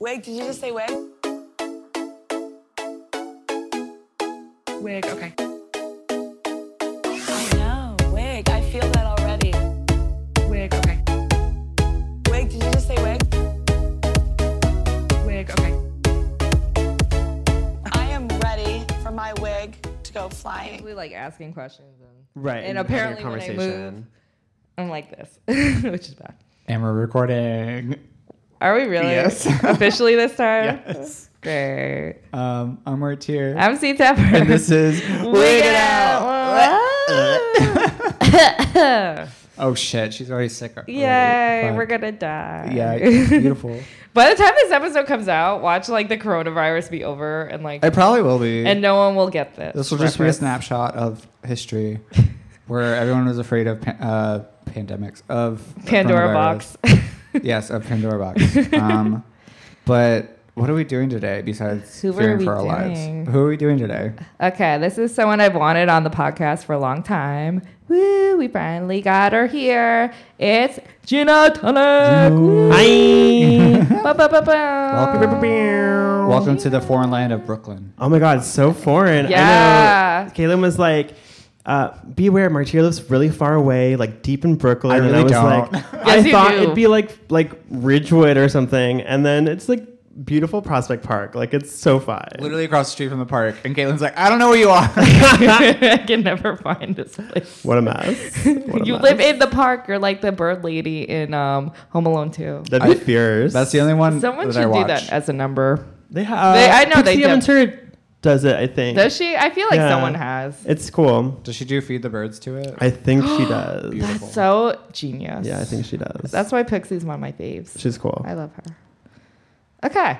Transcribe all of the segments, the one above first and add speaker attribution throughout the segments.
Speaker 1: Wig? Did you just say wig?
Speaker 2: Wig, okay.
Speaker 1: I know. Wig. I feel that already.
Speaker 2: Wig, okay.
Speaker 1: Wig. Did you just say wig?
Speaker 2: Wig, okay.
Speaker 1: I am ready for my wig to go flying.
Speaker 3: Basically, like asking questions and
Speaker 4: Right.
Speaker 3: And
Speaker 4: having a
Speaker 3: apparently when I move- I'm like this, which is bad.
Speaker 4: And we're recording.
Speaker 3: Are we really
Speaker 4: Yes.
Speaker 3: officially this time?
Speaker 4: Yes.
Speaker 3: Great.
Speaker 4: Um, I'm Art here.
Speaker 3: I'm C Tepper.
Speaker 4: and this is
Speaker 3: Wig
Speaker 4: Wig
Speaker 3: It
Speaker 4: It
Speaker 3: Out.
Speaker 4: Oh shit, she's already sick. already.
Speaker 3: Yay,
Speaker 4: Fuck.
Speaker 3: we're gonna die.
Speaker 4: Yeah, beautiful.
Speaker 3: By the time this episode comes out, watch like the coronavirus be over and like
Speaker 4: I probably will be.
Speaker 3: and no one will get this.
Speaker 4: this will just be a
Speaker 3: reference.
Speaker 4: snapshot of history where everyone was afraid of pan- uh, pandemics, of
Speaker 3: Pandora box.
Speaker 4: coronavirus. yes, of Pandora box. Um, but what are we doing today besides
Speaker 3: Who are
Speaker 4: fearing
Speaker 3: we
Speaker 4: for our
Speaker 3: doing?
Speaker 4: lives? Who are we doing today?
Speaker 3: Okay, this is someone I've wanted on the podcast for a long time. Woo, we finally got her here. It's Gina Tonic. Woo.
Speaker 5: Hi.
Speaker 3: Ba, ba, ba, ba.
Speaker 4: Welcome to the foreign land of Brooklyn.
Speaker 5: Oh my god, it's so foreign.
Speaker 3: Yeah.
Speaker 5: I know. Caitlin was like, uh, beware, Martina lives really far away, like deep in Brooklyn.
Speaker 4: I
Speaker 5: and
Speaker 4: really
Speaker 5: I was
Speaker 4: don't.
Speaker 5: like,
Speaker 3: Yes,
Speaker 5: I
Speaker 3: you
Speaker 5: thought
Speaker 3: do.
Speaker 5: it'd be like like Ridgewood or something, and then it's like beautiful Prospect Park. Like it's so fun.
Speaker 4: Literally across the street from the park. And Caitlin's like, I don't know where you are.
Speaker 3: I can never find this place.
Speaker 5: What a mess. What a
Speaker 3: You
Speaker 5: mess.
Speaker 3: live in the park. You're like the bird lady in um, Home Alone 2.
Speaker 5: That'd be
Speaker 4: I-
Speaker 5: fierce.
Speaker 4: That's the only
Speaker 5: Um,
Speaker 4: one
Speaker 3: Someone
Speaker 4: that I
Speaker 3: should do
Speaker 4: watch.
Speaker 3: that as a number.
Speaker 5: they have.
Speaker 3: They- I know they
Speaker 5: Pixie
Speaker 3: did.
Speaker 5: Aventura does it. I think.
Speaker 3: Does she? I feel like
Speaker 5: Yeah.
Speaker 3: someone has.
Speaker 5: It's cool.
Speaker 4: Does she do feed the birds to it?
Speaker 5: I think she does.
Speaker 4: Beautiful.
Speaker 3: So genius.
Speaker 5: Yeah, I think she does.
Speaker 3: That's why Pixie's one of my faves.
Speaker 5: she's cool.
Speaker 3: I love her. Okay.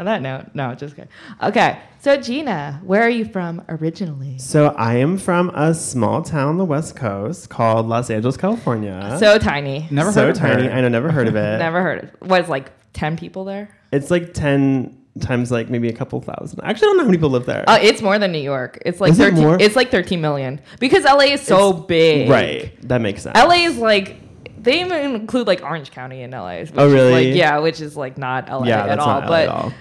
Speaker 3: On that note, no, just kidding. Okay. So, Gina, where are you from originally?
Speaker 5: So I am from a small town on the West Coast called Los Angeles, California.
Speaker 3: So tiny.
Speaker 4: Never
Speaker 5: so
Speaker 4: heard of
Speaker 5: tiny.
Speaker 4: her.
Speaker 5: I know, never heard of it.
Speaker 3: Never heard of Was like 10 people there?
Speaker 5: It's like ten times, like maybe a couple thousand. I actually don't know how many people live there.
Speaker 3: Uh, it's more than New York. It's like
Speaker 5: Is it
Speaker 3: 13
Speaker 5: more?
Speaker 3: It's like 13 million because LA is so big.
Speaker 5: right, that makes sense.
Speaker 3: LA is like they even include like Orange County in LA. which
Speaker 5: Oh,
Speaker 3: is,
Speaker 5: really?
Speaker 3: like, yeah, which is like not LA
Speaker 5: yeah,
Speaker 3: at
Speaker 5: that's
Speaker 3: all.
Speaker 5: not LA
Speaker 3: but
Speaker 5: at all.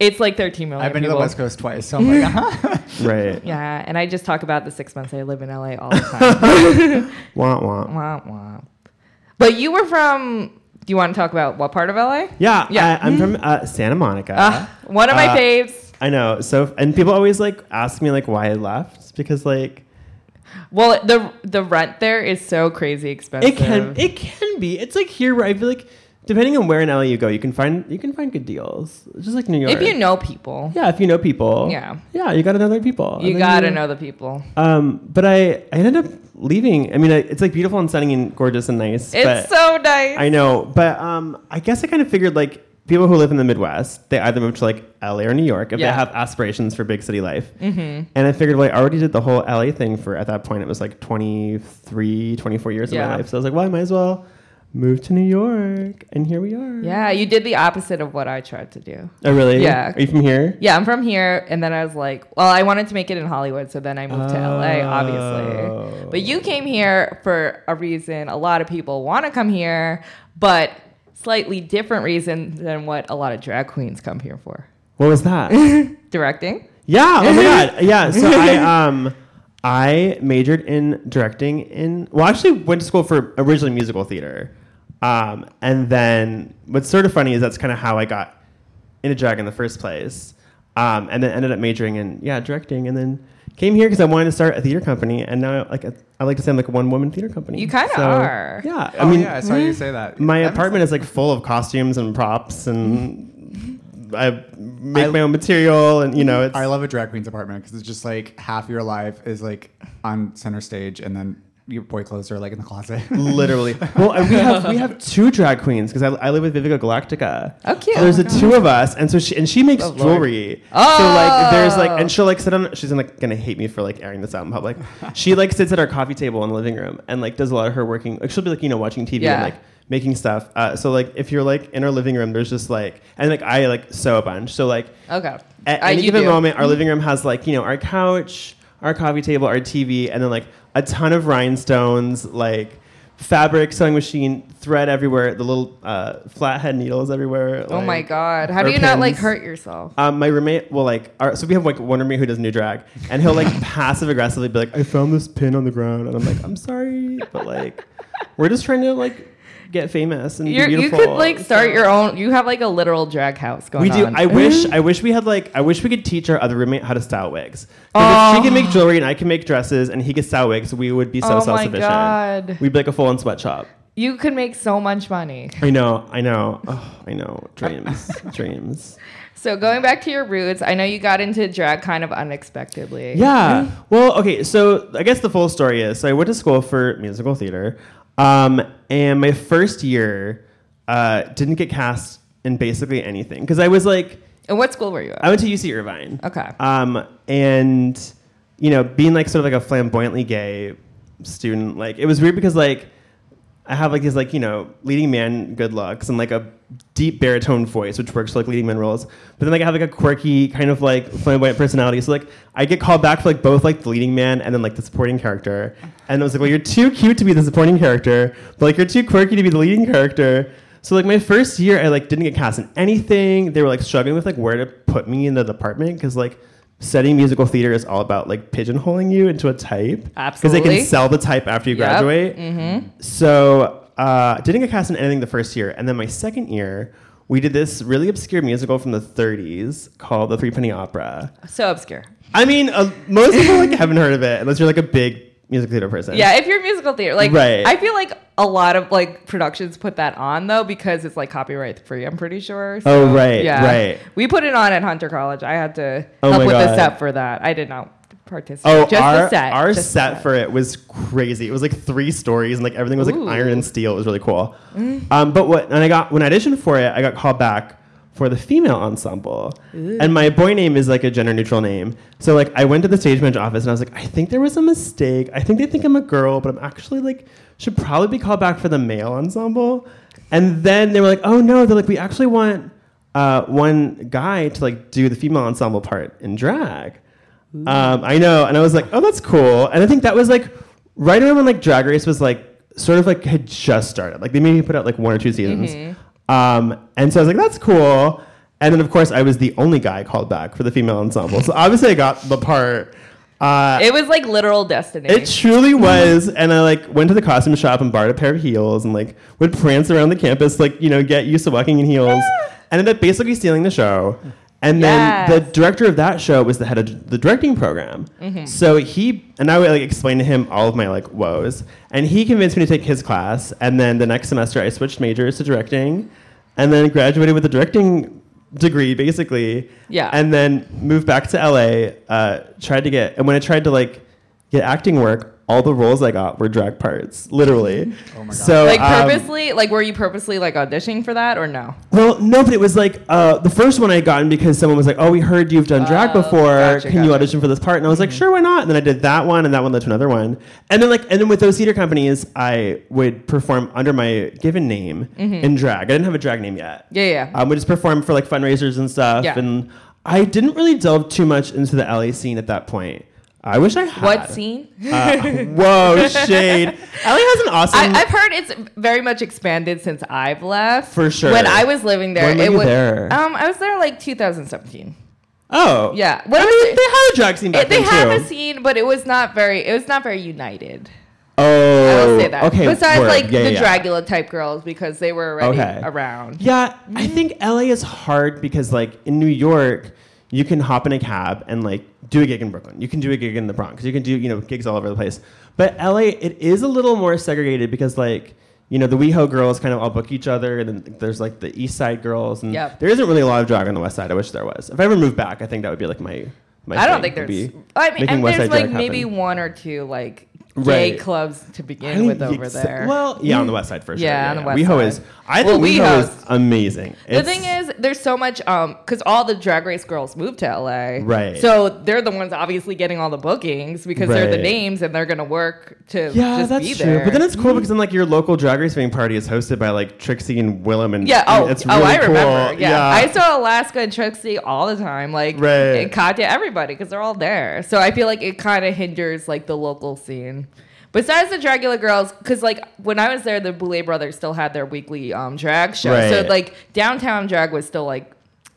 Speaker 3: it's like 13 million.
Speaker 4: I've been to the
Speaker 3: people.
Speaker 4: West Coast twice, so I'm like, uh-huh.
Speaker 5: right,
Speaker 3: Yeah, and I just talk about the six months I live in LA all the time.
Speaker 5: wah wah.
Speaker 3: Womp womp. But you were from. Do you want to talk about what part of LA?
Speaker 5: Yeah,
Speaker 3: Yeah. Mm.
Speaker 5: I, am from uh, Santa Monica.
Speaker 3: Uh, one of my
Speaker 5: Uh,
Speaker 3: faves.
Speaker 5: I know. So, and people always like ask me like why I left It's because like
Speaker 3: Well, the the rent there is so crazy expensive.
Speaker 5: it can it can be. It's like here where I feel like depending on where in LA you go, you can find you can find good deals. It's Just like New York.
Speaker 3: if you know people,
Speaker 5: Yeah, if you know people.
Speaker 3: Yeah.
Speaker 5: Yeah, Mm-hmm. you gotta know their people.
Speaker 3: you
Speaker 5: And then
Speaker 3: gotta know the people.
Speaker 5: Um, but I, I ended up leaving. I mean, I, it's like beautiful and sunny and gorgeous and nice.
Speaker 3: It's
Speaker 5: but
Speaker 3: so nice.
Speaker 5: I know, but um, I guess I kind of figured like people who live in the Midwest, they either move to like LA or New York if
Speaker 3: Yeah.
Speaker 5: they have aspirations for big city life. Mm-hmm. And I figured, well, I already did the whole LA thing for at that point, it was like 23, 24 years of
Speaker 3: Yeah.
Speaker 5: my life. So I was like, well, I might as well move to New York. And here we are.
Speaker 3: Yeah, you did the opposite of what I tried to do.
Speaker 5: Oh, really?
Speaker 3: Yeah.
Speaker 5: Are you from here?
Speaker 3: Yeah, I'm from here, and then I was like, well, I wanted to make it in Hollywood, so then I moved to LA, obviously. But
Speaker 5: Oh.
Speaker 3: you came here for a reason. A lot of people want to come here, but slightly different reason than what a lot of drag queens come here for.
Speaker 5: What was that?
Speaker 3: Directing.
Speaker 5: Yeah. Oh my god. Yeah. So I um I majored in directing in well I actually went to school for originally musical theater. Um and then what's sort of funny is that's kind of how I got into drag in the first place. Um and then ended up majoring in yeah, directing and then came here because I wanted to start a theater company and now like I I like to say I'm like a one woman theater company.
Speaker 3: You kinda are.
Speaker 5: Yeah. I
Speaker 4: Oh,
Speaker 5: mean
Speaker 4: yeah, I saw you say that.
Speaker 5: my
Speaker 4: That makes
Speaker 5: apartment is like full of costumes and props
Speaker 4: Mm-hmm.
Speaker 5: and I make
Speaker 4: I-
Speaker 5: my own material and you know it's
Speaker 4: I love a drag queen's apartment because it's just like half your life is like on center stage, and then your boy clothes are like in the closet.
Speaker 5: Literally. Well, and we have we have two drag queens because I, I live with Vivica Galactica.
Speaker 3: Oh, cute.
Speaker 5: So there's
Speaker 3: Oh
Speaker 5: the two of us, and so she and she makes
Speaker 3: Oh, Lord.
Speaker 5: jewelry. So like there's like
Speaker 3: Oh.
Speaker 5: and she'll like sit on. She's like gonna hate me for like airing this out in public. She like sits at our coffee table in the living room and like does a lot of her working. Like she'll be like you know watching TV
Speaker 3: Yeah.
Speaker 5: and like making stuff. Uh, so like if you're like in our living room, there's just like and like I like sew a bunch. So like
Speaker 3: Okay.
Speaker 5: at
Speaker 3: Uh,
Speaker 5: any
Speaker 3: you
Speaker 5: given
Speaker 3: do.
Speaker 5: moment, our living room has like you know our couch, our coffee table, our TV, and then like a ton of rhinestones, like fabric sewing machine, thread everywhere, the little uh, flathead needles everywhere.
Speaker 3: Oh my
Speaker 5: like-
Speaker 3: god. How
Speaker 5: or
Speaker 3: do you not like
Speaker 5: pins.
Speaker 3: hurt yourself?
Speaker 5: Um, my roommate will like, our, so we have like one roommate who does new drag, and he'll like passive aggressively be like, "I found this pin on the ground," and I'm like, "I'm sorry," but like, we're just trying to like get famous and be
Speaker 3: You're, you
Speaker 5: beautiful.
Speaker 3: could like start your own. You have like a literal drag house going
Speaker 5: We do.
Speaker 3: on.
Speaker 5: I wish. I wish we had like. I wish we could teach our other roommate how to style wigs. 'Cause if she can make jewelry and I can make dresses, and he could style wigs, we would be so
Speaker 3: Oh my
Speaker 5: self-sufficient.
Speaker 3: God.
Speaker 5: We'd be like a full-on sweatshop.
Speaker 3: you could make so much money.
Speaker 5: I know. I know. Oh, I know. Dreams. dreams.
Speaker 3: So going back to your roots, I know you got into drag kind of unexpectedly.
Speaker 5: Yeah. Well, okay. So I guess the full story is so I went to school for musical theater, um, and my first year uh, didn't get cast in basically anything because I was like,
Speaker 3: And what school were you at?
Speaker 5: I went to UC Irvine.
Speaker 3: Okay.
Speaker 5: Um, and you know, being like sort of like a flamboyantly gay student, like it was weird because like I have like these like you know leading man good looks and like a deep baritone voice which works for like leading man roles, but then like I have like a quirky kind of like flamboyant personality, so like I get called back for like both like the leading man and then like the supporting character, and I was like, well, you're too cute to be the supporting character, but like you're too quirky to be the leading character. So like my first year, I like didn't get cast in anything. They were like struggling with like where to put me in the department because like studying musical theater is all about like pigeonholing you into a type because they
Speaker 3: Absolutely.
Speaker 5: can sell the type after you
Speaker 3: Yep. Mm-hmm.
Speaker 5: graduate. So uh, didn't get cast in anything the first year, and then my second year. We did this really obscure musical from the 30s called The Three Penny Opera.
Speaker 3: So obscure.
Speaker 5: I mean, uh, most people like haven't heard of it unless you're like a big musical theater person.
Speaker 3: Yeah, if you're a musical theater, like
Speaker 5: Right.
Speaker 3: I feel like a lot of like productions put that on though because it's like copyright free. I'm pretty sure. So,
Speaker 5: Oh, right, right.
Speaker 3: We put it on at Hunter College. I had to
Speaker 5: Oh
Speaker 3: help
Speaker 5: my
Speaker 3: with the
Speaker 5: God.
Speaker 3: set for that. I did not participate.
Speaker 5: Oh,
Speaker 3: just
Speaker 5: our,
Speaker 3: the set.
Speaker 5: our
Speaker 3: just the
Speaker 5: set for it was crazy. It was like three stories and like everything was like
Speaker 3: Ooh. Mm.
Speaker 5: iron and steel. It was really cool. Um, but what and I got when I auditioned for it, I got called back for the female ensemble. And my boy name is like a gender neutral name. So like I went to the stage manager office and I was like, I think there was a mistake. I think they think I'm a girl, but I'm actually like should probably be called back for the male ensemble. And then they were like, oh no, they're like, we actually want uh, one guy to like do the female ensemble part in drag. Um, I know, and I was like, oh, that's cool. And I think that was like right around when like Drag Race was like sort of like had just started. Like they maybe put out like one or two seasons. Um, and so I was like, that's cool. And then of course I was the only guy called back for the female ensemble. So obviously I got the part. Uh,
Speaker 3: It was like literal destiny.
Speaker 5: it truly was. And I like went to the costume shop and borrowed a pair of heels and like would prance around the campus, like, you know, get used to walking in heels. Ended up basically stealing the show. And then the
Speaker 3: Yes.
Speaker 5: director of that show was the head of the directing program.
Speaker 3: Mm-hmm.
Speaker 5: So he and I would like explain to him all of my like woes. And he convinced me to take his class. And then the next semester I switched majors to directing and then graduated with a directing degree basically.
Speaker 3: Yeah.
Speaker 5: And and then moved back to LA. Uh, tried to get, and when I tried to like get acting work, all the roles I got were drag parts, literally. Oh my god! So
Speaker 3: like
Speaker 5: um,
Speaker 3: purposely, like were you purposely like auditioning for that or no?
Speaker 5: well, no, but it was like uh, the first one I had gotten because someone was like, "Oh, we heard you've done drag
Speaker 3: Oh,
Speaker 5: before.
Speaker 3: gotcha, gotcha.
Speaker 5: Can you
Speaker 3: Mm-hmm.
Speaker 5: audition for this part?" And I was like, "Sure, why not?" And then I did that one, and that one led to another one, and then like, and then with those theater companies, I would perform under my given name in drag. I didn't have a drag name yet.
Speaker 3: Mm-hmm. Yeah, yeah.
Speaker 5: Um, we just performed for like fundraisers and stuff,
Speaker 3: Yeah.
Speaker 5: and I didn't really delve too much into the LA scene at that point. I wish I had.
Speaker 3: What scene?
Speaker 5: Whoa, shade. LA has an awesome.
Speaker 3: I, I've heard it's very much expanded since I've left.
Speaker 5: For sure.
Speaker 3: When I was living there,
Speaker 5: When were
Speaker 3: it
Speaker 5: you
Speaker 3: was.
Speaker 5: there?
Speaker 3: Um, I was there like 2017.
Speaker 5: oh
Speaker 3: Yeah. What
Speaker 5: I
Speaker 3: was
Speaker 5: mean,
Speaker 3: it-
Speaker 5: they had a drag scene back
Speaker 3: It, they
Speaker 5: then
Speaker 3: have
Speaker 5: too.
Speaker 3: a scene, but it was not very. It was not very united.
Speaker 5: Oh,
Speaker 3: I will say that.
Speaker 5: Okay,
Speaker 3: Besides,
Speaker 5: word.
Speaker 3: like
Speaker 5: Yeah,
Speaker 3: the
Speaker 5: yeah, yeah.
Speaker 3: Dragula type girls, because they were already
Speaker 5: Okay.
Speaker 3: around.
Speaker 5: Yeah, I
Speaker 3: Mm-hmm.
Speaker 5: think LA is hard because like in New York, you can hop in a cab and like do a gig in Brooklyn. You can do a gig in the Bronx. You can do you know gigs all over the place. But LA, it is a little more segregated because like. You know, the WeHo girls kind of all book each other, and then there's like the East Side girls, and
Speaker 3: Yep.
Speaker 5: there isn't really a lot of drag on the West Side. I wish there was. If I ever moved back, I think that would be like my. my
Speaker 3: I don't
Speaker 5: thing,
Speaker 3: think
Speaker 5: would
Speaker 3: there's.
Speaker 5: be
Speaker 3: I mean,
Speaker 5: making
Speaker 3: and
Speaker 5: West
Speaker 3: there's
Speaker 5: Side drag
Speaker 3: like maybe
Speaker 5: happen.
Speaker 3: one or two like gay
Speaker 5: Right.
Speaker 3: clubs to begin
Speaker 5: I-
Speaker 3: with over
Speaker 5: exa-
Speaker 3: there.
Speaker 5: Well, yeah, on the West Side for sure.
Speaker 3: Yeah, on the West
Speaker 5: WeHo
Speaker 3: Side.
Speaker 5: is. I
Speaker 3: Well,
Speaker 5: think WeHo is
Speaker 3: WeHo's-
Speaker 5: amazing.
Speaker 3: The thing is, there's so much um because all the drag race girls moved to LA.
Speaker 5: Right.
Speaker 3: So they're the ones obviously getting all the bookings because they're the
Speaker 5: Right.
Speaker 3: names and they're gonna work to
Speaker 5: Yeah,
Speaker 3: just
Speaker 5: that's
Speaker 3: be
Speaker 5: true.
Speaker 3: there.
Speaker 5: But then it's cool because then like your local drag racing party is hosted by like Trixie and Willem and
Speaker 3: yeah, oh,
Speaker 5: and it's
Speaker 3: oh,
Speaker 5: really
Speaker 3: I remember.
Speaker 5: cool.
Speaker 3: Yeah. I saw Alaska and Trixie all the time, like
Speaker 5: Right.
Speaker 3: and Katya, everybody, because they're all there. So I feel like it kind of hinders like the local scene. Besides the Dragula girls, because like when I was there, the Boulet brothers still had their weekly um drag show. So
Speaker 5: Right.
Speaker 3: like downtown drag was still like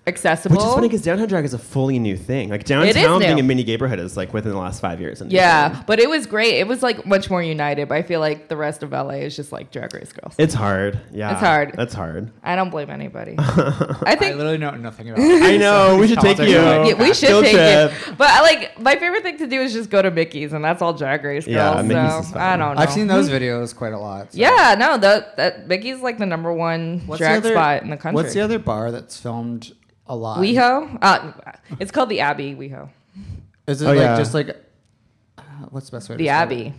Speaker 3: accessible.
Speaker 5: Which is funny because downtown drag is a fully new thing. Like
Speaker 3: is
Speaker 5: downtown being
Speaker 3: new.
Speaker 5: a mini neighborhood is like within the last five years. in
Speaker 3: yeah,
Speaker 5: Newfoundland.
Speaker 3: but it was great. It was like much more united. But I feel like the rest of LA is just like drag race girls.
Speaker 5: It's hard. Yeah.
Speaker 3: It's hard.
Speaker 5: That's hard.
Speaker 3: I don't blame anybody. I
Speaker 4: I
Speaker 3: think
Speaker 4: literally know nothing about. it.
Speaker 5: I know. We should take
Speaker 4: Politics,
Speaker 5: you.
Speaker 4: like-
Speaker 3: Yeah, we should
Speaker 5: Field
Speaker 3: take
Speaker 5: trip.
Speaker 3: it. But I like my favorite thing to do is just go to Mickey's, and that's all Drag Race girls.
Speaker 5: Yeah, Mickey's is
Speaker 3: so
Speaker 5: fun.
Speaker 3: I don't know.
Speaker 4: I've seen those videos quite a lot. so.
Speaker 3: Yeah, no, that that Mickey's like the number one
Speaker 4: What's the
Speaker 3: drag
Speaker 4: other-
Speaker 3: spot in the country.
Speaker 4: What's the other bar that's filmed a lot?
Speaker 3: WeHo? Uh, it's called the Abbey WeHo.
Speaker 4: Is it
Speaker 5: Oh,
Speaker 4: like
Speaker 5: yeah.
Speaker 4: just like uh, what's the best way? to
Speaker 3: The
Speaker 4: describe
Speaker 3: Abbey.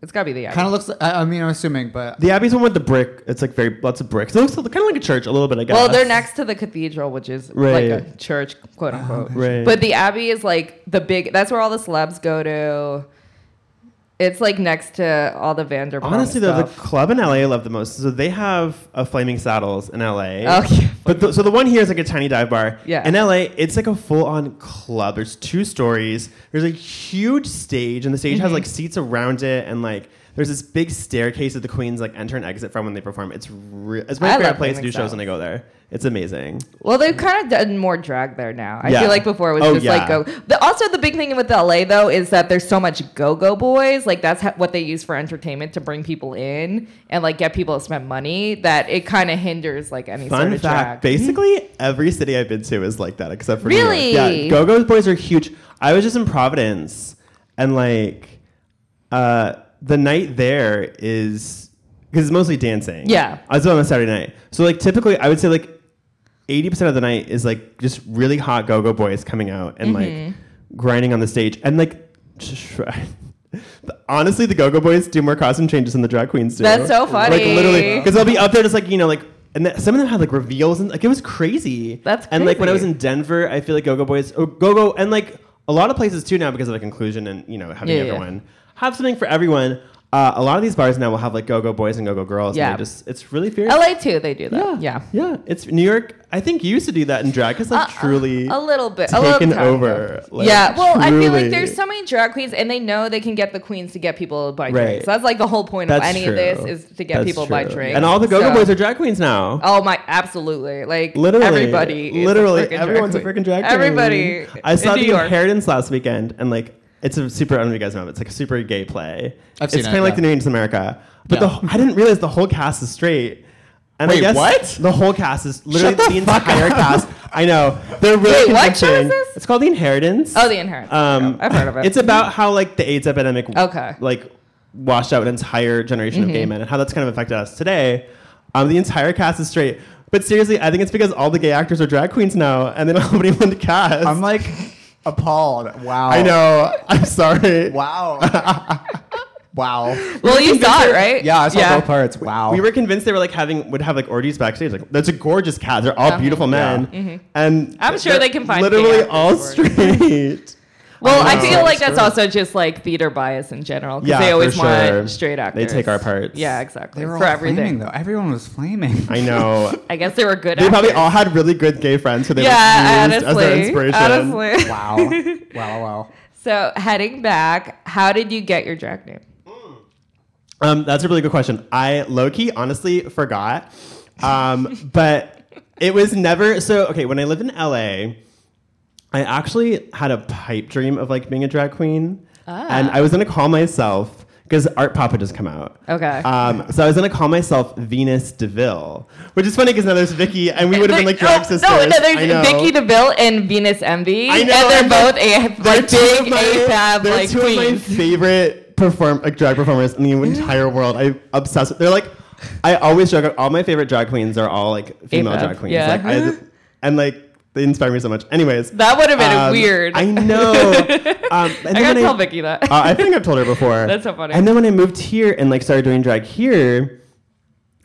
Speaker 3: It's gotta be the Abbey.
Speaker 4: It? Kind of looks. Like, I, I mean, I'm assuming, but
Speaker 5: The Abbey's one with the brick. It's like very lots of bricks. It looks kind of like a church a little bit. I guess.
Speaker 3: well, they're next to the cathedral, which is like a
Speaker 5: Right.
Speaker 3: church, quote
Speaker 4: Oh,
Speaker 3: unquote.
Speaker 5: Right.
Speaker 3: But the Abbey is like the big. That's where all the celebs go to. It's like next to all the Vanderpump.
Speaker 5: Honestly, though, the
Speaker 3: stuff.
Speaker 5: club in LA I love the most. So they have a Flaming Saddles in LA.
Speaker 3: Okay.
Speaker 5: But the, so the one here is like a tiny dive bar.
Speaker 3: Yeah.
Speaker 5: In LA, it's like a full-on club. There's two stories. There's a huge stage, and the stage
Speaker 3: Mm-hmm.
Speaker 5: has like seats around it, and like there's this big staircase that the queens like enter and exit from when they perform. It's re- it's my
Speaker 3: I
Speaker 5: favorite
Speaker 3: love
Speaker 5: place to do
Speaker 3: Flaming
Speaker 5: shows when I go there. It's amazing.
Speaker 3: Well, they've kind of done more drag there now. I
Speaker 5: Yeah.
Speaker 3: feel like before it was
Speaker 5: Oh,
Speaker 3: just like
Speaker 5: yeah.
Speaker 3: go. The, also, the big thing with LA though is that there's so much go-go boys. Like that's ho- what they use for entertainment to bring people in and like get people to spend money. That it kind of hinders like any
Speaker 5: Fun
Speaker 3: sort of
Speaker 5: fact:
Speaker 3: drag. Hmm?
Speaker 5: basically every city I've been to is like that, except for New York.
Speaker 3: Really?
Speaker 5: Yeah, Go Go Boys are huge. I was just in Providence, and like uh, the night there is because it's mostly dancing.
Speaker 3: Yeah.
Speaker 5: I was on a Saturday night, so like typically I would say like eighty percent of the night is like just really hot Go Go Boys coming out and like
Speaker 3: Mm-hmm.
Speaker 5: grinding on the stage, and like. Honestly, the Go Go Boys do more costume changes than the drag queens do.
Speaker 3: That's so
Speaker 5: Like
Speaker 3: funny.
Speaker 5: literally, because they'll be up there just like you know like and th- some of them had like reveals and like it was crazy.
Speaker 3: That's
Speaker 5: and like when I was
Speaker 3: crazy.
Speaker 5: in Denver, I feel like Go Go Boys, oh, Go Go, and like a lot of places too now because of like inclusion and you know having
Speaker 3: Yeah, yeah.
Speaker 5: everyone have something for everyone. Uh, a lot of these bars now will have like Go Go Boys and Go Go Girls.
Speaker 3: Yeah.
Speaker 5: and they just it's really fierce.
Speaker 3: LA too, they do that. Yeah, Uh,
Speaker 5: yeah, yeah. It's New York. I think used to do that in drag because like truly
Speaker 3: a little bit a little
Speaker 5: taken
Speaker 3: time
Speaker 5: over.
Speaker 3: ago.
Speaker 5: like,
Speaker 3: yeah, well, I feel
Speaker 5: truly.
Speaker 3: like there's so many drag queens, and they know they can get the queens to get people to buy
Speaker 5: Right.
Speaker 3: drinks. That's like the whole point of
Speaker 5: That's
Speaker 3: any of
Speaker 5: true.
Speaker 3: this is to get
Speaker 5: That's
Speaker 3: people to buy
Speaker 5: true.
Speaker 3: drinks.
Speaker 5: and all the Go Go
Speaker 3: So-
Speaker 5: Boys are drag queens now.
Speaker 3: Oh my, absolutely! Like
Speaker 5: Literally,
Speaker 3: everybody, is a
Speaker 5: literally,
Speaker 3: frickin' drag
Speaker 5: everyone's a
Speaker 3: queen.
Speaker 5: freaking drag queen.
Speaker 3: Everybody,
Speaker 5: I saw
Speaker 3: in
Speaker 5: the
Speaker 3: New York.
Speaker 5: Inheritance last weekend, and like, it's a super. I don't know if you guys know, but it's like a super gay play.
Speaker 4: I've
Speaker 5: it's
Speaker 4: seen it,
Speaker 5: kind of like
Speaker 4: yeah.
Speaker 5: the New Angels in America, but the
Speaker 4: Yeah.
Speaker 5: I didn't realize the whole cast is straight. And I
Speaker 4: Wait,
Speaker 5: guess
Speaker 4: what?
Speaker 5: The whole cast is literally
Speaker 4: Shut
Speaker 5: the,
Speaker 4: the fuck
Speaker 5: entire
Speaker 4: up.
Speaker 5: cast. I know they're really
Speaker 3: Wait, what show is
Speaker 5: convincing.
Speaker 3: this?
Speaker 5: It's called The Inheritance.
Speaker 3: Oh, The Inheritance.
Speaker 5: Um,
Speaker 3: Yeah, I've heard of it.
Speaker 5: It's about how like the AIDS epidemic,
Speaker 3: Okay. Mm-hmm.
Speaker 5: like washed out an entire generation of gay men and how that's kind of affected us today. Um, the entire cast is straight, but seriously, I think it's because all the gay actors are drag queens now, and they don't have anyone to cast.
Speaker 4: I'm like appalled. Wow.
Speaker 5: I know. I'm sorry.
Speaker 4: Wow. wow.
Speaker 3: Well, you saw it, right?
Speaker 4: Yeah, I saw both parts. Wow.
Speaker 5: We were convinced they were like having would have like orgies backstage. Like that's a gorgeous cast. They're all beautiful men, and
Speaker 3: Uh-huh. Mm-hmm. I'm sure
Speaker 5: they're
Speaker 3: they can find gay
Speaker 5: literally
Speaker 3: actors
Speaker 5: all
Speaker 3: for
Speaker 5: straight.
Speaker 3: Well,
Speaker 5: I
Speaker 3: I
Speaker 5: know.
Speaker 3: feel like that's
Speaker 5: Sure.
Speaker 3: also just like theater bias in general because
Speaker 5: Yeah,
Speaker 3: they
Speaker 5: for
Speaker 3: always
Speaker 5: sure.
Speaker 3: want straight actors.
Speaker 5: They take our parts.
Speaker 3: Yeah, exactly.
Speaker 4: They were
Speaker 3: For
Speaker 4: all
Speaker 3: everything.
Speaker 4: flaming though. Everyone was flaming.
Speaker 5: I know.
Speaker 3: I guess they were good.
Speaker 5: They
Speaker 3: actors.
Speaker 5: probably all had really good gay friends who they
Speaker 3: yeah,
Speaker 5: like used as their
Speaker 3: honestly,
Speaker 5: inspiration.
Speaker 3: honestly.
Speaker 4: Wow. wow. Wow.
Speaker 3: So heading back, how did you get your drag name?
Speaker 5: Um, that's a really good question. I low key honestly forgot, um, but it was never so. Okay, when I lived in LA, I actually had a pipe dream of like being a drag queen,
Speaker 3: Ah.
Speaker 5: and I was gonna call myself because Art Pop had just come out.
Speaker 3: Okay.
Speaker 5: Um, so I was gonna call myself Venus Deville, which is funny because now there's Vicky, and we would have been like
Speaker 3: Oh,
Speaker 5: drag sisters.
Speaker 3: No, no,
Speaker 5: I
Speaker 3: there's
Speaker 5: know.
Speaker 3: Vicky DeVille and Venus Envy.
Speaker 5: I know,
Speaker 3: and they're
Speaker 5: and
Speaker 3: both
Speaker 5: they're-
Speaker 3: a like
Speaker 5: They're two of
Speaker 3: big AFAB
Speaker 5: they're
Speaker 3: like
Speaker 5: two of my
Speaker 3: queens.
Speaker 5: favorite perform like drag performers in the entire world. I'm obsessed. with They're like, I always joke. All my favorite drag queens are all like female
Speaker 3: AFAB,
Speaker 5: drag queens.
Speaker 3: yeah.
Speaker 5: Like, I, and like they inspire me so much. Anyways,
Speaker 3: That would have been
Speaker 5: um,
Speaker 3: weird.
Speaker 5: I know. Um, and
Speaker 3: I
Speaker 5: then
Speaker 3: gotta
Speaker 5: when
Speaker 3: tell Vicky that.
Speaker 5: uh, I think I've told her before.
Speaker 3: That's so funny.
Speaker 5: And then when I moved here and like started doing drag here,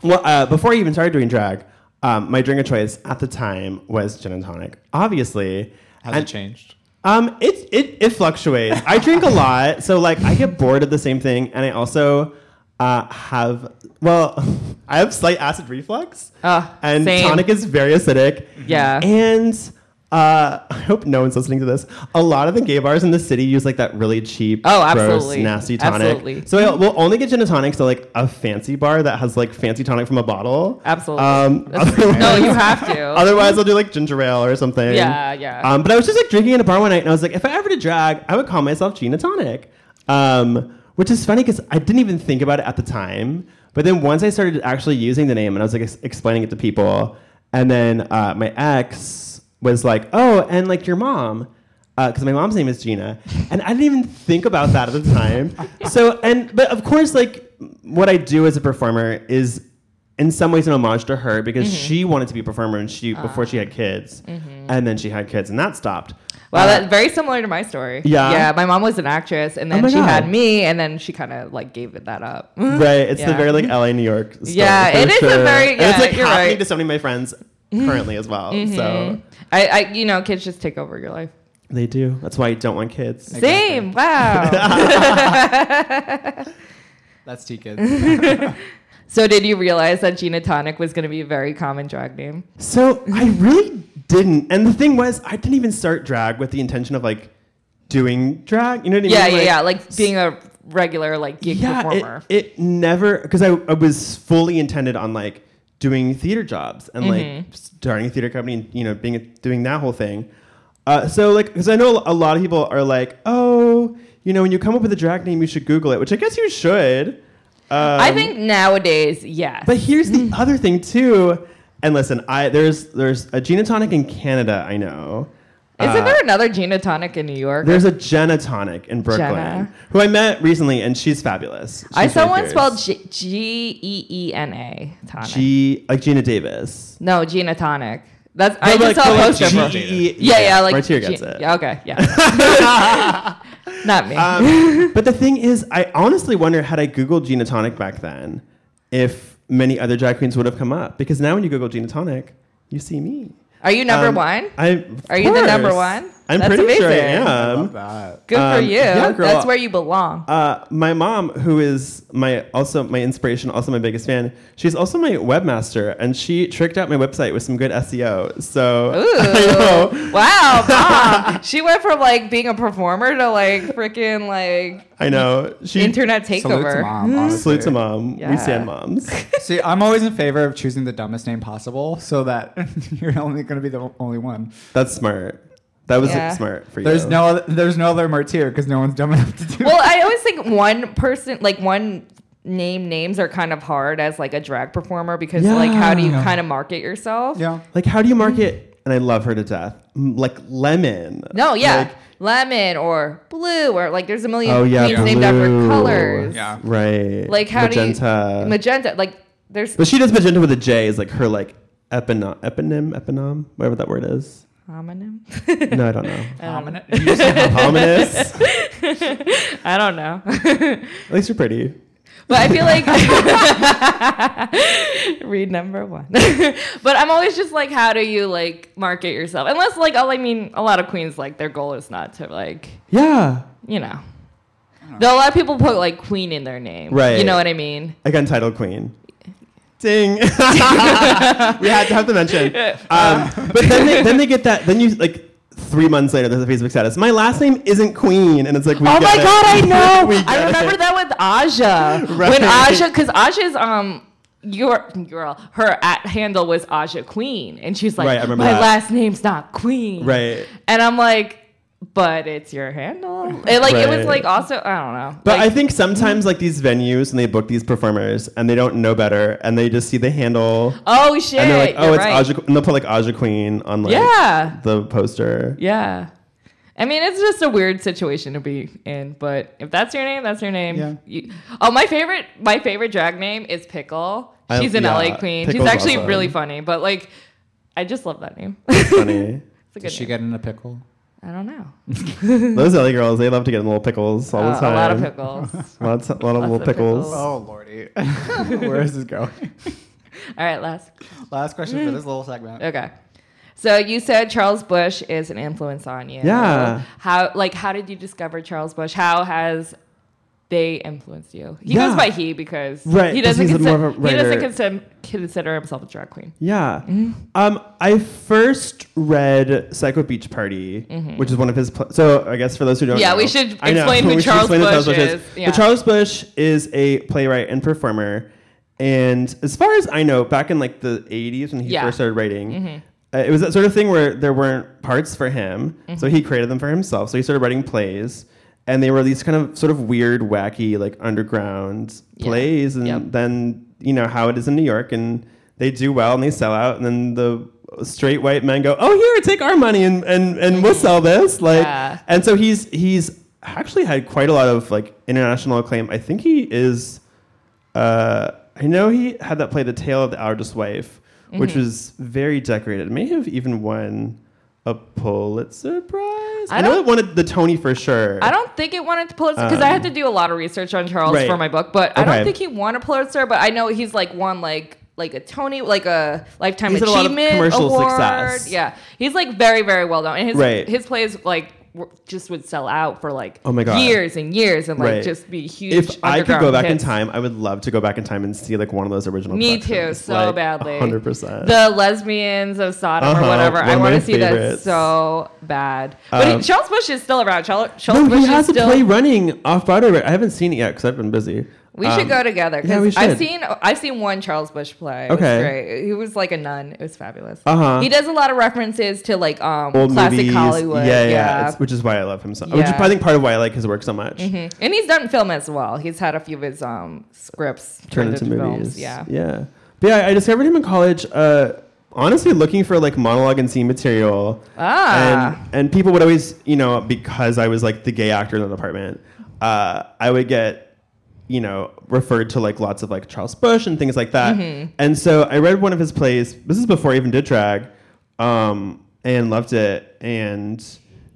Speaker 5: well, uh, before I even started doing drag, um, my drink of choice at the time was gin and tonic, obviously.
Speaker 4: Has
Speaker 5: And-
Speaker 4: it changed?
Speaker 5: um, it it it fluctuates. I drink a lot, so like I get bored of the same thing, and I also uh, have well, I have slight acid reflux,
Speaker 3: Ah,
Speaker 5: and
Speaker 3: same.
Speaker 5: tonic is very acidic.
Speaker 3: Yeah.
Speaker 5: and Uh, I hope no one's listening to this. A lot of the gay bars in the city use like that really cheap,
Speaker 3: Oh, absolutely.
Speaker 5: gross, nasty tonic.
Speaker 3: Absolutely.
Speaker 5: So I- we'll only get gin and tonics to like a fancy bar that has like fancy tonic from a bottle.
Speaker 3: Absolutely.
Speaker 5: Um,
Speaker 3: That's-
Speaker 5: otherwise-
Speaker 3: no, you have to.
Speaker 5: Otherwise, I'll do like ginger ale or something.
Speaker 3: Yeah, yeah.
Speaker 5: Um, but I was just like drinking in a bar one night, and I was like, if I ever did drag, I would call myself Gina Tonic. Um, which is funny because I didn't even think about it at the time. But then once I started actually using the name, and I was like ex- explaining it to people, and then uh, my ex was like, "Oh, and like your mom." because my mom's name is Gina, and I didn't even think about that at the time. So, and but of course, like what I do as a performer is in some ways an homage to her because
Speaker 3: Mm-hmm.
Speaker 5: she wanted to be a performer and she before she had
Speaker 3: Ah.
Speaker 5: kids, and then she had kids and that stopped.
Speaker 3: Wow,
Speaker 5: Uh,
Speaker 3: that's very similar to my story.
Speaker 5: Yeah? Oh
Speaker 3: Yeah, my mom was an actress and then
Speaker 5: my
Speaker 3: she had
Speaker 5: God.
Speaker 3: me and then she kind of like gave it that up. Mm-hmm.
Speaker 5: right, it's the
Speaker 3: Yeah.
Speaker 5: very like LA New York. Story
Speaker 3: Yeah,
Speaker 5: for
Speaker 3: it is a very-
Speaker 5: And it's
Speaker 3: yeah,
Speaker 5: like
Speaker 3: you're
Speaker 5: happening
Speaker 3: right. Mm-hmm.
Speaker 5: to so many of my friends currently as well. So
Speaker 3: I, I, you know, kids just take over your life.
Speaker 5: they do. That's why you don't want kids.
Speaker 3: Same. Wow.
Speaker 4: That's T kids.
Speaker 3: so did you realize that Gina Tonic was going to be a very common drag name?
Speaker 5: So I really didn't. And the thing was, I didn't even start drag with the intention of like doing drag. You know what I
Speaker 3: Yeah, yeah,
Speaker 5: mean?
Speaker 3: yeah. Like being a regular like gig
Speaker 5: yeah, it-
Speaker 3: performer.
Speaker 5: It, never because I, I was fully intended on like doing theater jobs and like
Speaker 3: Mm-hmm.
Speaker 5: starting a theater company and you know being a, doing that whole thing. Uh, so like because I know a lot of people are like, oh, you know, when you come up with a drag name, you should Google it, which I guess you should.
Speaker 3: I think Mm. nowadays, yes.
Speaker 5: um But here's the other thing too. And listen, I there's there's a gin and tonic in Canada. I know.
Speaker 3: Isn't
Speaker 5: Uh,
Speaker 3: there another Gina Tonic in New York?
Speaker 5: There's a Jenna Tonic in Brooklyn,
Speaker 3: Jenna.
Speaker 5: who I met recently, and she's fabulous. She's
Speaker 3: I saw
Speaker 5: really
Speaker 3: one
Speaker 5: fierce.
Speaker 3: spelled G- G E E N A Tonic.
Speaker 5: G like Gina Davis.
Speaker 3: no, Gina Tonic. That's I
Speaker 5: No,
Speaker 3: just saw a
Speaker 5: but like E,
Speaker 3: poster. for it.
Speaker 5: G-E-
Speaker 3: Yeah, yeah, like
Speaker 5: Martier
Speaker 3: G-
Speaker 5: gets it.
Speaker 3: Yeah, okay, yeah. Not me.
Speaker 5: Um, But the thing is, I honestly wonder had I googled Gina Tonic back then, if many other drag queens would have come up. Because now when you Google Gina Tonic, you see me.
Speaker 3: Are you number
Speaker 5: Um,
Speaker 3: one?
Speaker 5: I. of
Speaker 3: Are you the number
Speaker 5: course.
Speaker 3: one?
Speaker 5: I'm
Speaker 3: That's
Speaker 5: pretty sure I
Speaker 3: amazing.
Speaker 4: I love
Speaker 5: am.
Speaker 4: that.
Speaker 3: Good for
Speaker 5: um,
Speaker 3: you.
Speaker 5: yeah, girl.
Speaker 3: That's where you belong.
Speaker 5: Uh, my mom, who is my also my inspiration, also my biggest fan, she's also my webmaster, and she tricked out my website with some good SEO. So
Speaker 3: Ooh.
Speaker 5: I know,
Speaker 3: Wow, mom. she went from like being a performer to like freaking like
Speaker 5: I know. She
Speaker 3: internet
Speaker 4: Salute to
Speaker 3: takeover.
Speaker 4: mom. honestly.
Speaker 5: Salute to mom.
Speaker 3: Yeah.
Speaker 5: We stand moms.
Speaker 4: See, I'm always in favor of choosing the dumbest name possible so that you're only going to be the only one.
Speaker 5: That's smart. That was like,
Speaker 3: Yeah.
Speaker 5: smart for you.
Speaker 4: There's no other, there's no other martyr because no one's dumb enough to do
Speaker 3: Well, I always think one person like one name names are kind of hard as like a drag performer because like how do you
Speaker 5: Yeah.
Speaker 3: kind of market yourself?
Speaker 4: it. Yeah.
Speaker 5: Like, how do you market? And I love her to death. M- Like lemon.
Speaker 3: No, yeah.
Speaker 5: Like,
Speaker 3: Lemon or blue or like there's a million
Speaker 5: Oh, yeah,
Speaker 3: queens named after
Speaker 5: blue.
Speaker 3: colors.
Speaker 4: Yeah.
Speaker 5: right.
Speaker 3: Like how
Speaker 5: magenta.
Speaker 3: do you magenta like there's
Speaker 5: but she does magenta with a J. Is like her like eponym, eponym, eponym, whatever that word is.
Speaker 3: homonym.
Speaker 5: No, I don't know.
Speaker 4: Dominant. You just have
Speaker 5: Ominous.
Speaker 3: I don't know.
Speaker 5: At least you're pretty.
Speaker 3: But I feel like read number one. but I'm always just like, how do you like market yourself? Unless like, all I mean, a lot of queens like their goal is not to like,
Speaker 5: Yeah.
Speaker 3: you know. Though a lot of people put like queen in their name, You
Speaker 5: Right.
Speaker 3: know what I mean?
Speaker 5: Like Untitled Queen. Ding. we had to have to mention. Um, but then they, then they get that. Then you like three months later, there's a Facebook status. My last name isn't Queen, and it's like we
Speaker 3: oh my
Speaker 5: get it.
Speaker 3: god, I
Speaker 5: We
Speaker 3: know. I
Speaker 5: get
Speaker 3: remember
Speaker 5: it.
Speaker 3: that with Aja
Speaker 5: Right.
Speaker 3: when Aja, because Aja's um. Your girl, her at handle was Aja Queen, and she's like,
Speaker 5: Right, I remember
Speaker 3: "My
Speaker 5: that.
Speaker 3: last name's not Queen."
Speaker 5: Right.
Speaker 3: And I'm like, but it's your handle. It like it was
Speaker 5: Right.
Speaker 3: like also I don't know.
Speaker 5: But
Speaker 3: Like,
Speaker 5: I think sometimes like these venues and they book these performers and they don't know better and they just see the handle
Speaker 3: oh shit,
Speaker 5: and they're like, oh,
Speaker 3: you're
Speaker 5: it's
Speaker 3: right.
Speaker 5: Aja, and they'll put like Aja Queen on like
Speaker 3: Yeah,
Speaker 5: the poster.
Speaker 3: yeah. I mean, it's just a weird situation to be in. But if that's your name, that's your name.
Speaker 4: Yeah.
Speaker 3: You- oh, my favorite, my favorite drag name is Pickle.
Speaker 5: I-
Speaker 3: She's an
Speaker 5: yeah,
Speaker 3: LA queen.
Speaker 5: Pickle's
Speaker 3: She's actually
Speaker 5: awesome.
Speaker 3: really funny. But like, I just love that name.
Speaker 5: Funny.
Speaker 3: It's a good
Speaker 4: Did she
Speaker 3: name.
Speaker 4: get in a pickle?
Speaker 3: I don't know.
Speaker 5: Those LA girls, they love to get in little pickles all
Speaker 3: Uh,
Speaker 5: the time.
Speaker 3: a lot of pickles.
Speaker 5: Lots, a lot
Speaker 3: Lots
Speaker 5: of little
Speaker 3: of
Speaker 5: pickles.
Speaker 3: pickles.
Speaker 4: Oh lordy, where is this going?
Speaker 3: All right, last.
Speaker 4: Last question for this little segment.
Speaker 3: Okay. So you said Charles Bush is an influence on you.
Speaker 5: Yeah.
Speaker 3: How like how did you discover Charles Bush? How has they influenced you. He
Speaker 5: Yeah.
Speaker 3: goes by he because
Speaker 5: Right,
Speaker 3: he
Speaker 5: 'cause
Speaker 3: doesn't
Speaker 5: he's a
Speaker 3: consider
Speaker 5: more of a
Speaker 3: he doesn't
Speaker 5: writer.
Speaker 3: consider, consider himself a drag queen.
Speaker 5: Yeah.
Speaker 3: Mm-hmm.
Speaker 5: Um, I first read Psycho Beach Party, which is one of his. Pl- so I guess for those who don't,
Speaker 3: Mm-hmm. Yeah,
Speaker 5: know,
Speaker 3: we should
Speaker 5: I know,
Speaker 3: explain who
Speaker 5: we should
Speaker 3: Charles
Speaker 5: explain
Speaker 3: Bush is. Yeah.
Speaker 5: But Charles Bush is a playwright and performer, and as far as I know, back in like the '80s when he
Speaker 3: Yeah. Mm-hmm.
Speaker 5: first started writing. Uh, it was that sort of thing where there weren't parts for him,
Speaker 3: Mm-hmm.
Speaker 5: so he created them for himself. So he started writing plays, and they were these kind of sort of weird, wacky, like underground
Speaker 3: Yeah.
Speaker 5: plays. And
Speaker 3: Yep.
Speaker 5: then you know how it is in New York, and they do well and they sell out, and then the straight white men go, "Oh, here, take our money and and and we'll sell this." Like,
Speaker 3: Yeah.
Speaker 5: and so he's he's actually had quite a lot of like international acclaim. I think he is. Uh, I know he had that play, The Tale of the Artist's Wife,
Speaker 3: Mm-hmm.
Speaker 5: which was very decorated. May have even won a Pulitzer Prize.
Speaker 3: I
Speaker 5: I, know
Speaker 3: don't-
Speaker 5: it won the Tony for sure.
Speaker 3: I don't think it won a Pulitzer because I had to do a lot of research on Charles
Speaker 5: Um, Right.
Speaker 3: for my book, but I
Speaker 5: Okay.
Speaker 3: don't think he won a Pulitzer. But I know he's like won like like a Tony, like a lifetime
Speaker 5: He's had a lot of
Speaker 3: achievement
Speaker 5: commercial
Speaker 3: award.
Speaker 5: success.
Speaker 3: Yeah, he's like very very well known, and his
Speaker 5: Right.
Speaker 3: his plays like were- just would sell out for like
Speaker 5: Oh my God.
Speaker 3: years and years and like
Speaker 5: Right.
Speaker 3: just be huge.
Speaker 5: If I could go
Speaker 3: underground
Speaker 5: back in
Speaker 3: hits.
Speaker 5: time, I would love to go back in time and see like one of those original.
Speaker 3: Me too,
Speaker 5: productions.
Speaker 3: so
Speaker 5: Like,
Speaker 3: badly.
Speaker 5: 100%.
Speaker 3: The lesbians of Sodom
Speaker 5: Uh-huh,
Speaker 3: or whatever.
Speaker 5: one
Speaker 3: I
Speaker 5: of
Speaker 3: want
Speaker 5: my
Speaker 3: to see that
Speaker 5: favorites.
Speaker 3: so bad. But he-
Speaker 5: Um,
Speaker 3: Charles Bush is still around. Charles, Charles
Speaker 5: No,
Speaker 3: Bush
Speaker 5: he has
Speaker 3: is
Speaker 5: a
Speaker 3: still.
Speaker 5: play running off Broadway. right- I haven't seen it yet because I've been busy.
Speaker 3: We
Speaker 5: Um,
Speaker 3: should go together.
Speaker 5: yeah, we
Speaker 3: because I've
Speaker 5: should.
Speaker 3: seen I've seen one Charles Bush play.
Speaker 5: Okay.
Speaker 3: Okay, great. he was like a nun. It was fabulous.
Speaker 5: Uh-huh.
Speaker 3: He does a lot of references to like um
Speaker 5: Old
Speaker 3: classic
Speaker 5: movies.
Speaker 3: Hollywood.
Speaker 5: Yeah,
Speaker 3: Yeah,
Speaker 5: yeah. it's- which is why I love him so. Which is
Speaker 3: Yeah.
Speaker 5: I think part of why I like his work so much.
Speaker 3: Mhm. And he's done film as well. He's had a few of his um scripts
Speaker 5: Turn into
Speaker 3: films.
Speaker 5: movies.
Speaker 3: Yeah.
Speaker 5: yeah. But yeah, I discovered him in college. Uh, honestly, looking for like monologue and scene material.
Speaker 3: Ah.
Speaker 5: And, and people would always, you know, because I was like the gay actor in the department, uh, I would get you know, referred to like lots of like Charles Bush and things like that.
Speaker 3: Mm-hmm.
Speaker 5: And so I read one of his plays. This is before I even did drag, um, and loved it. And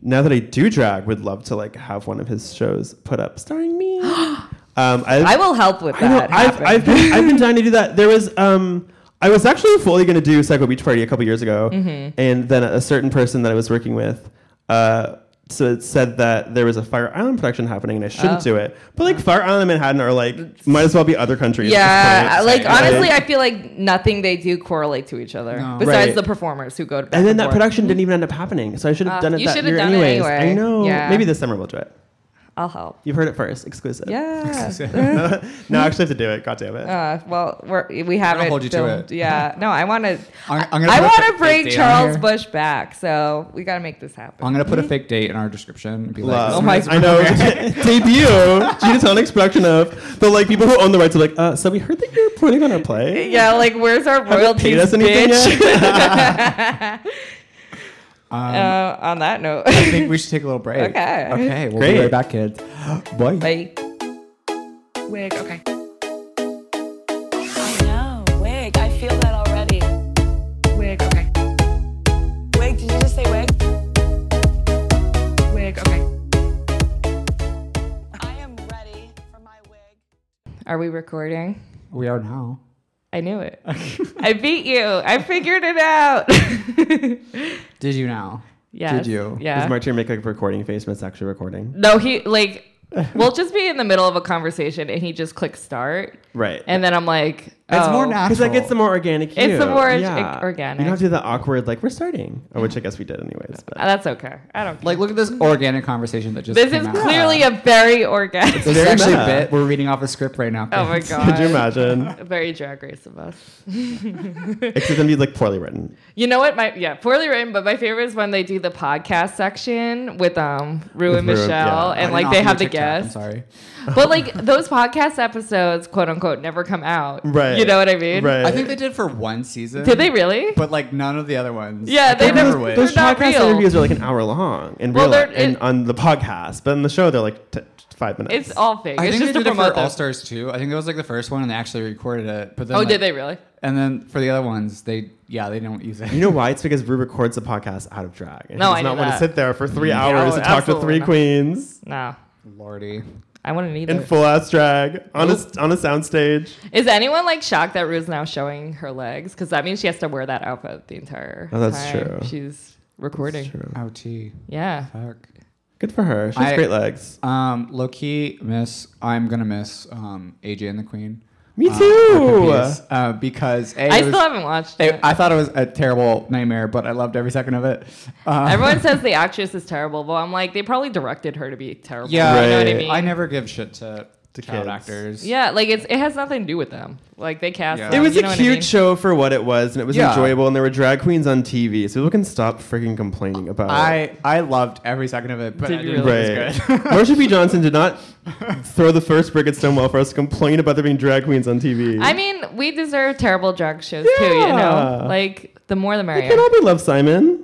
Speaker 5: now that I do drag, would love to like have one of his shows put up starring me. um, I,
Speaker 3: I will help with
Speaker 5: I know,
Speaker 3: that.
Speaker 5: I've, I've,
Speaker 3: happen.
Speaker 5: been, I've been trying to do that. There was, um, I was actually fully going to do Psycho Beach Party a couple years ago,
Speaker 3: Mm-hmm.
Speaker 5: and then a certain person that I was working with, uh, so it said that there was a Fire Island production happening, and I shouldn't
Speaker 3: Oh.
Speaker 5: do it. But like Fire Island and Manhattan are like might as well be other countries.
Speaker 3: yeah,
Speaker 5: at this
Speaker 3: like
Speaker 5: point.
Speaker 3: honestly, I feel like nothing they do correlate to each other
Speaker 4: No.
Speaker 3: besides
Speaker 5: Right.
Speaker 3: the performers who go. back
Speaker 5: and then that
Speaker 3: forth.
Speaker 5: production didn't even end up happening, so I should have
Speaker 3: Mm-hmm. Uh,
Speaker 5: done it
Speaker 3: you
Speaker 5: that
Speaker 3: should have
Speaker 5: year
Speaker 3: done it
Speaker 5: anyways.
Speaker 3: anyway.
Speaker 5: I know.
Speaker 3: Yeah.
Speaker 5: Maybe this summer we'll do it.
Speaker 3: I'll help.
Speaker 5: You've heard it first, exclusive.
Speaker 3: Yeah.
Speaker 5: No, I actually have to do it. God damn it.
Speaker 3: Uh, well, we're, we haven't.
Speaker 4: hold you to
Speaker 3: filmed-
Speaker 4: it.
Speaker 3: Yeah. No, I want to.
Speaker 4: I'm-
Speaker 3: I,
Speaker 4: I'm gonna put a
Speaker 3: want to
Speaker 4: fake
Speaker 3: bring
Speaker 4: date on
Speaker 3: Charles
Speaker 4: here.
Speaker 3: Bush back, so we got to make this happen.
Speaker 4: I'm gonna put a fake date in our description and be like,
Speaker 5: Love.
Speaker 4: "This
Speaker 3: Oh my-
Speaker 4: is-
Speaker 5: I know. debut. Gina Tonic's production of the like people who own the rights are like, uh, so we heard that you're putting on a play.
Speaker 3: yeah, like where's our
Speaker 5: Haven't
Speaker 3: royalties,
Speaker 5: paid us anything
Speaker 3: bitch?
Speaker 5: yet?
Speaker 3: Uh, on that note,
Speaker 4: Um, I think we should take a little break.
Speaker 3: Okay.
Speaker 4: Okay. We'll
Speaker 5: Great.
Speaker 4: be right back, kids. Bye.
Speaker 3: Bye.
Speaker 2: Wig, okay.
Speaker 1: I know. Wig. I feel that already.
Speaker 2: Wig, okay.
Speaker 1: Wig. Did you just say wig?
Speaker 2: Wig, okay.
Speaker 1: I am ready for my wig.
Speaker 3: Are we recording?
Speaker 4: We are now.
Speaker 3: I knew it. I beat you. I figured it out.
Speaker 4: Did you now?
Speaker 3: yes.
Speaker 4: Did you?
Speaker 3: Yeah.
Speaker 5: Does Martina make like a recording face when it's actually recording?
Speaker 3: no, he like. We'll just be in the middle of a conversation, and he just clicks start,
Speaker 5: Right.
Speaker 3: and then I'm like,
Speaker 4: It's
Speaker 3: oh.
Speaker 4: more natural.
Speaker 5: because that gets the more organic.
Speaker 3: It's
Speaker 5: you.
Speaker 3: the more org- organic.
Speaker 5: You don't have to do the awkward like we're starting, or which I guess we did anyways. But.
Speaker 3: Uh, That's okay. I don't. Care.
Speaker 4: Like, look at this organic conversation that just.
Speaker 3: This
Speaker 4: came
Speaker 3: is
Speaker 4: out.
Speaker 3: clearly a very organic.
Speaker 4: This is
Speaker 5: very
Speaker 4: actually a
Speaker 5: meta.
Speaker 4: bit. We're reading off a script right now.
Speaker 3: oh my
Speaker 4: kids.
Speaker 3: god.
Speaker 5: Could you imagine?
Speaker 3: Very drag race of us.
Speaker 5: Except then be like poorly written.
Speaker 3: You know what? My yeah, poorly written, but my favorite is when they do the podcast section with um Rue and
Speaker 5: Rue, yeah.
Speaker 3: Michelle,
Speaker 5: I
Speaker 4: I
Speaker 3: and
Speaker 4: did
Speaker 3: like
Speaker 4: not
Speaker 3: they
Speaker 4: do
Speaker 3: have the
Speaker 4: TikTok, I'm
Speaker 3: guests.
Speaker 4: sorry.
Speaker 3: But like those podcast episodes, quote unquote, never come out.
Speaker 5: Right.
Speaker 3: You know what I mean?
Speaker 5: Right.
Speaker 4: I think they did for one season.
Speaker 3: Did they really?
Speaker 4: But like none of the other ones.
Speaker 3: Yeah,
Speaker 4: I
Speaker 3: they
Speaker 4: can't
Speaker 3: never-
Speaker 4: remember which.
Speaker 5: those
Speaker 3: they're not
Speaker 5: podcast
Speaker 3: real.
Speaker 5: interviews are like an hour long in
Speaker 3: Well,
Speaker 5: real
Speaker 3: they're-
Speaker 5: life, and
Speaker 3: it-
Speaker 5: on the podcast, but on the show they're like t- t- five minutes.
Speaker 3: it's all fake.
Speaker 4: I
Speaker 3: it's
Speaker 4: think
Speaker 3: just
Speaker 4: they
Speaker 3: to
Speaker 4: did it for
Speaker 3: promote
Speaker 4: All
Speaker 3: them.
Speaker 4: Stars too. I think that was like the first one, and they actually recorded it. But then,
Speaker 3: Oh,
Speaker 4: like-
Speaker 3: did they really?
Speaker 4: And then for the other ones, they yeah, they don't use it.
Speaker 5: You know why? It's because Rue records the podcast out of drag. And
Speaker 3: No,
Speaker 5: he does
Speaker 3: I
Speaker 5: not
Speaker 3: knew
Speaker 5: want to
Speaker 3: that. Mm. oh,
Speaker 5: sit there for three hours and talk to
Speaker 3: absolutely
Speaker 5: three
Speaker 3: not.
Speaker 5: queens
Speaker 3: No.
Speaker 4: Lordy.
Speaker 3: I wouldn't either.
Speaker 5: in full ass drag on a on a soundstage.
Speaker 3: Is anyone like shocked that Rue's now showing her legs? Because that means she has to wear that outfit the entire
Speaker 5: Oh, that's
Speaker 3: time
Speaker 5: true.
Speaker 3: she's recording.
Speaker 5: true.
Speaker 4: OT.
Speaker 3: Yeah.
Speaker 4: Fuck.
Speaker 5: Good for her. She has
Speaker 4: I-
Speaker 5: great legs.
Speaker 4: Um, low key, miss. I'm gonna miss um, AJ and the Queen.
Speaker 5: Me
Speaker 4: Uh,
Speaker 5: too.
Speaker 4: Orpheus, uh, because A,
Speaker 3: I
Speaker 4: it was-
Speaker 3: still haven't watched it.
Speaker 4: A, I thought it was a terrible nightmare, but I loved every second of it. Uh,
Speaker 3: Everyone says the actress is terrible, but I'm like, they probably directed her to be terrible.
Speaker 4: yeah,
Speaker 5: Right.
Speaker 3: You know what I
Speaker 5: Right.
Speaker 3: mean?
Speaker 4: I never give shit to, to
Speaker 5: To
Speaker 4: child
Speaker 5: kids.
Speaker 4: actors.
Speaker 3: Yeah, like it's it has nothing to do with them. Like they cast.
Speaker 4: Yeah.
Speaker 3: them,
Speaker 5: It was
Speaker 3: you know
Speaker 5: a
Speaker 3: what I
Speaker 5: cute
Speaker 3: mean?
Speaker 5: show for what it was, and it was
Speaker 4: Yeah.
Speaker 5: enjoyable, and there were drag queens on TV, so people can stop freaking complaining about it.
Speaker 4: I I loved every second of it, but
Speaker 3: Did
Speaker 4: I
Speaker 3: you
Speaker 4: didn't
Speaker 3: really?
Speaker 4: think it was
Speaker 5: Right.
Speaker 4: good.
Speaker 5: Marsha P. Johnson did not throw the first brick at Stonewall for us to complain about there being drag queens on TV.
Speaker 3: I mean, we deserve terrible drag shows too. You know,
Speaker 5: Yeah.
Speaker 3: like the more the
Speaker 5: It could
Speaker 3: merrier.
Speaker 5: all be Love Simon.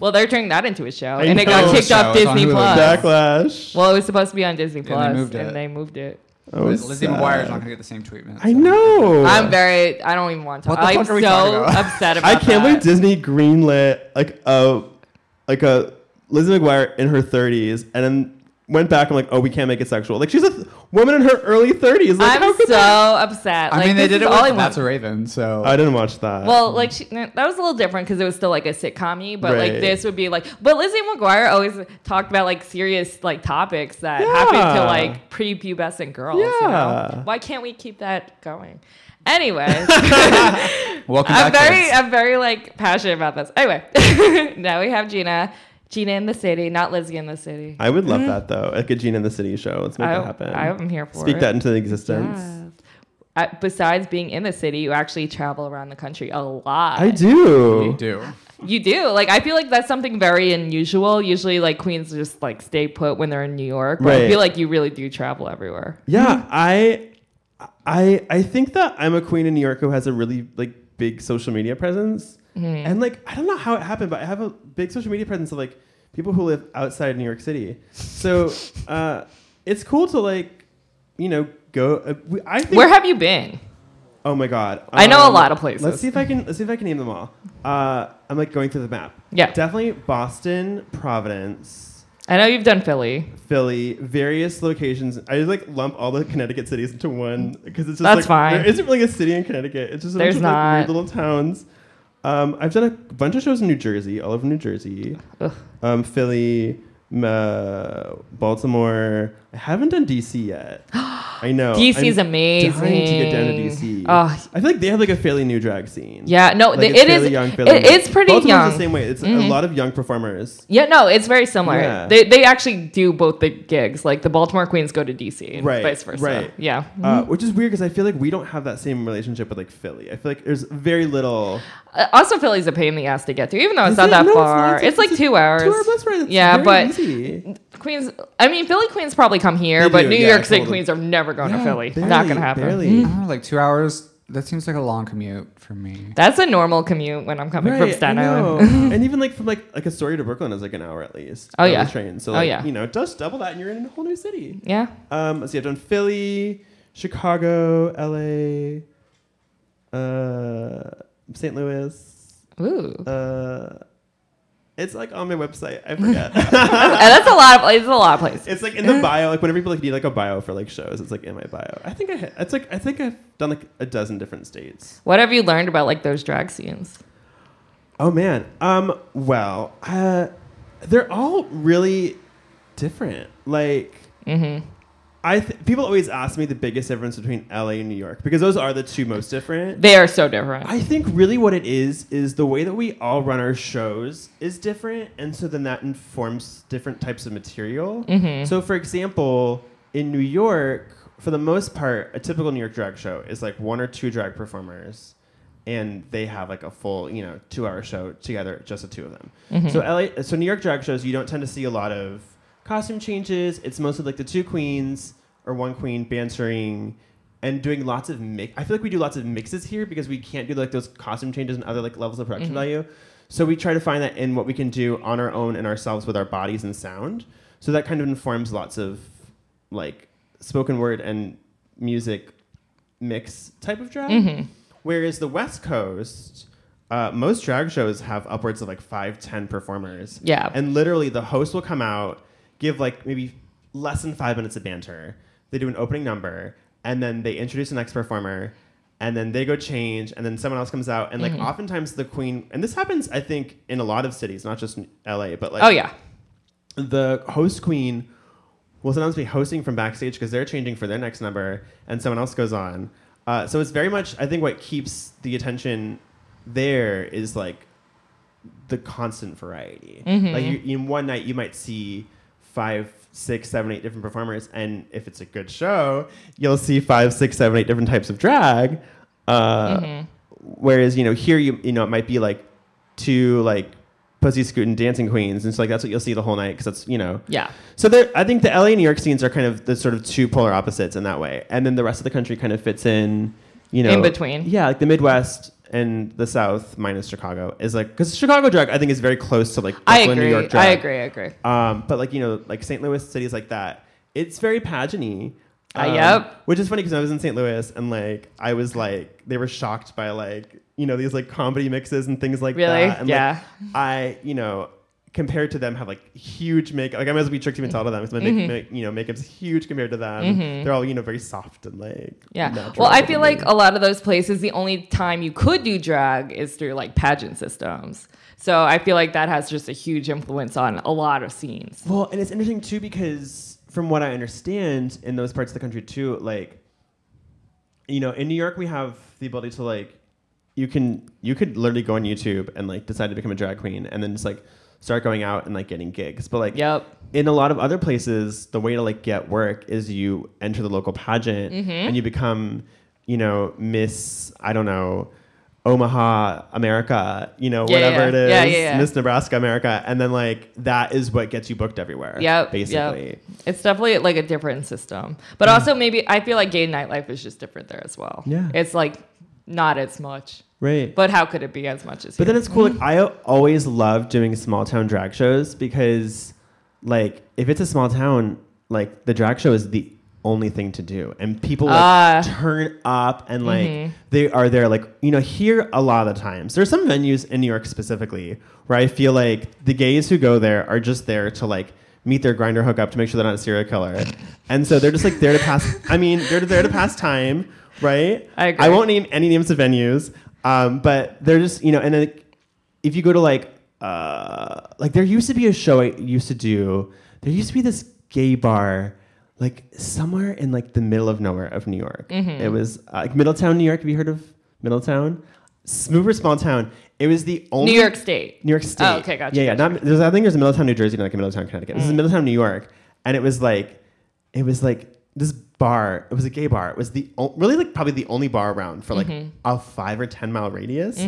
Speaker 3: Well, they're turning that into a show,
Speaker 5: I
Speaker 3: and it
Speaker 5: know.
Speaker 3: got
Speaker 5: It's a
Speaker 3: kicked
Speaker 4: show.
Speaker 3: off
Speaker 4: It's on
Speaker 3: Disney
Speaker 4: Hulu.
Speaker 3: Plus.
Speaker 5: Backlash.
Speaker 3: Well, it was supposed to be on Disney
Speaker 4: they
Speaker 3: Plus,
Speaker 4: moved it.
Speaker 3: and they moved it.
Speaker 5: Oh,
Speaker 4: Liz- Lizzie McGuire is
Speaker 5: sad.
Speaker 4: not gonna get the same treatment.
Speaker 5: I
Speaker 4: so-
Speaker 5: know.
Speaker 3: I'm very. I don't even want to.
Speaker 4: What
Speaker 3: talk.
Speaker 4: the
Speaker 3: I'm
Speaker 4: fuck are we talking
Speaker 3: so
Speaker 4: about?
Speaker 3: upset about.
Speaker 5: I can't
Speaker 3: that.
Speaker 5: believe Disney greenlit like a like a Lizzie McGuire in her 30s, and then went back and like, oh, we can't make it sexual. Like she's a th- woman in her early 30s. Like, how
Speaker 3: I'm
Speaker 5: could
Speaker 3: so
Speaker 5: that-
Speaker 3: upset.
Speaker 4: I
Speaker 3: Like,
Speaker 4: mean, they
Speaker 3: this is
Speaker 4: did it
Speaker 3: all I
Speaker 4: with
Speaker 3: want.
Speaker 4: That's a Raven, so
Speaker 5: I didn't watch that.
Speaker 3: Well, like she, that was a little different because it was still like a sitcom, but like
Speaker 5: Right.
Speaker 3: this would be like. But Lizzie McGuire always talked about like serious like topics that happen to
Speaker 5: Yeah.
Speaker 3: like prepubescent girls. You know?
Speaker 5: Yeah.
Speaker 3: Why can't we keep that going? Anyways,
Speaker 4: welcome
Speaker 3: I'm
Speaker 4: back.
Speaker 3: very,
Speaker 5: uh,
Speaker 4: kids.
Speaker 3: I'm very like passionate about this. Anyway, now we have Gina, Gina in the city, not Lizzie in the city.
Speaker 5: I would love that though. Like a Gene in the City show. Let's make that happen.
Speaker 3: mm-hmm. I, am here for
Speaker 5: Speak
Speaker 3: it.
Speaker 5: that into existence.
Speaker 3: Yes. Uh, besides being in the city, you actually travel around the country a lot.
Speaker 5: I do.
Speaker 4: We do.
Speaker 3: You do. Like I feel like that's something very unusual. Usually like queens just like stay put when they're in New York. But I
Speaker 5: Right.
Speaker 3: feel like you really do travel everywhere.
Speaker 5: Yeah, I, I, I think that I'm a queen in New York who has a really like big social media presence,
Speaker 3: Hmm.
Speaker 5: and like I don't know how it happened, but I have a big social media presence of like people who live outside New York City. So uh, it's cool to like, you know, go. Uh, we, I think.
Speaker 3: Where have you been?
Speaker 5: oh my god,
Speaker 3: I know a lot of places.
Speaker 5: Let's see if I can. Let's see if I can name them all. Uh, I'm like going through the map.
Speaker 3: Yeah.
Speaker 5: definitely Boston, Providence.
Speaker 3: I know you've done Philly.
Speaker 5: Philly, various locations. I just like lump all the Connecticut cities into one because it's just
Speaker 3: That's
Speaker 5: like,
Speaker 3: fine.
Speaker 5: There isn't really a city in Connecticut. It's just a
Speaker 3: There's
Speaker 5: bunch of like, weird
Speaker 3: not.
Speaker 5: little towns. Um, I've done a bunch of shows in New Jersey, all over New Jersey,
Speaker 3: Ugh.
Speaker 5: um, Philly, m- uh, Baltimore. I haven't done DC yet. I know
Speaker 3: DC is
Speaker 5: Oh, I'm
Speaker 3: amazing.
Speaker 5: Dying to get down to DC.
Speaker 3: Oh.
Speaker 5: I feel like they have like a Philly new drag scene.
Speaker 3: Yeah, no,
Speaker 5: Like,
Speaker 3: th-
Speaker 5: it's
Speaker 3: it is
Speaker 5: fairly young, fairly
Speaker 3: it
Speaker 5: new.
Speaker 3: is pretty
Speaker 5: Baltimore's
Speaker 3: young. Mm-hmm.
Speaker 5: the same way. It's a lot of young performers.
Speaker 3: Yeah, no, it's very similar.
Speaker 5: Yeah.
Speaker 3: They, they actually do both the gigs. Like the Baltimore Queens go to DC and
Speaker 5: Right,
Speaker 3: vice versa.
Speaker 5: right.
Speaker 3: Yeah.
Speaker 5: Uh, which is weird because I feel like we don't have that same relationship with like Philly. I feel like there's very little.
Speaker 3: Uh, Also, Philly's a pain in the ass to get to, even though it's
Speaker 5: Is
Speaker 3: not
Speaker 5: it?
Speaker 3: that
Speaker 5: No, it's not.
Speaker 3: far. It's,
Speaker 5: It's-
Speaker 3: like
Speaker 5: it's a
Speaker 3: two hours.
Speaker 5: two-hour bus ride. It's
Speaker 3: yeah,
Speaker 5: very
Speaker 3: but
Speaker 5: easy.
Speaker 3: Queens. I mean, Philly Queens probably come here,
Speaker 5: They
Speaker 3: but
Speaker 5: do,
Speaker 3: New
Speaker 5: yeah,
Speaker 3: York
Speaker 5: I
Speaker 3: City
Speaker 5: told them.
Speaker 3: Queens are never going to
Speaker 4: Yeah,
Speaker 3: Philly.
Speaker 5: barely,
Speaker 3: not going to happen. Mm-hmm.
Speaker 5: barely.
Speaker 4: I don't know, like two hours. That seems like a long commute for me.
Speaker 3: That's a normal commute when I'm coming
Speaker 5: Right,
Speaker 3: from
Speaker 5: I
Speaker 3: Staten
Speaker 5: know.
Speaker 3: Island. Mm-hmm.
Speaker 5: and even like from like like Astoria to Brooklyn is like an hour at least.
Speaker 3: Oh,
Speaker 5: on
Speaker 3: yeah.
Speaker 5: the train. So
Speaker 3: Oh,
Speaker 5: like,
Speaker 3: yeah.
Speaker 5: you know, just double that and you're in a whole new city.
Speaker 3: yeah.
Speaker 5: Um, let's see, I've done Philly, Chicago, L.A., uh, St. Louis.
Speaker 3: Ooh.
Speaker 5: Uh, it's like on my website. I forget.
Speaker 3: Uh, that's a lot of. It's a lot of places.
Speaker 5: It's like in the bio, like whenever people like need like a bio for like shows, it's like in my bio. I think I ha- it's like I think I've done like a dozen different states.
Speaker 3: What have you learned about like those drag scenes?
Speaker 5: Oh man. Um. Well, uh, they're all really different. Like,
Speaker 3: Mm-hmm.
Speaker 5: I th- people always ask me the biggest difference between LA and New York because those are the two most different.
Speaker 3: They are so different.
Speaker 5: I think really what it is is the way that we all run our shows is different, and so then that informs different types of material.
Speaker 3: Mm-hmm.
Speaker 5: So, for example, in New York, for the most part, a typical New York drag show is like one or two drag performers, and they have like a full, you know, two-hour show together, just the two of them.
Speaker 3: Mm-hmm.
Speaker 5: So, LA, so New York drag shows, you don't tend to see a lot of costume changes. It's mostly like the two queens or one queen bantering and doing lots of mix. I feel like we do lots of mixes here because we can't do like those costume changes and other like levels of production value. So we try to find that in what we can do on our own and ourselves with our bodies and sound. So that kind of informs lots of like spoken word and music mix type of drag. Whereas the West Coast, uh, most drag shows have upwards of like five, ten performers.
Speaker 3: Yeah.
Speaker 5: And literally the host will come out, give like maybe less than five minutes of banter. They do an opening number, and then they introduce the next performer, and then they go change, and then someone else comes out. And like oftentimes the queen, and this happens, I think, in a lot of cities, not just in LA, but like
Speaker 3: oh yeah.
Speaker 5: the host queen will sometimes be hosting from backstage because they're changing for their next number, and someone else goes on. Uh, so it's very much, I think, what keeps the attention there is like the constant variety. Like you, in one night, you might see five, six, seven, eight different performers, and if it's a good show, you'll see five, six, seven, eight different types of drag. Uh, Whereas you know here, you you know it might be like two like pussy scootin' dancing queens, and so like that's what you'll see the whole night because that's you know
Speaker 3: Yeah.
Speaker 5: so there, I think the LA and New York scenes are kind of the sort of two polar opposites in that way, and then the rest of the country kind of fits in, you know,
Speaker 3: In between.
Speaker 5: Yeah, like the Midwest and the South minus Chicago is like because Chicago drag I think is very close to like
Speaker 3: I
Speaker 5: Brooklyn, New
Speaker 3: agree.
Speaker 5: York drag.
Speaker 3: I agree. I agree.
Speaker 5: Um, but like you know, like St. Louis cities like that, it's very pageanty. Um,
Speaker 3: Uh, yep.
Speaker 5: Which is funny because I was in St. Louis and like I was like they were shocked by like you know these like comedy mixes and things like
Speaker 3: Really?
Speaker 5: that. And, like,
Speaker 3: Yeah.
Speaker 5: I you know compared to them have like huge makeup. Like I might as well be tricked to all of them because my make,
Speaker 3: Mm-hmm.
Speaker 5: make- you know makeup's huge compared to them. They're all you know very soft and like
Speaker 3: Yeah.
Speaker 5: natural
Speaker 3: Well, I
Speaker 5: and-
Speaker 3: feel like a lot of those places, the only time you could do drag is through like pageant systems. So I feel like that has just a huge influence on a lot of scenes.
Speaker 5: Well, and it's interesting too because from what I understand in those parts of the country too, like you know, in New York we have the ability to like you can you could literally go on YouTube and like decide to become a drag queen and then just like start going out and like getting gigs. But like
Speaker 3: Yep.
Speaker 5: in a lot of other places, the way to like get work is you enter the local pageant
Speaker 3: Mm-hmm.
Speaker 5: and you become, you know, Miss, I don't know, Omaha America, you know,
Speaker 3: Yeah, yeah,
Speaker 5: whatever it is,
Speaker 3: yeah. Yeah, yeah, yeah.
Speaker 5: Miss Nebraska America, and then like that is what gets you booked everywhere.
Speaker 3: Yep.
Speaker 5: basically. Mm.
Speaker 3: Yep. It's definitely like a different system. But also, maybe I feel like gay nightlife is just different there as well.
Speaker 5: Yeah.
Speaker 3: It's like not as much.
Speaker 5: Right.
Speaker 3: But how could it be as much as
Speaker 5: But
Speaker 3: here?
Speaker 5: then it's cool. Like I always love doing small town drag shows because, like, if it's a small town, like the drag show is the only thing to do, and people like
Speaker 3: Ah.
Speaker 5: turn up and like they are there. Like you know, here a lot of the times there's some venues in New York specifically where I feel like the gays who go there are just there to like meet their grinder hookup to make sure they're not a serial killer, and so they're just like there to pass. I mean, they're there to pass time, right?
Speaker 3: I agree.
Speaker 5: I won't name any names of venues, um, but they're just you know, and then if you go to like uh, like there used to be a show I used to do. There used to be this gay bar like somewhere in like the middle of nowhere of New York.
Speaker 3: Mm-hmm.
Speaker 5: It was uh, like Middletown, New York. Have you heard of Middletown? Super small town. It was the only
Speaker 3: New York State.
Speaker 5: New York State.
Speaker 3: Oh, okay, gotcha,
Speaker 5: Yeah, yeah.
Speaker 3: gotcha, Mm-hmm.
Speaker 5: Not, there's, I think there's Middletown, New Jersey, and like Middletown, Connecticut. This is Middletown, New York, and it was like, it was like this bar. It was a gay bar. It was the o- really like probably the only bar around for like a five or ten mile radius.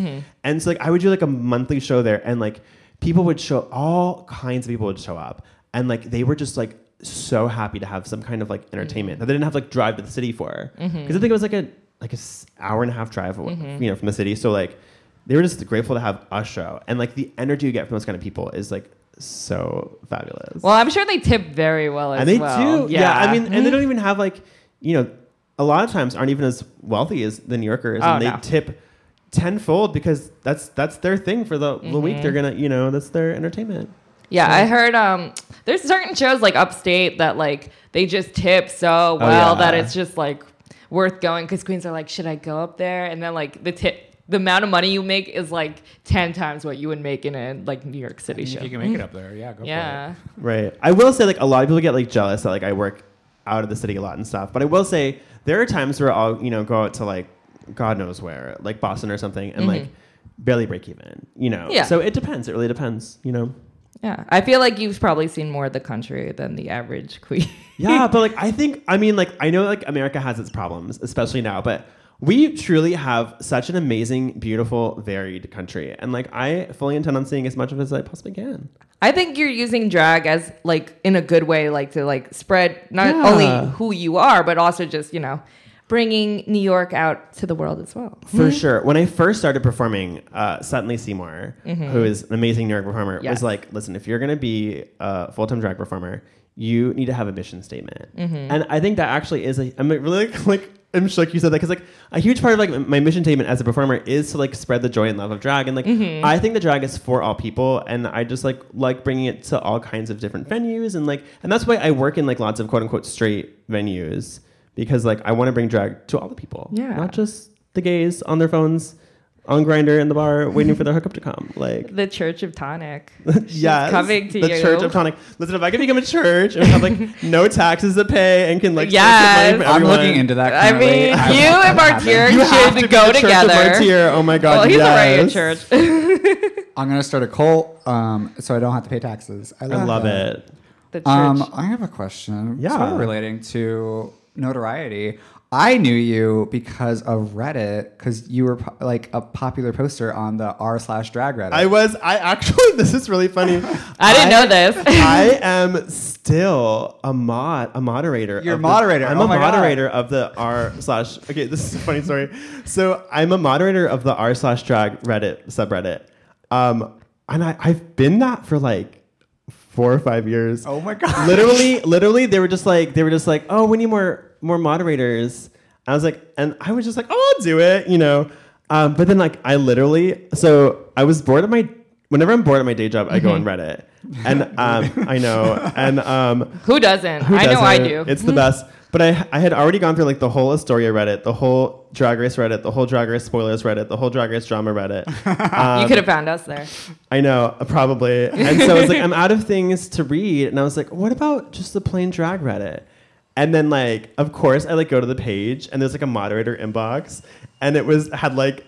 Speaker 5: And so like I would do like a monthly show there, and like people would show all kinds of people would show up, and like they were just like so happy to have some kind of like entertainment that they didn't have to, like drive to the city for because I think it was like a like a s- hour and a half drive away, you know from the city. So like they were just grateful to have a show and like the energy you get from those kind of people is like so fabulous
Speaker 3: Well, I'm sure they tip very well as
Speaker 5: and they
Speaker 3: well. Mm-hmm.
Speaker 5: do yeah. i mean and they don't even have like you know a lot of times aren't even as wealthy as the new yorkers
Speaker 3: Oh,
Speaker 5: and they
Speaker 3: no.
Speaker 5: tip tenfold because that's that's their thing for the, the week they're
Speaker 3: Mm-hmm.
Speaker 5: gonna you know that's their entertainment
Speaker 3: Yeah, I heard um there's certain shows like upstate that like they just tip so well
Speaker 5: Oh, yeah.
Speaker 3: that it's just like worth going because queens are like, should I go up there? And then like the tip the amount of money you make is like ten times what you would make in a like New York City
Speaker 4: If
Speaker 3: show.
Speaker 4: you can make it up there, yeah, go
Speaker 3: Mm. Yeah.
Speaker 5: Right. I will say like a lot of people get like jealous that like I work out of the city a lot and stuff. But I will say there are times where I'll, you know, go out to like God knows where, like Boston or something and like barely break even, you know.
Speaker 3: Mm-hmm. Yeah.
Speaker 5: So it depends. It really depends, you know.
Speaker 3: Yeah. I feel like you've probably seen more of the country than the average queen.
Speaker 5: Yeah, but like I think I mean like I know like America has its problems, especially now, but we truly have such an amazing, beautiful, varied country. And like I fully intend on seeing as much of it as I possibly can.
Speaker 3: I think you're using drag as like in a good way, like to like spread not
Speaker 5: Yeah.
Speaker 3: only who you are, but also just you know bringing New York out to the world as well.
Speaker 5: For sure. When I first started performing, uh, Suddenly Seymour, who is an amazing New York performer,
Speaker 3: Yes.
Speaker 5: was like, listen, if you're going to be a full time drag performer, you need to have a mission statement. And I think that actually is a, I'm really like, like I'm shook you said that because like a huge part of like my mission statement as a performer is to like spread the joy and love of drag and like I think the drag is for all people and I just like like bringing it to all kinds of different venues and like and that's why I work in like lots of quote unquote straight venues because like I want to bring drag to all the people
Speaker 3: Yeah.
Speaker 5: not just the gays on their phones on grinder in the bar waiting for their hookup to come. Like
Speaker 3: The Church of Tonic.
Speaker 5: yes,
Speaker 3: coming to
Speaker 5: the
Speaker 3: you.
Speaker 5: Church of Tonic. Listen, if I could become a church and have like no taxes to pay and can like solicit
Speaker 3: Yes.
Speaker 5: money from
Speaker 4: I'm
Speaker 5: everyone.
Speaker 4: looking into that.
Speaker 3: I
Speaker 4: Currently.
Speaker 3: mean,
Speaker 4: I
Speaker 3: you
Speaker 4: want
Speaker 3: and
Speaker 4: that to
Speaker 3: Martyr
Speaker 4: happen.
Speaker 5: You have
Speaker 3: should
Speaker 5: to be
Speaker 3: go
Speaker 5: the Church of
Speaker 3: together.
Speaker 5: Martyr. Oh my God!
Speaker 3: Well, he's already at
Speaker 5: yes.
Speaker 3: church.
Speaker 4: I'm gonna start a cult, um, so I don't have to pay taxes. I
Speaker 5: I
Speaker 4: love,
Speaker 3: Uh-huh.
Speaker 5: love
Speaker 4: that.
Speaker 5: it.
Speaker 3: the church.
Speaker 4: Um, I have a question.
Speaker 5: Yeah.
Speaker 4: sort of relating to notoriety. I knew you because of Reddit, because you were po- like a popular poster on the r slash drag Reddit.
Speaker 5: I was. I actually. This is really funny.
Speaker 3: I didn't know this.
Speaker 5: I am still a mod, a moderator.
Speaker 4: You're
Speaker 5: of
Speaker 4: a
Speaker 5: the-
Speaker 4: moderator.
Speaker 5: I'm
Speaker 4: Oh
Speaker 5: a
Speaker 4: my God.
Speaker 5: moderator of the r slash. Okay, this is a funny story. So I'm a moderator of the r slash drag Reddit subreddit, um, and I, I've been that for like four or five years.
Speaker 4: Oh my God.
Speaker 5: Literally, literally, they were just like, they were just like, oh, we need more more moderators. I was like, and I was just like, oh, I'll do it, you know. Um, but then like I literally, so I was bored at my. Whenever I'm bored at my day job, I go on
Speaker 3: Mm-hmm.
Speaker 5: Reddit, and um, I know, and um,
Speaker 3: Who doesn't?
Speaker 5: who
Speaker 3: I know I do. Mm-hmm.
Speaker 5: doesn't? It's the best. But I, I had already gone through like the whole Astoria Reddit, the whole Drag Race Reddit, the whole Drag Race spoilers Reddit, the whole Drag Race drama Reddit.
Speaker 3: you could have found us there.
Speaker 5: I know, uh, probably. And so I was like, I'm out of things to read. And I was like, what about just the plain drag Reddit? And then like, of course, I like go to the page and there's like a moderator inbox. And it was had like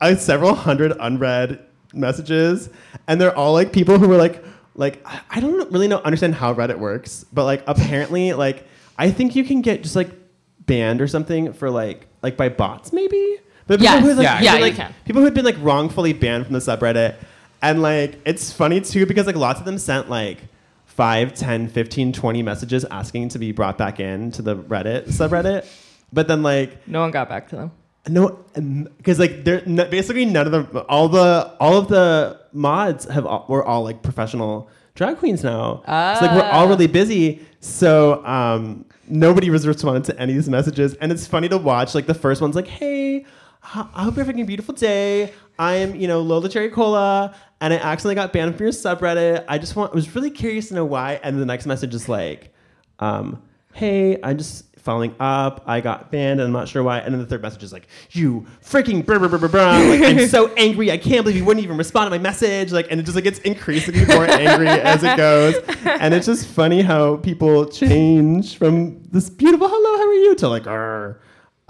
Speaker 5: I uh, several hundred unread messages. And they're all like people who were like, like, I I don't really know understand how Reddit works, but like apparently, like, I think you can get just like banned or something for like like by bots, maybe? But people
Speaker 3: Yes.
Speaker 5: who, like,
Speaker 3: Yeah,
Speaker 5: who,
Speaker 3: yeah, you
Speaker 5: like,
Speaker 3: can.
Speaker 5: people who had been like wrongfully banned from the subreddit and like it's funny too because like lots of them sent like 5 10 15 20 messages asking to be brought back in to the reddit subreddit but then like
Speaker 3: No one got back to them.
Speaker 5: no because like there no, basically none of the all the all of the mods have all, we're all like professional drag queens now so like we're all really busy so um nobody was responding to any of these messages and it's funny to watch like the first one's like hey h- i hope you're having a beautiful day i am you know lola cherry cola and i accidentally got banned from your subreddit i just want i was really curious to know why and the next message is like um, hey, I'm just following up. I got banned and I'm not sure why. And then the third message is like, you freaking brr, brr, brr, brr, brr. Like, I'm so angry. I can't believe you wouldn't even respond to my message. Like, and it just like gets increasingly more angry as it goes. And it's just funny how people change from this beautiful hello, how are you to like, "Arr."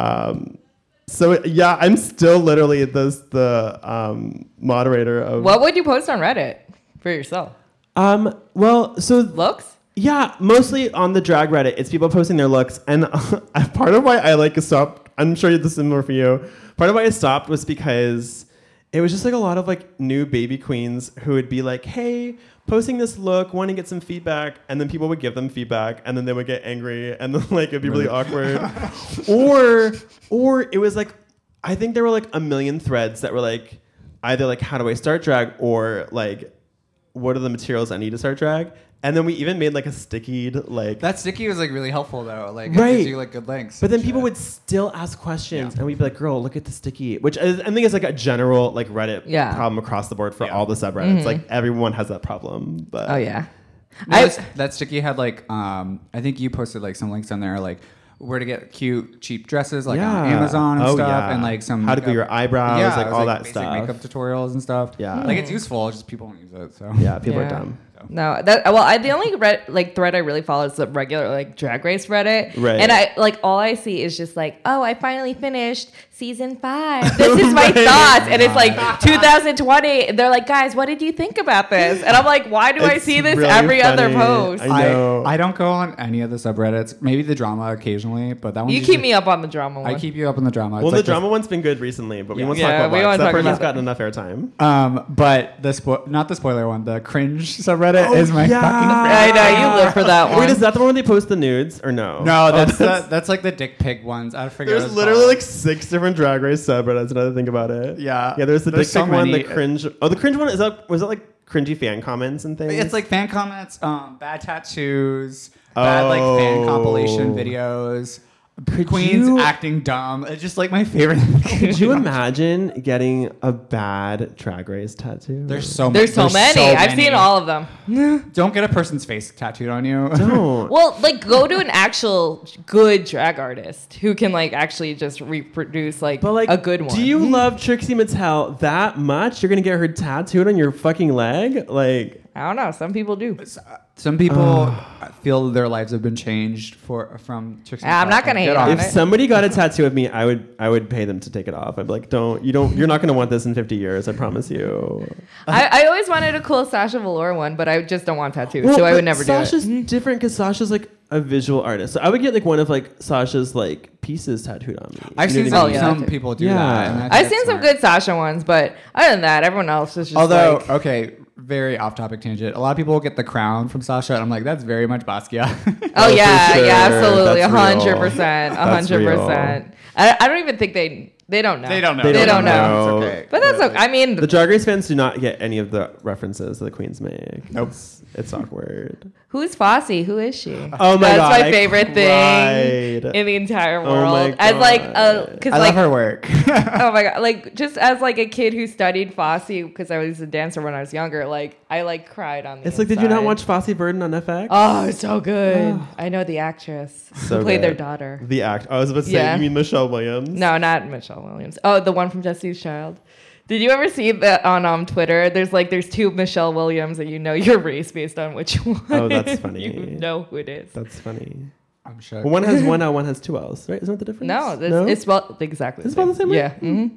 Speaker 5: um, so yeah, I'm still literally this the um, moderator of
Speaker 3: What would you post on Reddit for yourself?
Speaker 5: um well so
Speaker 3: Looks?
Speaker 5: yeah, mostly on the drag Reddit. It's people posting their looks, and part of why I like stopped. I'm sure this is similar for you. Part of why I stopped was because it was just like a lot of like new baby queens who would be like, "Hey, posting this look, want to get some feedback," and then people would give them feedback, and then they would get angry, and then like it'd be really awkward. or, or it was like, I think there were like a million threads that were like, either like, "How do I start drag?" or like, what are the materials I need to start drag? And then we even made like a stickied like.
Speaker 4: that sticky was like really helpful though. Like it
Speaker 5: Right.
Speaker 4: gives you like good links.
Speaker 5: but
Speaker 4: and
Speaker 5: then people
Speaker 4: shit.
Speaker 5: would still ask questions,
Speaker 4: Yeah.
Speaker 5: and we'd be like, "Girl, look at the sticky," which is, I think is like a general like Reddit
Speaker 3: Yeah. Mm-hmm.
Speaker 5: problem across the board for
Speaker 4: Yeah.
Speaker 5: all the subreddits. Like everyone has that problem. But
Speaker 3: Oh yeah.
Speaker 4: No,
Speaker 3: I,
Speaker 4: that's- that sticky had like um, I think you posted like some links on there like where to get cute cheap dresses like on
Speaker 5: Yeah.
Speaker 4: Amazon and
Speaker 5: Oh,
Speaker 4: stuff
Speaker 5: yeah.
Speaker 4: and like some
Speaker 5: How to do
Speaker 4: makeup-
Speaker 5: your eyebrows,
Speaker 4: yeah,
Speaker 5: like,
Speaker 4: it was,
Speaker 5: all that
Speaker 4: basic
Speaker 5: stuff.
Speaker 4: makeup tutorials and stuff
Speaker 5: Yeah.
Speaker 4: like it's useful it's just people don't use it so
Speaker 5: yeah, people
Speaker 3: Yeah.
Speaker 5: are dumb.
Speaker 3: No, that well, I the only red like thread I really follow is the regular like Drag Race Reddit,
Speaker 5: Right.
Speaker 3: And I like all I see is just like, oh, I finally finished season five. This is my
Speaker 5: Right.
Speaker 3: thoughts, and it's like 2020. And they're like, guys, what did you think about this? And I'm like, why do I
Speaker 5: It's
Speaker 3: see this
Speaker 5: really
Speaker 3: every other
Speaker 5: funny.
Speaker 3: post?
Speaker 5: I know.
Speaker 4: I, I don't go on any of the subreddits maybe the drama occasionally but that one
Speaker 3: you keep me up on the drama one.
Speaker 4: I keep you up on the drama
Speaker 5: Well,
Speaker 4: It's
Speaker 5: the
Speaker 4: like
Speaker 5: drama one's been good recently, but we
Speaker 4: Yeah.
Speaker 5: won't
Speaker 3: Yeah,
Speaker 5: talk about
Speaker 3: we
Speaker 5: that.
Speaker 3: won't
Speaker 5: that
Speaker 3: talk
Speaker 5: person's
Speaker 3: about
Speaker 5: gotten enough airtime.
Speaker 4: um but the spo- not the spoiler one the cringe subreddit
Speaker 5: Oh,
Speaker 4: is my
Speaker 5: yeah.
Speaker 4: fucking
Speaker 3: I know you live for that one.
Speaker 5: Wait, is that the one where they post the nudes or no?
Speaker 4: no
Speaker 5: Oh,
Speaker 4: that's the, that's like the dick pig ones I forget what
Speaker 5: There's
Speaker 4: it's
Speaker 5: literally
Speaker 4: called.
Speaker 5: like six different Drag Race subreddits. Now that I think about it.
Speaker 4: Yeah.
Speaker 5: Yeah. There's the
Speaker 4: There's
Speaker 5: dick
Speaker 4: so
Speaker 5: pic one, the
Speaker 4: many.
Speaker 5: cringe. Oh, the cringe one is that was that like cringy fan comments and things?
Speaker 4: It's like fan comments, um, bad tattoos, bad like fan
Speaker 5: Oh.
Speaker 4: compilation videos,
Speaker 5: Could
Speaker 4: queens
Speaker 5: you-
Speaker 4: acting dumb. It's just like my favorite.
Speaker 5: Could you imagine getting a bad Drag Race tattoo?
Speaker 4: There's so
Speaker 3: There's so
Speaker 4: there's
Speaker 3: many. I've seen all of them.
Speaker 4: Don't get a person's face tattooed on you.
Speaker 5: No.
Speaker 3: Well, like go to an actual good drag artist who can like actually just reproduce like,
Speaker 5: But like
Speaker 3: a good one.
Speaker 5: Do you love Trixie Mattel that much? You're gonna get her tattooed on your fucking leg? Like
Speaker 3: I don't know. Some people do.
Speaker 4: Some people feel their lives have been changed for from Trixie.
Speaker 3: I'm not
Speaker 4: Mattel.
Speaker 3: gonna hate
Speaker 4: Get
Speaker 3: on
Speaker 4: it.
Speaker 5: if
Speaker 3: it.
Speaker 5: somebody got a tattoo of me, I would I would pay them to take it off. I'd be like, don't you don't you're not gonna want this in fifty years, I promise you.
Speaker 3: I, I always wanted a cool Sasha Velour one, but I just don't want tattoos, so I would never
Speaker 5: Sasha's
Speaker 3: do it.
Speaker 5: Sasha's different because Sasha's like a visual artist. So I would get like one of like Sasha's like pieces tattooed on me.
Speaker 4: I've
Speaker 5: You
Speaker 4: seen
Speaker 5: know what I
Speaker 3: mean? Oh, yeah.
Speaker 4: some,
Speaker 5: mean?
Speaker 4: some people do
Speaker 5: Yeah.
Speaker 4: that. and I think
Speaker 3: I've
Speaker 4: it's
Speaker 3: seen some
Speaker 4: smart.
Speaker 3: good Sasha ones, but other than that, everyone else is just
Speaker 4: Although,
Speaker 3: like,
Speaker 4: okay, very off topic tangent. A lot of people get the crown from Sasha, and I'm like, that's very much Basquiat.
Speaker 3: oh
Speaker 5: for
Speaker 3: yeah,
Speaker 5: sure.
Speaker 3: yeah, absolutely, a
Speaker 5: That's
Speaker 3: hundred
Speaker 5: real.
Speaker 3: percent, a
Speaker 5: That's
Speaker 3: hundred percent. I I don't even think they they don't know.
Speaker 4: they don't know.
Speaker 5: They
Speaker 3: They don't
Speaker 5: don't
Speaker 3: know.
Speaker 4: It's
Speaker 5: know.
Speaker 4: okay.
Speaker 3: But that's okay. I mean,
Speaker 5: The Drag Race fans do not get any of the references that the queens make.
Speaker 4: Nope.
Speaker 5: It's, it's awkward.
Speaker 3: Who's Fossy? Who is she?
Speaker 5: Oh my
Speaker 3: That's
Speaker 5: God,
Speaker 3: my
Speaker 5: I
Speaker 3: favorite
Speaker 5: cried.
Speaker 3: thing in the entire world.
Speaker 5: Oh my
Speaker 3: As like a,
Speaker 5: God.
Speaker 3: cause
Speaker 4: I
Speaker 3: like,
Speaker 4: love her work.
Speaker 3: oh my god, like just as like a kid who studied Fossy because I was a dancer when I was younger. Like I like cried on. The
Speaker 5: It's like, did you not
Speaker 3: inside.
Speaker 5: watch Fosse Burden on FX?
Speaker 3: Oh, it's so good. I know the actress who played their
Speaker 5: good.
Speaker 3: daughter.
Speaker 5: The act. I was about to say,
Speaker 3: Yeah.
Speaker 5: you mean Michelle Williams?
Speaker 3: No, not Michelle Williams. Oh, the one from Destiny's Child. Did you ever see that on um, Twitter? There's like there's two Michelle Williams, and you know your race based on which one.
Speaker 5: Oh, that's
Speaker 3: you
Speaker 5: funny.
Speaker 3: know who it is.
Speaker 5: That's funny.
Speaker 4: I'm sure.
Speaker 5: Well, one has one L, one has two L's, right? Isn't that the difference?
Speaker 3: No, it's, it's spelled exactly.
Speaker 5: It's spelled the same way? Hmm.
Speaker 3: Yeah. mhm.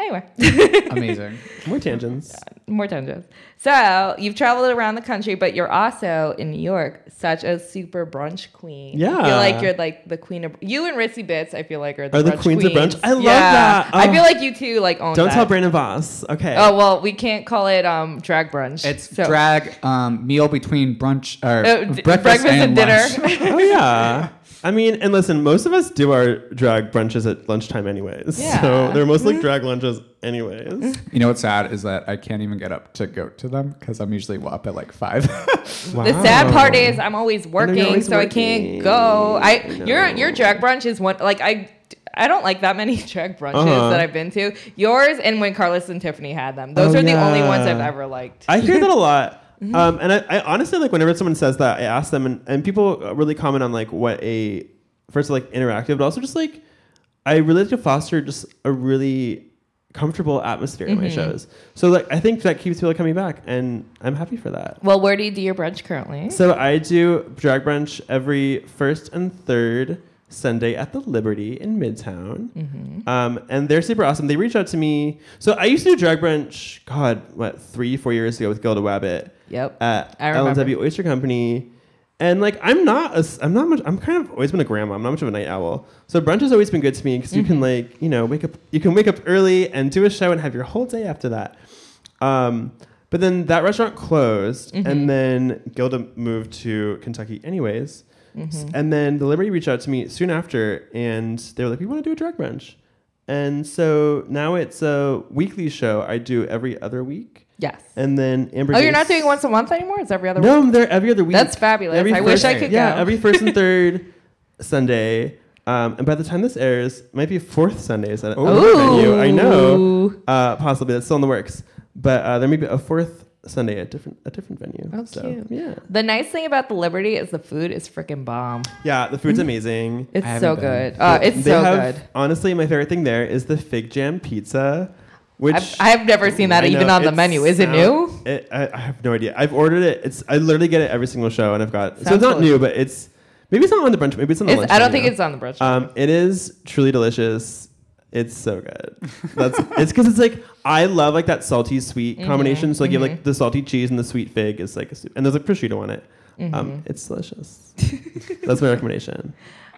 Speaker 3: Anyway,
Speaker 4: Amazing.
Speaker 5: more tangents.
Speaker 3: more tangents. So you've traveled around the country, but you're also in New York, such a super brunch queen. I
Speaker 5: Yeah.
Speaker 3: feel like you're like the queen of you and Ritzy Bits. I feel like are the,
Speaker 5: Are the
Speaker 3: brunch
Speaker 5: queens of brunch? I love that.
Speaker 3: I
Speaker 5: Oh.
Speaker 3: feel like you two like own.
Speaker 5: Don't
Speaker 3: that.
Speaker 5: tell Brandon Voss. Okay.
Speaker 3: Oh well, we can't call it um drag brunch.
Speaker 4: It's
Speaker 3: So-
Speaker 4: drag um, meal between brunch or
Speaker 3: uh, d-
Speaker 4: breakfast, and, dinner.
Speaker 3: dinner.
Speaker 5: Oh, yeah. I mean, and listen, most of us do our drag brunches at lunchtime anyways.
Speaker 3: Yeah. Mm-hmm.
Speaker 5: So they're mostly drag lunches anyways.
Speaker 4: You know what's sad is that I can't even get up to go to them because I'm usually up at like five.
Speaker 5: Wow.
Speaker 3: The sad part
Speaker 5: Oh.
Speaker 3: is I'm always working,
Speaker 5: always
Speaker 3: so I can't
Speaker 5: working.
Speaker 3: go. I
Speaker 5: I
Speaker 3: your
Speaker 5: know.
Speaker 3: your drag brunch is one like I I don't like that many drag brunches
Speaker 5: Uh-huh.
Speaker 3: that I've been to. Yours and when Carlos and Tiffany had them, those
Speaker 5: Oh,
Speaker 3: are the only
Speaker 5: yeah.
Speaker 3: ones I've ever liked.
Speaker 5: I hear that a lot. Um, and I, I honestly like whenever someone says that, I ask them, and, and people uh, really comment on like what a first like interactive, but also just like I really like to foster just a really comfortable atmosphere in my shows. So like I think that keeps people coming back, and I'm happy for that.
Speaker 3: well, where do you do your brunch currently?
Speaker 5: So I do drag brunch every first and third Sunday at the Liberty in Midtown. Um, and they're super awesome. They reach out to me. So I used to do drag brunch, God, what, three, four years ago with Gilda Wabbit
Speaker 3: Yep.
Speaker 5: at
Speaker 3: I remember.
Speaker 5: LNW Oyster Company. And like I'm not a, s- I'm not much I'm kind of always been a grandma. I'm not much of a night owl. So brunch has always been good to me because you
Speaker 3: Mm-hmm.
Speaker 5: can like you know wake up you can wake up early and do a show and have your whole day after that. Um, but then that restaurant closed,
Speaker 3: Mm-hmm.
Speaker 5: and then Gilda moved to Kentucky anyways. S-
Speaker 3: Mm-hmm.
Speaker 5: And then the Liberty reached out to me soon after, and they were like, "We want to do a drag brunch," and so now it's a weekly show I do every other week.
Speaker 3: yes.
Speaker 5: And then Amber.
Speaker 3: Oh, you're not
Speaker 5: Gates-
Speaker 3: doing once a month anymore. It's every other
Speaker 5: no,
Speaker 3: week.
Speaker 5: I'm there every other week.
Speaker 3: That's fabulous. I wish
Speaker 5: first-
Speaker 3: I could
Speaker 5: Yeah,
Speaker 3: go.
Speaker 5: every first and third Sunday. Um, and by the time this airs, it might be fourth Sundays at another venue. I know.
Speaker 3: Ooh.
Speaker 5: Uh, possibly that's still in the works, but uh, there may be a fourth Sunday at different a different venue.
Speaker 3: Oh, cute.
Speaker 5: Yeah,
Speaker 3: The nice thing about the Liberty is the food is freaking bomb.
Speaker 5: yeah. The food's amazing.
Speaker 3: It's
Speaker 4: haven't
Speaker 3: so
Speaker 4: been.
Speaker 3: good. Mm. Uh, it's
Speaker 5: They
Speaker 3: so
Speaker 5: have-
Speaker 3: good.
Speaker 5: Honestly, my favorite thing there is the fig jam pizza, which
Speaker 3: I've, I've never seen that
Speaker 5: I
Speaker 3: even
Speaker 5: know,
Speaker 3: on the
Speaker 5: it
Speaker 3: menu. Is it
Speaker 5: sound-
Speaker 3: new?
Speaker 5: It, I, I have no idea. I've ordered it. It's I literally get it every single show, and I've got so
Speaker 3: Sounds
Speaker 5: it's not new,
Speaker 3: delicious.
Speaker 5: but it's maybe it's not on the brunch. Maybe it's on the lunch
Speaker 3: It's, I don't
Speaker 5: menu.
Speaker 3: think it's on the brunch.
Speaker 5: Um, it is truly delicious. It's so good. That's it's because it's like I love like that salty sweet
Speaker 3: Mm-hmm,
Speaker 5: combination. So like you have like the salty cheese and the sweet fig is like a soup, and there's like prosciutto on it.
Speaker 3: Mm-hmm.
Speaker 5: Um, it's delicious. That's my recommendation.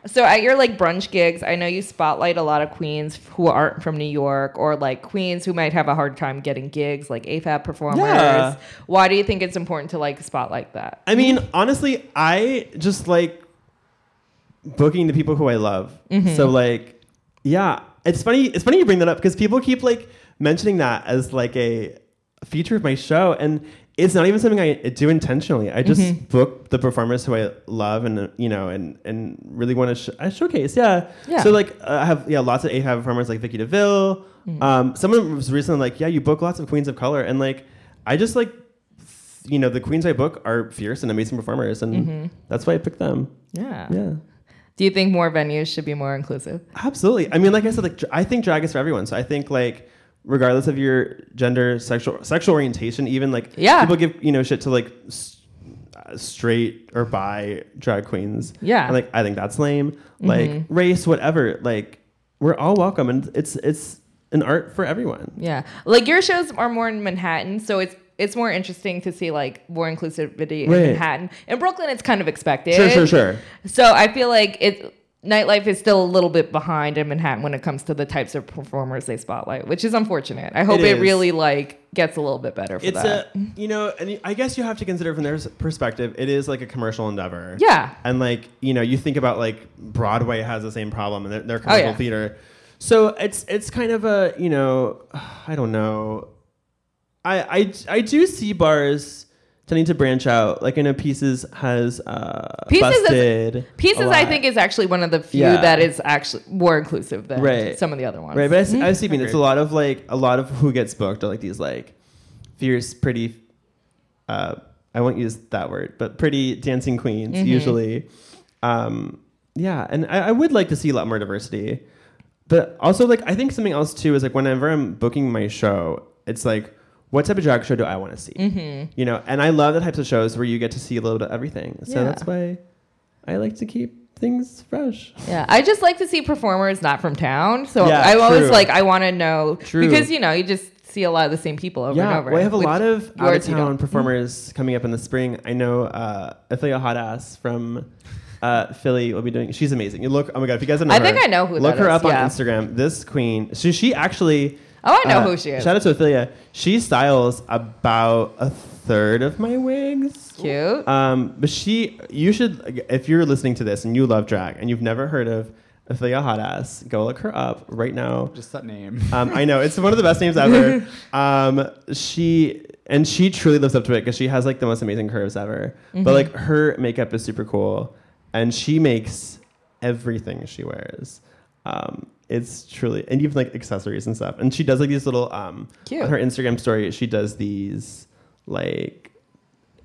Speaker 3: So at your like brunch gigs, I know you spotlight a lot of queens who aren't from New York or like queens who might have a hard time getting gigs, like AFAB performers.
Speaker 5: Yeah.
Speaker 3: Why do you think it's important to like spotlight that?
Speaker 5: I mean, honestly, I just like booking the people who I love. So like, yeah, it's funny. It's funny you bring that up because people keep like mentioning that as like a feature of my show, and it's not even something I do intentionally. I just book the performers who I love, and uh, you know, and and really want to sh- I showcase. Yeah.
Speaker 3: Yeah.
Speaker 5: So like, uh, I have yeah lots of AFAB performers like Vicky DeVille. Um, someone was recently like, yeah, you book lots of queens of color, and like, I just like you know, the queens I book are fierce and amazing performers, and that's why I picked them.
Speaker 3: Yeah.
Speaker 5: Yeah.
Speaker 3: Do you think more venues should be more inclusive?
Speaker 5: Absolutely. I mean, like I said, like dr- I think drag is for everyone. So I think like regardless of your gender, sexual sexual orientation, even like
Speaker 3: Yeah.
Speaker 5: people give you know shit to like s- uh, straight or bi drag queens.
Speaker 3: Yeah. Mm-hmm.
Speaker 5: and, like I think that's lame. Like race, whatever. Like we're all welcome, and it's it's an art for everyone.
Speaker 3: Yeah. Like your shows are more in Manhattan, so it's it's more interesting to see like more inclusivity in
Speaker 5: Right.
Speaker 3: Manhattan. In Brooklyn, it's kind of expected.
Speaker 5: Sure, sure, sure.
Speaker 3: So I feel like it nightlife is still a little bit behind in Manhattan when it comes to the types of performers they spotlight, which is unfortunate. I hope
Speaker 5: It
Speaker 3: it,
Speaker 5: is.
Speaker 3: really like gets a little bit better for
Speaker 5: It's
Speaker 3: that.
Speaker 5: a you know, and I guess you have to consider from their s- perspective, it is like a commercial endeavor.
Speaker 3: yeah.
Speaker 5: and like you know you think about like broadway has the same problem and their, their commercial
Speaker 3: Oh, yeah.
Speaker 5: theater so it's it's kind of a you know i don't know i i, I do see bars tending to branch out like i know pieces has uh
Speaker 3: Pieces is-
Speaker 5: busted a
Speaker 3: Pieces I
Speaker 5: lot.
Speaker 3: think is actually one of the few
Speaker 5: Yeah.
Speaker 3: that is actually more inclusive than
Speaker 5: Right.
Speaker 3: some of the other ones.
Speaker 5: right but i, see- I see mean it's a lot of like a lot of who gets booked are like these like fierce pretty uh i won't use that word but pretty dancing queens usually um yeah and I, I would like to see a lot more diversity but also like i think something else too is like whenever i'm booking my show it's like what type of drag show do i want to see mm-hmm. you know and i love the types of shows where you get to see a little bit of everything so
Speaker 3: Yeah.
Speaker 5: that's why i like to keep things fresh
Speaker 3: Yeah, I just like to see performers not from town. So
Speaker 5: Yeah,
Speaker 3: I always
Speaker 5: true.
Speaker 3: like I want to know
Speaker 5: True.
Speaker 3: because you know you just see a lot of the same people over and
Speaker 5: Yeah,
Speaker 3: over.
Speaker 5: well, I have a
Speaker 3: which
Speaker 5: lot of out of
Speaker 3: yours you Mm.
Speaker 5: town
Speaker 3: don't.
Speaker 5: performers coming up in the spring. I know uh, Ophelia Hot Ass from uh, Philly will be doing. She's amazing. You look. Oh my god, if you guys don't know
Speaker 3: I
Speaker 5: her,
Speaker 3: think I know who
Speaker 5: Look
Speaker 3: that
Speaker 5: her
Speaker 3: is,
Speaker 5: up
Speaker 3: yeah.
Speaker 5: on Instagram. This queen. So she actually. uh,
Speaker 3: Oh, I know who she is.
Speaker 5: Shout out to Ophelia. She styles about a third of my wigs.
Speaker 3: Cute.
Speaker 5: Um, but she, you should, if you're listening to this and you love drag and you've never heard of Ophelia Hot Ass, go look her up right now.
Speaker 4: Just that name.
Speaker 5: Um, I know it's one of the best names ever. Um, she and she truly lives up to it because she has like the most amazing curves ever. But like her makeup is super cool, and she makes everything she wears. Um, it's truly and even like accessories and stuff. And she does like these little um,
Speaker 3: Cute.
Speaker 5: on her Instagram story. She does these like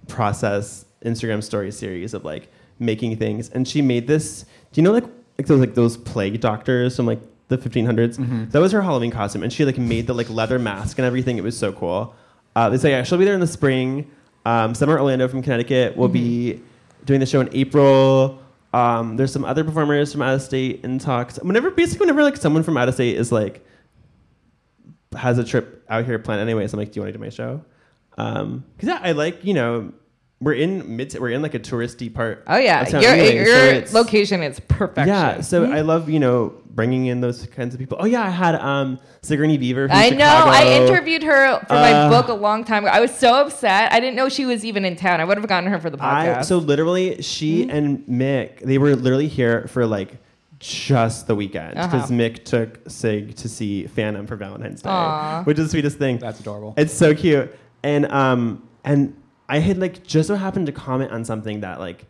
Speaker 5: process Instagram story series of like making things. And she made this. Do you know like like those like those plague doctors from like the 1500s? That was her Halloween costume, and she like made the like leather mask and everything. It was so cool. Uh, it's like yeah, she'll be there in the spring. Um, Summer Orlando from Connecticut will be doing the show in April. Um, there's some other performers from out of state in talks. Whenever basically whenever like someone from out of state is like has a trip out here planned anyways. I'm like, do you want to do my show? Um, cause yeah, I like, you know, we're in mid, we're in like a touristy part.
Speaker 3: Oh
Speaker 5: of
Speaker 3: yeah,
Speaker 5: town
Speaker 3: your
Speaker 5: anyway, so
Speaker 3: your
Speaker 5: it's-
Speaker 3: location is perfection.
Speaker 5: Yeah. So I
Speaker 3: Mm-hmm.
Speaker 5: love, you know, bringing in those kinds of people. Oh yeah. I had, um, Sigourney Beaver. From
Speaker 3: I know. I
Speaker 5: Chicago.
Speaker 3: interviewed her for my
Speaker 5: Uh,
Speaker 3: book a long time ago. I was so upset. I didn't know she was even in town. I would have gotten her for the podcast. Mm-hmm.
Speaker 5: I, so literally, she and Mick, they were literally here for like just the weekend because
Speaker 3: Uh-huh.
Speaker 5: Mick took Sig to see Phantom for Valentine's Day,
Speaker 3: Aw.
Speaker 5: which is the sweetest thing.
Speaker 4: That's adorable.
Speaker 5: It's so cute. And um, and I had like just so happened to comment on something that like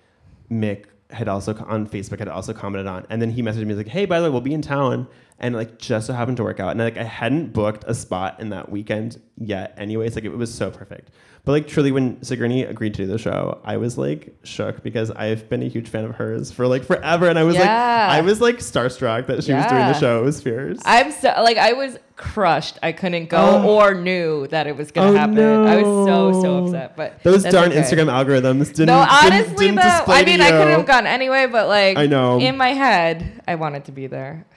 Speaker 5: Mick had also co- on Facebook had also commented on, and then he messaged me like, "Hey, by the way, we'll be in town," and like just so happened to work out, and like I hadn't booked a spot in that weekend yet. Anyways, like it, was so perfect. But like truly, when Sigourney agreed to do the show, I was like shook because I've been a huge fan of hers for like forever, and I was
Speaker 3: Yeah.
Speaker 5: like, I was like starstruck that she was doing
Speaker 3: Yeah.
Speaker 5: the show. It was fierce.
Speaker 3: I'm so like I was crushed. I couldn't go
Speaker 5: Oh.
Speaker 3: or knew that it was gonna
Speaker 5: Oh,
Speaker 3: happen. I was so so
Speaker 5: no.
Speaker 3: upset. But
Speaker 5: Those
Speaker 3: that's
Speaker 5: darn
Speaker 3: okay.
Speaker 5: Instagram algorithms didn't.
Speaker 3: No,
Speaker 5: didn't-
Speaker 3: honestly
Speaker 5: didn't
Speaker 3: though,
Speaker 5: display
Speaker 3: I
Speaker 5: to
Speaker 3: mean, I could
Speaker 5: you.
Speaker 3: have gone anyway, but like,
Speaker 5: I know.
Speaker 3: in my head, I wanted to be there.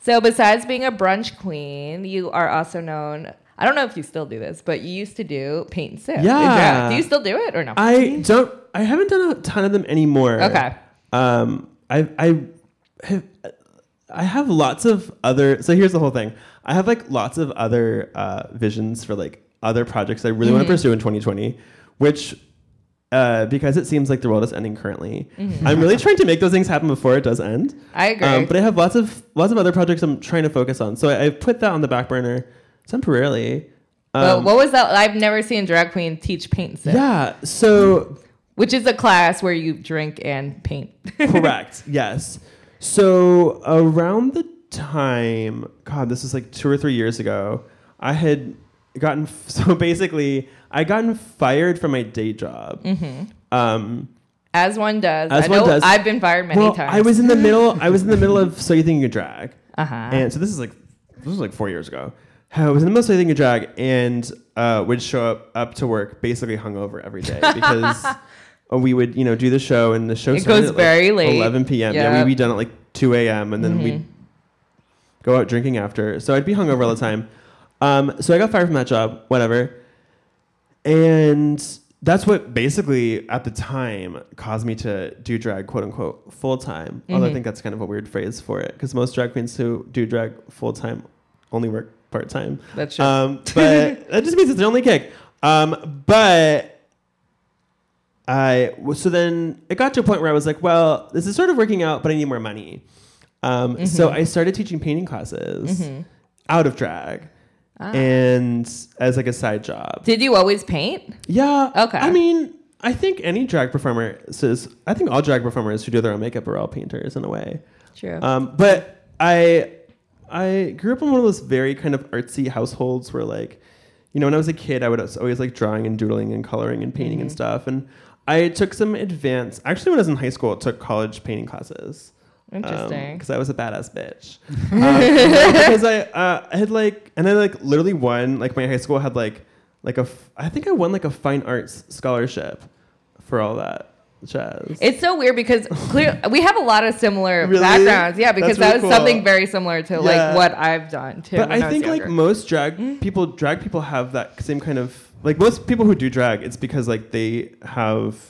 Speaker 3: So, besides being a brunch queen, you are also known. I don't know if you still do this, but you used to do paint and sip.
Speaker 5: Yeah.
Speaker 3: Do you still do it or no?
Speaker 5: I don't. I haven't done a ton of them anymore.
Speaker 3: Mm-hmm. Okay.
Speaker 5: Um. I. I have. I have lots of other. So here's the whole thing. I have like lots of other uh, visions for like other projects I really
Speaker 3: Mm-hmm.
Speaker 5: want to pursue in 2020, which. Uh, because it seems like the world is ending currently, I'm really trying to make those things happen before it does end.
Speaker 3: Mm-hmm. I agree.
Speaker 5: Um, but I have lots of lots of other projects I'm trying to focus on, so I, I've put that on the back burner temporarily.
Speaker 3: but
Speaker 5: Um,
Speaker 3: what was that? I've never seen a drag queen teach paint and sip,
Speaker 5: Yeah. So
Speaker 3: which is a class where you drink and paint.
Speaker 5: correct. Yes. So around the time, God, this was like two or three years ago. I had gotten f- so basically I gotten fired from my day job. Um,
Speaker 3: As one does.
Speaker 5: As
Speaker 3: I
Speaker 5: one
Speaker 3: know
Speaker 5: does.
Speaker 3: I've been fired many
Speaker 5: well,
Speaker 3: times.
Speaker 5: I was in the middle. I was in the middle of so you think you can drag,
Speaker 3: Uh-huh.
Speaker 5: and so this is like this was like four years ago. I was in the middle of so you think you can drag, and uh, would show up up to work basically hungover every day because uh, we would you know do the show and the show
Speaker 3: It
Speaker 5: started
Speaker 3: goes
Speaker 5: at,
Speaker 3: very
Speaker 5: like
Speaker 3: late.
Speaker 5: 11 p.m. Yeah,
Speaker 3: Yep. Mm-hmm.
Speaker 5: we'd be done at like 2 a.m. and then we'd go out drinking after. So I'd be hungover all the time. Um, so I got fired from that job. Whatever. And that's what basically at the time caused me to do drag, quote unquote, full time.
Speaker 3: Mm-hmm.
Speaker 5: Although I think that's kind of a weird phrase for it because most drag queens who do drag full time only work part time.
Speaker 3: That's true.
Speaker 5: Um, but that just means it's their only kick. Um, but I so then it got to a point where I was like, well, this is sort of working out, but I need more money. Um,
Speaker 3: Mm-hmm.
Speaker 5: So I started teaching painting classes out of drag.
Speaker 3: Ah.
Speaker 5: And as like a side job,
Speaker 3: Did you always paint?
Speaker 5: yeah.
Speaker 3: Okay.
Speaker 5: I mean, I think any drag performer says, I think all drag performers who do their own makeup are all painters in a way.
Speaker 3: True.
Speaker 5: Um, but I, I grew up in one of those very kind of artsy households where, like, you know, when I was a kid, I would als- always like drawing and doodling and coloring and painting and stuff. And I took some advanced, actually, when I was in high school, I took college painting classes
Speaker 3: Interesting.
Speaker 5: because Um, I was a badass bitch. Um, because I uh, I had like and I like literally won like my high school had like like a f- I think I won like a fine arts scholarship for all that jazz.
Speaker 3: It's so weird because clear we have a lot of similar
Speaker 5: Really?
Speaker 3: backgrounds. Yeah, because
Speaker 5: That's
Speaker 3: that was
Speaker 5: really cool.
Speaker 3: something very similar to
Speaker 5: Yeah.
Speaker 3: like what I've done too.
Speaker 5: but
Speaker 3: when
Speaker 5: I
Speaker 3: was
Speaker 5: think like
Speaker 3: younger.
Speaker 5: most drag people drag people have that same kind of like most people who do drag it's because like they have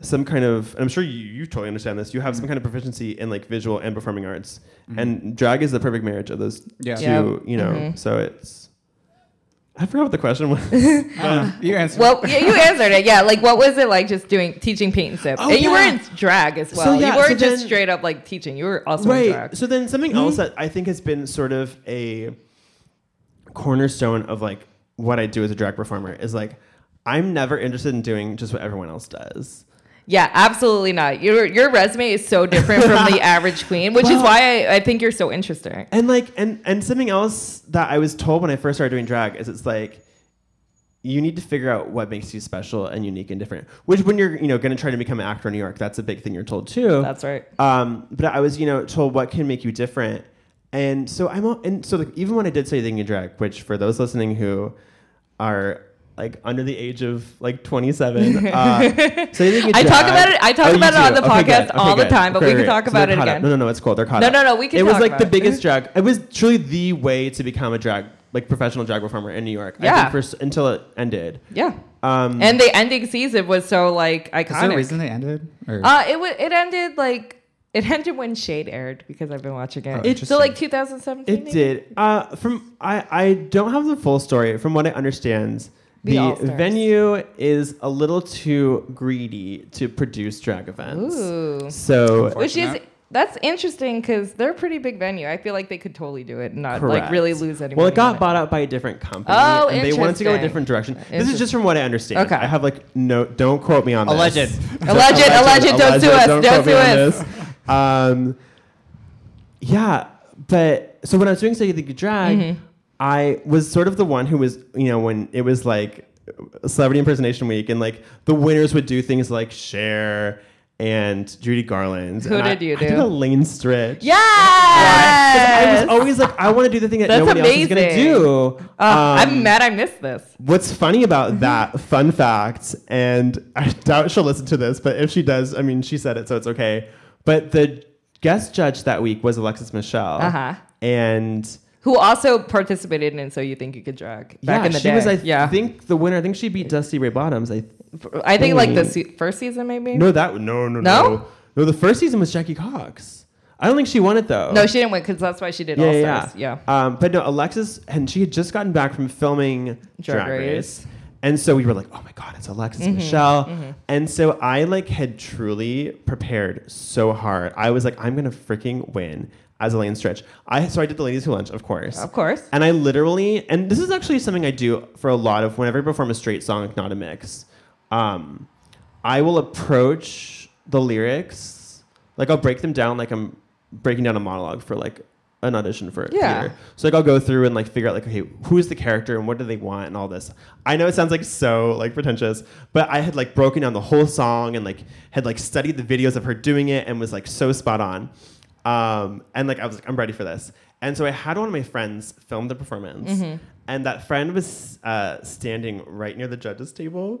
Speaker 5: some kind of and I'm sure you, you totally understand this you have some kind of proficiency in like visual and performing arts and drag is the perfect marriage of those
Speaker 4: Yeah.
Speaker 5: two
Speaker 3: Yeah.
Speaker 5: you know
Speaker 3: Mhm.
Speaker 5: so it's I forgot what the question was
Speaker 4: Uh, You answered.
Speaker 3: well, yeah, you answered it. Yeah, like what was it like just doing teaching paint and sip?
Speaker 5: Oh,
Speaker 3: and you
Speaker 5: yeah.
Speaker 3: were in drag as
Speaker 5: So,
Speaker 3: well.
Speaker 5: yeah,
Speaker 3: you weren't
Speaker 5: so
Speaker 3: just
Speaker 5: then-
Speaker 3: straight up like teaching. You were also in drag. Hmm?
Speaker 5: So then something else that I think has been sort of a cornerstone of like what I do as a drag performer is like I'm never interested in doing just what everyone else does.
Speaker 3: Yeah, absolutely not. Your your resume is so different from the average queen, which
Speaker 5: Well-
Speaker 3: is why I, I think you're so interesting.
Speaker 5: And like and and something else that I was told when I first started doing drag is it's like you need to figure out what makes you special and unique and different. Which when you're, you know, going to try to become an actor in New York, that's a big thing you're told too.
Speaker 3: That's right.
Speaker 5: Um, but I was, you know, told what can make you different. And so I'm, all, and so like, even when I did say Thinking Drag, which for those listening who are like under the age of like 27, uh, so Thinking
Speaker 3: I
Speaker 5: Drag. Oh,
Speaker 3: talk about it- I talk
Speaker 5: you
Speaker 3: about it
Speaker 5: do.
Speaker 3: on the
Speaker 5: Okay, good.
Speaker 3: podcast
Speaker 5: Okay,
Speaker 3: all the
Speaker 5: good.
Speaker 3: time, but
Speaker 5: Okay,
Speaker 3: we can
Speaker 5: great.
Speaker 3: talk
Speaker 5: So
Speaker 3: about it
Speaker 5: they're caught up.
Speaker 3: again.
Speaker 5: No, no, no, it's cool. They're caught
Speaker 3: No,
Speaker 5: up.
Speaker 3: no, no, we can
Speaker 5: It was
Speaker 3: talk
Speaker 5: like the
Speaker 3: about it.
Speaker 5: biggest drag. It was truly the way to become a drag, like professional drag performer in New York. I
Speaker 3: Yeah.
Speaker 5: think for, s- until it ended.
Speaker 3: Yeah.
Speaker 5: Um,
Speaker 3: And the ending season was so like
Speaker 4: Is there a
Speaker 3: iconic.
Speaker 4: reason they ended? Or-
Speaker 3: Uh, it was. It ended like it ended when Shade aired because I've been watching it.
Speaker 5: It-
Speaker 3: so like 2017.
Speaker 5: Oh, It
Speaker 3: maybe?
Speaker 5: did. Uh, from I, I don't have the full story. From what I understand,
Speaker 3: The
Speaker 5: the,
Speaker 3: All-Stars.
Speaker 5: venue is a little too greedy to produce drag events.
Speaker 3: Ooh.
Speaker 5: So
Speaker 3: Which is that's interesting because they're a pretty big venue. I feel like they could totally do it and not
Speaker 5: correct.
Speaker 3: like really lose anyone.
Speaker 5: Well, it got bought out by a different company,
Speaker 3: Oh,
Speaker 5: and they wanted to go a
Speaker 3: interesting.
Speaker 5: different direction. This is just from what I understand.
Speaker 3: Okay.
Speaker 5: I have like no. Don't quote me on this.
Speaker 4: Alleged.
Speaker 3: Alleged, alleged, don't sue us, don't
Speaker 5: quote me
Speaker 3: sue
Speaker 5: on
Speaker 3: us.
Speaker 5: this. Um, yeah, but so when I was doing Say You Think You Drag,
Speaker 3: Mm-hmm.
Speaker 5: I was sort of the one who was, you know, when it was like Celebrity Impersonation Week, and like the winners would do things like Cher and Judy Garland.
Speaker 3: Who
Speaker 5: and I-
Speaker 3: did you
Speaker 5: I did
Speaker 3: do?
Speaker 5: Elaine Stritch.
Speaker 3: Yes.
Speaker 5: I was always like, I want to do the thing that
Speaker 3: That's
Speaker 5: nobody else is
Speaker 3: amazing.
Speaker 5: going to do.
Speaker 3: Oh,
Speaker 5: um,
Speaker 3: I'm mad Mm-hmm. I missed this.
Speaker 5: What's funny about that fun fact, and I doubt she'll listen to this, but if she does, I mean, she said it, so it's okay. But the guest judge that week was Alexis Michelle.
Speaker 3: Uh-huh.
Speaker 5: And
Speaker 3: Who also participated in So You Think You Could Drag back
Speaker 5: yeah,
Speaker 3: in the
Speaker 5: she
Speaker 3: day.
Speaker 5: was, I
Speaker 3: yeah.
Speaker 5: think, the winner. I think she beat Dusty Ray Bottoms. I
Speaker 3: I think like the
Speaker 5: Mm.
Speaker 3: se- first season maybe.
Speaker 5: No, that, no, no, no.
Speaker 3: No?
Speaker 5: No, the first season was Jackie Cox. I don't think she won it, though.
Speaker 3: No, she didn't win because that's why she did All Stars. Yeah.
Speaker 5: Um, but no, Alexis, and she had just gotten back from filming Drag,
Speaker 3: Drag
Speaker 5: Race.
Speaker 3: Race. Mm-hmm,
Speaker 5: And so we were like, oh my God, it's Alexis Michelle. And so I like had truly prepared so hard. I was like, I'm going to freaking win as Elaine Stretch. I, so I did the Ladies Who Lunch, of course.
Speaker 3: Of course.
Speaker 5: And I literally, and this is actually something I do for a lot of whenever I perform a straight song, like not a mix. Um, I will approach the lyrics, like I'll break them down, like I'm breaking down a monologue for like an audition for
Speaker 3: Yeah.
Speaker 5: theater. So like I'll go through and like figure out like okay, who's the character and what do they want and all this. I know it sounds like so like pretentious, but I had like broken down the whole song and like had like studied the videos of her doing it and was like so spot on. Um, and like I was like I'm ready for this. And so I had one of my friends film the performance.
Speaker 3: Mm-hmm.
Speaker 5: And that friend was uh, standing right near the judges' table,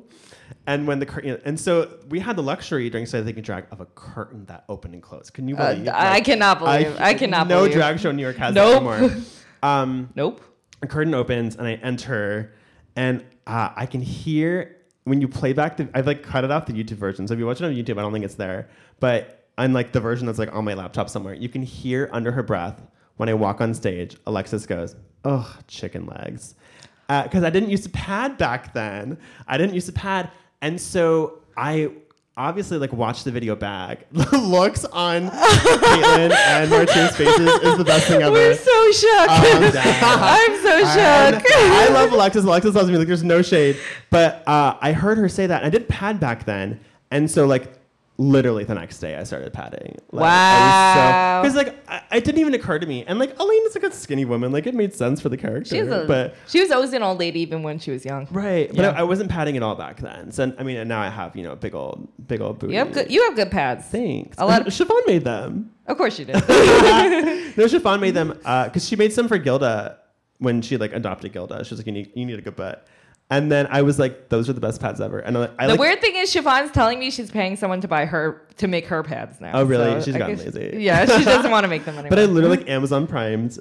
Speaker 5: and when the curtain, and so we had the luxury during Saturday Night Drag of a curtain that opened and closed. Can you
Speaker 3: Uh,
Speaker 5: believe?
Speaker 3: I
Speaker 5: like,
Speaker 3: cannot believe- I cannot
Speaker 5: No
Speaker 3: believe.
Speaker 5: drag show in New York has
Speaker 3: Nope.
Speaker 5: that anymore. Um,
Speaker 3: Nope.
Speaker 5: a curtain opens and I enter, and uh, I can hear when you play back the. I've like cut it off the YouTube version, so if you watch it on YouTube, I don't think it's there. But unlike the version that's like on my laptop somewhere, you can hear under her breath when I walk on stage. Alexis goes, "Oh, chicken legs," because I didn't use to pad back then. I didn't use to pad, and so I. Obviously, like watch the video back. The looks on Caitlin and Martina's faces is the best thing ever.
Speaker 3: We're so shook.
Speaker 5: Uh-huh.
Speaker 3: I'm so shook.
Speaker 5: I love Alexis. Alexis loves me. Like, there's no shade. But uh, I heard her say that. I did pad back then, and so like literally the next day I started padding. Like,
Speaker 3: Wow.
Speaker 5: Because like I, it didn't even occur to me, and like Elaine is like a skinny woman. Like it made sense for the character.
Speaker 3: She's a,
Speaker 5: but
Speaker 3: she was always an old lady even when she was young.
Speaker 5: right. But
Speaker 3: Yeah.
Speaker 5: I, I wasn't padding at all back then. So I mean, and now I have you know big old big old booty.
Speaker 3: You have good, you have good pads.
Speaker 5: Thanks.
Speaker 3: A lot of-
Speaker 5: Siobhan made them.
Speaker 3: Of course you did.
Speaker 5: No, Chiffon made them because she made some for Gilda when she like adopted Gilda. She was like, "You need, you need a good butt." And then I was like, "Those are the best pads ever." And I, I
Speaker 3: The
Speaker 5: like,
Speaker 3: weird thing is, Chiffon's telling me she's paying someone to buy her to make her pads now.
Speaker 5: Oh, really?
Speaker 3: She's
Speaker 5: She's gotten lazy.
Speaker 3: yeah, she doesn't want to make them anymore.
Speaker 5: but I literally like Amazon primed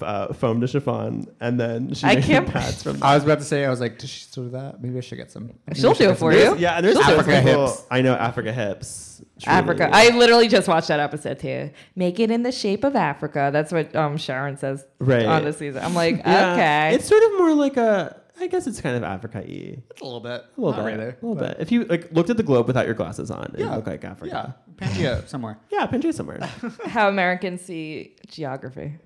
Speaker 5: uh, foam to chiffon, and then she
Speaker 3: I
Speaker 5: made
Speaker 3: can't-
Speaker 5: the pads from.
Speaker 4: I was about to say, I was like, does she still do that? Maybe I should get some. I think
Speaker 3: She'll
Speaker 4: I should
Speaker 3: do it
Speaker 4: get some.
Speaker 3: for you.
Speaker 5: Yeah, and there's
Speaker 4: Africa
Speaker 5: Africa hips.
Speaker 4: hips.
Speaker 5: I know Africa hips. Truly.
Speaker 3: Africa. I literally just watched that episode too. Make it in the shape of Africa. That's what um, Sharon says
Speaker 5: Right.
Speaker 3: on the season. I'm like,
Speaker 5: Yeah.
Speaker 3: okay.
Speaker 5: It's sort of more like a. I guess it's kind of Africa-y.
Speaker 4: A little bit.
Speaker 5: A little bit. a little bit. If you like looked at the globe without your glasses on, it would look like
Speaker 4: Yeah.
Speaker 5: Africa.
Speaker 4: Pangea somewhere.
Speaker 5: Yeah, yeah Pangea somewhere.
Speaker 3: how Americans see geography.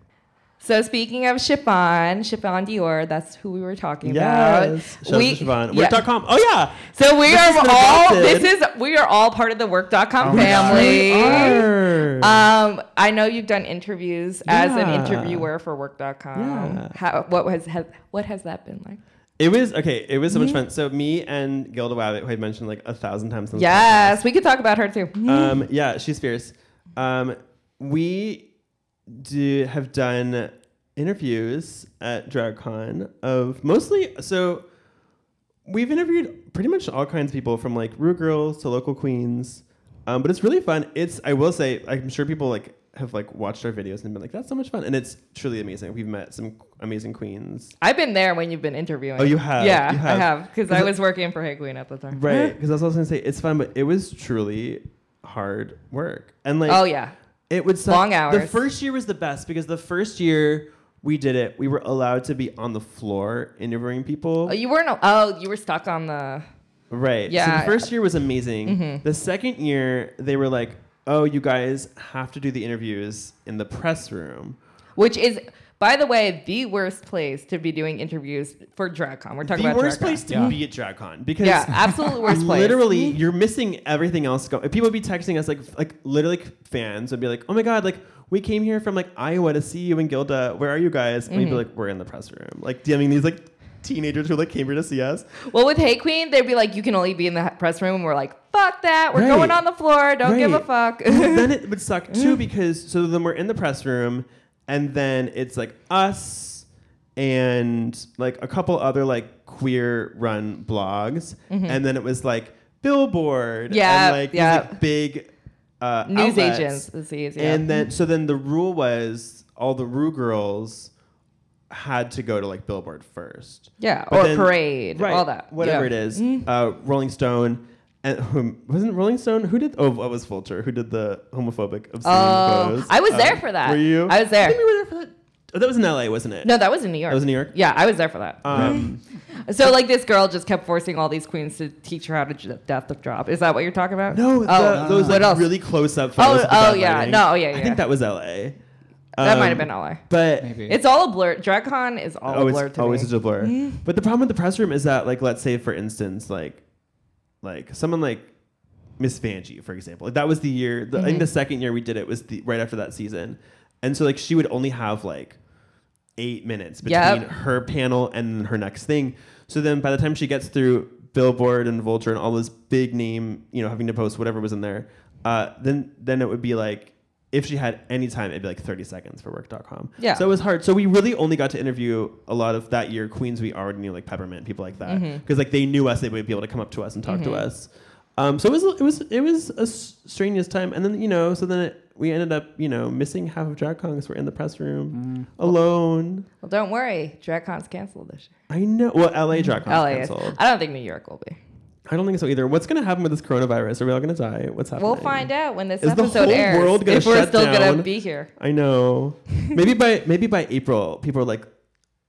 Speaker 3: So speaking of chiffon, chiffon Dior, that's who we were talking
Speaker 5: Yes.
Speaker 3: about.
Speaker 5: Shout
Speaker 3: We-
Speaker 5: out to Siobhan.
Speaker 3: yeah.
Speaker 5: Work.com. Oh, yeah.
Speaker 3: So we
Speaker 5: This has
Speaker 3: are
Speaker 5: been
Speaker 3: all
Speaker 5: adopted.
Speaker 3: this is we are all part of the work.com
Speaker 4: Oh my God.
Speaker 3: family.
Speaker 5: We are.
Speaker 3: Um, I know you've done interviews as an
Speaker 5: Yeah.
Speaker 3: interviewer for work.com.
Speaker 5: Yeah.
Speaker 3: How, what was has, what has that been like?
Speaker 5: it was, okay, it was so much fun. So, me and Gilda Wabbit, who I mentioned like a thousand times. on this
Speaker 3: Yes, we could talk about her too.
Speaker 5: um, yeah, she's fierce. Um, we do have done interviews at DragCon of mostly so we've interviewed pretty much all kinds of people from like Rue Girls to local queens. Um, but it's really fun. It's I will say I'm sure people like have like watched our videos and been like that's so much fun and it's truly amazing. We've met some amazing queens.
Speaker 3: I've been there when you've been interviewing.
Speaker 5: Oh, you have,
Speaker 3: Yeah,
Speaker 5: you have.
Speaker 3: I have because I
Speaker 5: Is it-
Speaker 3: was working for Hey Queen at the time.
Speaker 5: Right, because that's what I was gonna say. It's fun, but it was truly hard work. And like,
Speaker 3: Oh yeah.
Speaker 5: It would suck.
Speaker 3: Long
Speaker 5: The
Speaker 3: hours.
Speaker 5: first year was the best because the first year we did it, we were allowed to be on the floor interviewing people.
Speaker 3: Oh, you weren't. al- Oh, you were stuck on the.
Speaker 5: Right. So
Speaker 3: Yeah. Mm-hmm.
Speaker 5: the first year was amazing. The second year, they were like, "Oh, you guys have to do the interviews in the press room."
Speaker 3: Which is, by the way, the worst place to be doing interviews for DragCon. We're talking
Speaker 5: the
Speaker 3: about
Speaker 5: worst
Speaker 3: DragCon.
Speaker 5: place to
Speaker 4: Yeah.
Speaker 5: be at DragCon because
Speaker 3: Yeah, absolute worst place.
Speaker 5: Literally, you're missing everything else. Go- People would be texting us like like literally fans would be like, "Oh my god, like we came here from like Iowa to see you and Gilda. Where are you guys?" And we'd
Speaker 3: Mm-hmm.
Speaker 5: be like, "We're in the press room." Like DMing these like teenagers who like came here to see us.
Speaker 3: Well, with Hey Queen, they'd be like, you can only be in the press room. And we're like, fuck that. We're
Speaker 5: Right.
Speaker 3: going on the floor. Don't give a
Speaker 5: Right.
Speaker 3: fuck.
Speaker 5: But then it would suck
Speaker 3: Mm-hmm.
Speaker 5: too because so then we're in the press room and then it's like us and like a couple other like queer run blogs
Speaker 3: Mm-hmm.
Speaker 5: and then it was like billboard
Speaker 3: Yeah,
Speaker 5: and like, these,
Speaker 3: yeah.
Speaker 5: like, big uh,
Speaker 3: News
Speaker 5: outlets.
Speaker 3: agents. E It's easy.
Speaker 5: and then so then the rule was all the rue girls had to go to like billboard first
Speaker 3: yeah.
Speaker 5: but
Speaker 3: Or
Speaker 5: then-
Speaker 3: parade. All that.
Speaker 5: Whatever
Speaker 3: Yeah.
Speaker 5: it is. Uh, Rolling Stone. And who, wasn't Rolling Stone? Who did? Oh, it was Vulture. Who did the homophobic obscene
Speaker 3: Oh,
Speaker 5: pose?
Speaker 3: I was
Speaker 5: Um,
Speaker 3: there for that.
Speaker 5: Were you?
Speaker 3: I was there.
Speaker 5: I think we were there for that. Oh, that was in LA, wasn't it?
Speaker 3: No, that was in New York.
Speaker 5: That was in New York?
Speaker 3: Yeah, I was there for that.
Speaker 5: Um,
Speaker 3: so, like, this girl just kept forcing all these queens to teach her how to j- death the drop. Is that what you're talking about?
Speaker 5: no, the-
Speaker 3: Oh,
Speaker 5: those
Speaker 3: what
Speaker 5: like,
Speaker 3: else?
Speaker 5: really close up photos. of the
Speaker 3: oh,
Speaker 5: bad
Speaker 3: yeah.
Speaker 5: lighting.
Speaker 3: No, yeah,
Speaker 5: I
Speaker 3: yeah.
Speaker 5: think that was LA.
Speaker 3: that might have
Speaker 5: Um,
Speaker 3: been LA.
Speaker 5: But
Speaker 4: Maybe.
Speaker 3: It's all a blur. DragCon is all
Speaker 5: Oh,
Speaker 3: a
Speaker 5: it's
Speaker 3: blur to
Speaker 5: always
Speaker 3: me.
Speaker 5: such a blur. But the problem with the press room is that, like, let's say for instance, like, like someone like Miss Vanjie, for example. That was the year. The, I think the second year we did it was the right after that season, And so like she would only have like eight minutes between
Speaker 3: Yep.
Speaker 5: her panel and her next thing. So then by the time she gets through Billboard and Vulture and all this big name, you know, having to post whatever was in there, uh, then then it would be like if she had any time, it'd be like 30 seconds for work.com.
Speaker 3: Yeah.
Speaker 5: So it was hard. So we really only got to interview a lot of that year queens we already knew, like Peppermint, people like that. Because like they knew us, they would be able to come up to us and talk to us. Um, so it was it was it was a s- strenuous time, and then you know, so then it, we ended up you know missing half of DragCon because we're in the press room alone.
Speaker 3: Well, don't worry. DragCon's canceled this year.
Speaker 5: I know. Well, LA DragCon
Speaker 3: LA Mm-hmm. is.
Speaker 5: canceled.
Speaker 3: I don't think New York will be.
Speaker 5: I don't think so either. What's gonna happen with this coronavirus? Are we all gonna die? What's happening?
Speaker 3: We'll find out when this
Speaker 5: Is the
Speaker 3: episode
Speaker 5: whole
Speaker 3: airs.
Speaker 5: world gonna
Speaker 3: if we're
Speaker 5: shut
Speaker 3: still
Speaker 5: down?
Speaker 3: gonna be here.
Speaker 5: I know. maybe by maybe by April, people are like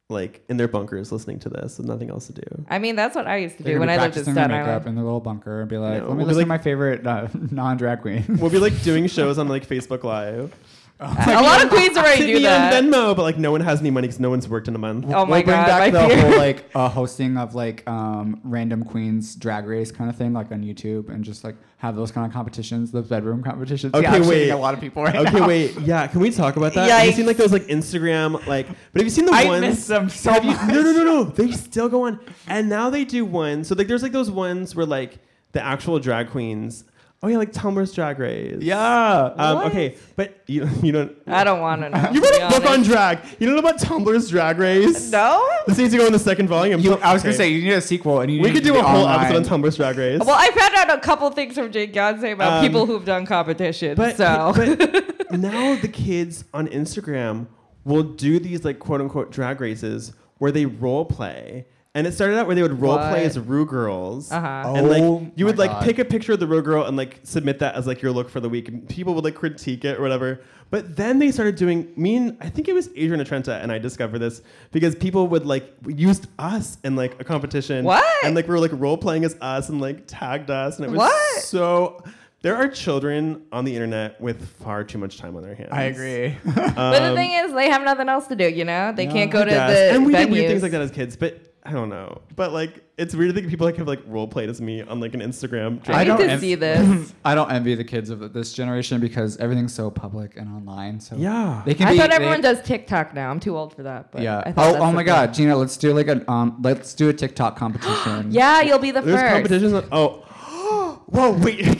Speaker 5: like in their bunkers listening to this with nothing else to do.
Speaker 3: I mean, that's what I used to
Speaker 4: They're
Speaker 3: do when
Speaker 4: gonna
Speaker 3: I
Speaker 4: be
Speaker 3: lived in
Speaker 4: practicing their
Speaker 3: Staten
Speaker 4: makeup
Speaker 3: Island.
Speaker 4: in their little bunker and be like, let
Speaker 5: No,
Speaker 4: me
Speaker 5: we'll be
Speaker 4: listen to
Speaker 5: like-
Speaker 4: my favorite uh, non-drag queen.
Speaker 5: We'll be like doing shows on like Facebook Live.
Speaker 3: A lot of queens already
Speaker 5: Hit
Speaker 3: do
Speaker 5: me
Speaker 3: that.
Speaker 5: on Venmo, but like no one has any money because no one's worked in a month.
Speaker 3: Oh my
Speaker 4: we'll bring
Speaker 3: god,
Speaker 4: back
Speaker 3: my
Speaker 4: the
Speaker 3: fear.
Speaker 4: whole like uh, hosting of like um, random queens drag race kind of thing, like on YouTube, and just like have those kind of competitions, those bedroom competitions.
Speaker 5: Okay,
Speaker 4: yeah, I'm
Speaker 5: wait.
Speaker 4: shitting a lot of people right
Speaker 5: Okay,
Speaker 4: now.
Speaker 5: wait. Yeah, can we talk about that? Have you
Speaker 3: Yikes.
Speaker 5: seen like those like Instagram like? But have you seen the
Speaker 4: I
Speaker 5: ones?
Speaker 4: miss them so
Speaker 5: Have you-
Speaker 4: much.
Speaker 5: no, no, no, no. They still go on, and now they do one. So like, there's like those ones where like the actual drag queens. Oh yeah, like Tumblr's Drag Race.
Speaker 4: Yeah. Uh,
Speaker 5: Um,
Speaker 3: What?
Speaker 5: okay, but you you don't.
Speaker 3: I don't want to know.
Speaker 5: You
Speaker 3: to
Speaker 5: read
Speaker 3: be
Speaker 5: a book on
Speaker 3: honest.
Speaker 5: drag. You don't know about Tumblr's Drag Race.
Speaker 3: No.
Speaker 5: This needs to go in the second volume.
Speaker 4: You, I was gonna
Speaker 5: Okay.
Speaker 4: say you need a sequel, and you
Speaker 5: we
Speaker 4: need
Speaker 5: could
Speaker 4: it to
Speaker 5: do a
Speaker 4: be
Speaker 5: whole
Speaker 4: online.
Speaker 5: episode on Tumblr's Drag Race.
Speaker 3: Well, I found out a couple things from Jake Gadsby about
Speaker 5: Um,
Speaker 3: people who've done competitions.
Speaker 5: But,
Speaker 3: so
Speaker 5: but now the kids on Instagram will do these like quote unquote drag races where they role play. And it started out where they would role play
Speaker 3: What?
Speaker 5: as Rue girls.
Speaker 3: Uh-huh.
Speaker 5: And
Speaker 4: Oh
Speaker 5: like you would
Speaker 4: my
Speaker 5: like
Speaker 4: God.
Speaker 5: pick a picture of the Rue girl and like submit that as like your look for the week. And people would like critique it or whatever. But then they started doing me and I think it was Adriana Trenta and I discovered this because people would like used us in like a competition.
Speaker 3: What?
Speaker 5: And like we were like role playing as us and like tagged us and it was
Speaker 3: What?
Speaker 5: so there are children on the internet with far too much time on their hands.
Speaker 4: I agree.
Speaker 3: but the thing is, they have nothing else to do. You know, they can't go
Speaker 5: Um, I
Speaker 3: to
Speaker 5: guess.
Speaker 3: the
Speaker 5: Um, and we
Speaker 3: venues.
Speaker 5: did weird things like that as kids, but I don't know. But like, it's weird to think people like have like role played as me on like an Instagram.
Speaker 3: I,
Speaker 4: I
Speaker 3: need
Speaker 4: don't
Speaker 3: to
Speaker 4: env-
Speaker 3: see this.
Speaker 4: I don't envy the kids of this generation because everything's so public and online. So
Speaker 5: Yeah.
Speaker 4: they can
Speaker 3: I
Speaker 4: be,
Speaker 3: thought
Speaker 4: they-
Speaker 3: everyone does TikTok now. I'm too old for that. But I
Speaker 4: Yeah.
Speaker 3: thought
Speaker 4: Oh,
Speaker 3: that's
Speaker 4: oh
Speaker 3: the
Speaker 4: my
Speaker 3: thing.
Speaker 4: God, Gina, let's do like an um, let's do a TikTok competition.
Speaker 3: Yeah, you'll be the
Speaker 5: There's
Speaker 3: first.
Speaker 5: competitions. On, oh. Whoa! Wait. Check this out,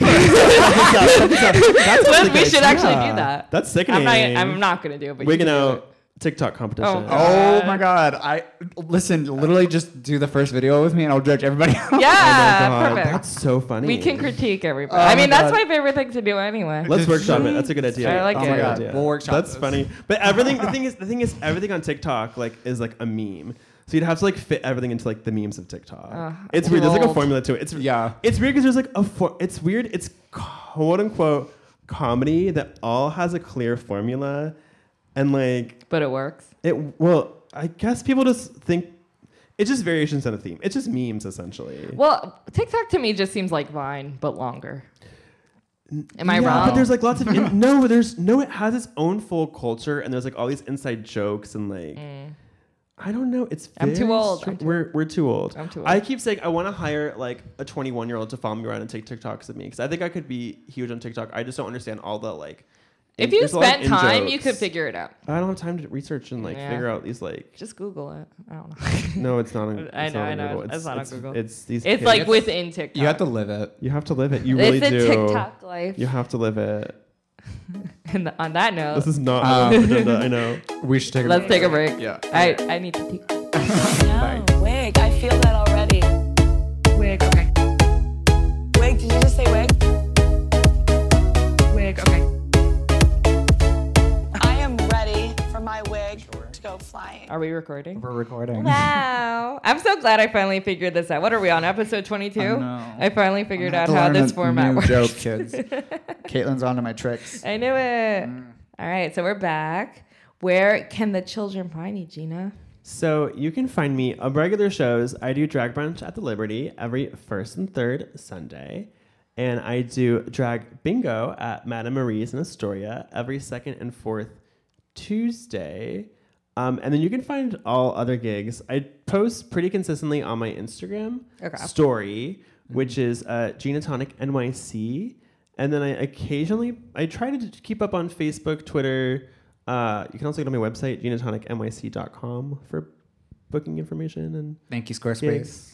Speaker 5: check this out. That's
Speaker 3: But
Speaker 5: really
Speaker 3: we
Speaker 5: good.
Speaker 3: should actually
Speaker 5: Yeah.
Speaker 3: do that.
Speaker 5: That's sickening.
Speaker 3: I'm not. I'm not gonna do it. But you
Speaker 5: Wigging
Speaker 3: can do
Speaker 5: out TikTok competition.
Speaker 3: Oh, God.
Speaker 4: Oh my god! I listen. Literally, just do the first video with me, and I'll judge everybody.
Speaker 3: it.
Speaker 4: Else.
Speaker 3: Yeah,
Speaker 5: Oh God,
Speaker 3: perfect.
Speaker 5: That's so funny.
Speaker 3: we can critique everybody.
Speaker 4: Oh
Speaker 3: I
Speaker 4: my
Speaker 3: mean, that's
Speaker 4: God.
Speaker 3: my favorite thing to do anyway.
Speaker 5: Let's workshop it. That's a good idea.
Speaker 3: I like
Speaker 5: That's
Speaker 3: it.
Speaker 5: a good
Speaker 3: Oh my
Speaker 4: God.
Speaker 5: idea.
Speaker 4: We'll workshop
Speaker 5: That's
Speaker 4: this.
Speaker 5: funny. But everything. The thing is, the thing is, everything on TikTok like is like a meme. So you'd have to like fit everything into like the memes of TikTok.
Speaker 3: Ugh,
Speaker 5: it's
Speaker 3: I'm
Speaker 5: weird.
Speaker 3: too
Speaker 5: There's like a
Speaker 3: old.
Speaker 5: formula to it. It's
Speaker 4: Yeah.
Speaker 5: It's weird because there's like a for. It's weird. It's quote unquote comedy that all has a clear formula, and like
Speaker 3: But it works.
Speaker 5: it. Well, I guess people just think it's just variations on a theme. It's just memes essentially.
Speaker 3: Well, TikTok to me just seems like Vine, but longer. Am I
Speaker 5: yeah,
Speaker 3: wrong?
Speaker 5: But there's like lots of in- no. but There's no. It has its own full culture, and there's like all these inside jokes and like. I don't know. It's
Speaker 3: Mm. I'm too
Speaker 5: very
Speaker 3: old.
Speaker 5: str-
Speaker 3: I'm too-
Speaker 5: we're we're too old.
Speaker 3: I'm too old.
Speaker 5: I keep saying I want to hire like a 21 year old to follow me around and take TikToks of me because I think I could be huge on TikTok. I just don't understand all the like.
Speaker 3: if
Speaker 5: in-
Speaker 3: you
Speaker 5: there's a lot of
Speaker 3: spent time, you
Speaker 5: in-jokes.
Speaker 3: could figure it out.
Speaker 5: I don't have time to research and like
Speaker 3: Yeah.
Speaker 5: figure out these like.
Speaker 3: Just Google it. I don't know.
Speaker 5: No, it's not. On,
Speaker 3: I
Speaker 5: it's
Speaker 3: know,
Speaker 5: Not on
Speaker 3: I know.
Speaker 5: Google.
Speaker 3: It's not on Google.
Speaker 5: It's these.
Speaker 3: it's
Speaker 5: kids.
Speaker 3: like within TikTok.
Speaker 4: You have to live it.
Speaker 5: You have to live it. You
Speaker 3: it's
Speaker 5: really
Speaker 3: the
Speaker 5: do.
Speaker 3: TikTok life.
Speaker 5: You have to live it.
Speaker 3: and on that note,
Speaker 5: This is not on
Speaker 3: uh,
Speaker 4: Um,
Speaker 5: the agenda. I know.
Speaker 4: We should take.
Speaker 3: let's take a break.
Speaker 4: Yeah.
Speaker 3: I, I need to take.
Speaker 1: No, wig. I feel that already.
Speaker 2: Wig, okay.
Speaker 1: Wig, did you just say wig?
Speaker 2: Wig, okay.
Speaker 1: I am ready for my wig to go flying.
Speaker 3: Are we recording?
Speaker 4: We're recording.
Speaker 3: Wow. I'm so glad I finally figured this out. What are we on? Episode 22?
Speaker 4: I know.
Speaker 3: I finally figured
Speaker 4: I'm
Speaker 3: out
Speaker 4: gonna
Speaker 3: how
Speaker 4: have to learn
Speaker 3: this
Speaker 4: a
Speaker 3: format
Speaker 4: new
Speaker 3: works.
Speaker 4: joke, kids. Caitlin's onto my tricks.
Speaker 3: I knew it. All right, so we're back. Where can the children find you, Gina?
Speaker 5: So you can find me on regular shows. I do drag brunch at the Liberty every first and third Sunday. And I do drag bingo at Madame Marie's in Astoria every second and fourth Tuesday. Um, and then you can find all other gigs. I post pretty consistently on my Instagram
Speaker 3: Okay.
Speaker 5: story, which is uh, Gina Tonic NYC. And then I occasionally, I try to keep up on Facebook, Twitter, Uh, you can also go to my website, genotonicnyc.com, for booking information. And
Speaker 4: Thank you, Squarespace.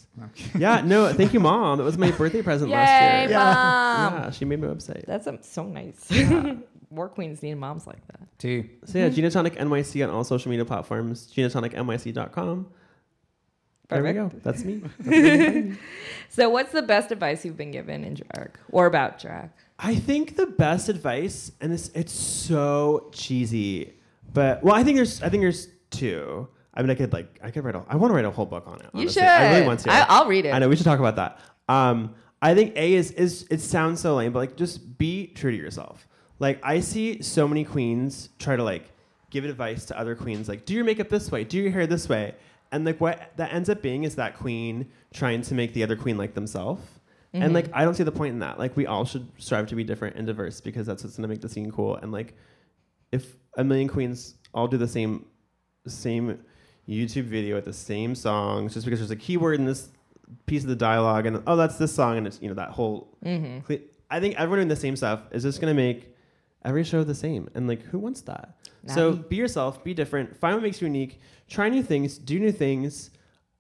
Speaker 5: yeah, no, thank you, mom. That was my birthday present
Speaker 3: Yay,
Speaker 5: last year.
Speaker 3: mom.
Speaker 5: Yeah, she made my website.
Speaker 3: That's um, so nice. War queens need moms like that.
Speaker 4: T.
Speaker 5: So yeah, Genotonic NYC on all social media platforms, genotonicnyc.com. There we go. That's me.
Speaker 3: So, what's the best advice you've been given in drag or about drag?
Speaker 5: I think the best advice, and this it's so cheesy, but well, I think there's I think there's two. I mean, I could like I could write a I want to write a whole book on it.
Speaker 3: You
Speaker 5: honestly. I
Speaker 3: should.
Speaker 5: really want to.
Speaker 3: I- I'll read it.
Speaker 5: I know we should talk about that. Um, I think A is is it sounds so lame, but like just be true to yourself. Like I see so many queens try to like give advice to other queens, like do your makeup this way, do your hair this way, and like what that ends up being is that queen trying to make the other queen like themselves. And like I don't see the point in that. Like we all should strive to be different and diverse because that's what's gonna make the scene cool. And like if a million queens all do the same same YouTube video with the same songs just because there's a keyword in this piece of the dialogue and oh that's this song and it's you know that whole
Speaker 3: Mm-hmm.
Speaker 5: cle- I think everyone doing the same stuff is just gonna make every show the same and like who wants that
Speaker 3: Not
Speaker 5: so
Speaker 3: me.
Speaker 5: be yourself be different find what makes you unique try new things do new things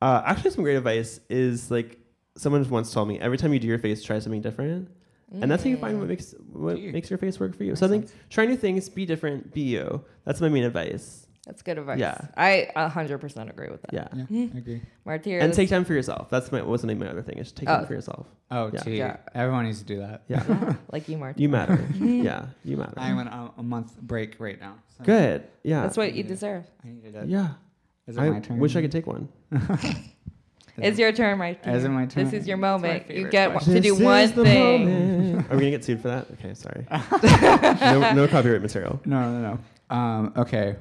Speaker 5: uh, actually some great advice is like someone once told me every time you do your face try something different and that's how you find
Speaker 3: Mm.
Speaker 5: what makes what makes your face work for Mm. you so I think try new things be different be you that's my main advice
Speaker 3: That's good advice.
Speaker 5: Yeah.
Speaker 3: I 100% agree with that.
Speaker 5: yeah,
Speaker 4: Yeah,
Speaker 3: Mm.
Speaker 4: I agree.
Speaker 3: Martyr,
Speaker 5: and
Speaker 3: this-
Speaker 5: take time for yourself that's my wasn't my other thing is take
Speaker 3: Oh.
Speaker 5: time for yourself
Speaker 4: Oh,
Speaker 5: Yeah.
Speaker 4: T.
Speaker 3: Yeah.
Speaker 4: Everyone needs to do that.
Speaker 5: yeah
Speaker 3: like you, Martyr.
Speaker 5: You matter. yeah, you matter.
Speaker 4: I'm on a, a month break right now. so
Speaker 5: Good. Yeah.
Speaker 3: That's what you deserve.
Speaker 4: I needed it.
Speaker 5: Yeah.
Speaker 4: Is it
Speaker 5: I
Speaker 4: my turn?
Speaker 5: wish I could take one.
Speaker 3: It's your turn, Martyr.
Speaker 4: Is it my turn?
Speaker 3: This is your
Speaker 4: It's my
Speaker 3: moment. You
Speaker 4: favorite
Speaker 3: get
Speaker 4: question.
Speaker 3: to do one thing.
Speaker 5: Are we gonna get sued for that? Okay, sorry. no, no copyright material.
Speaker 4: No, no, no, no. Um, okay.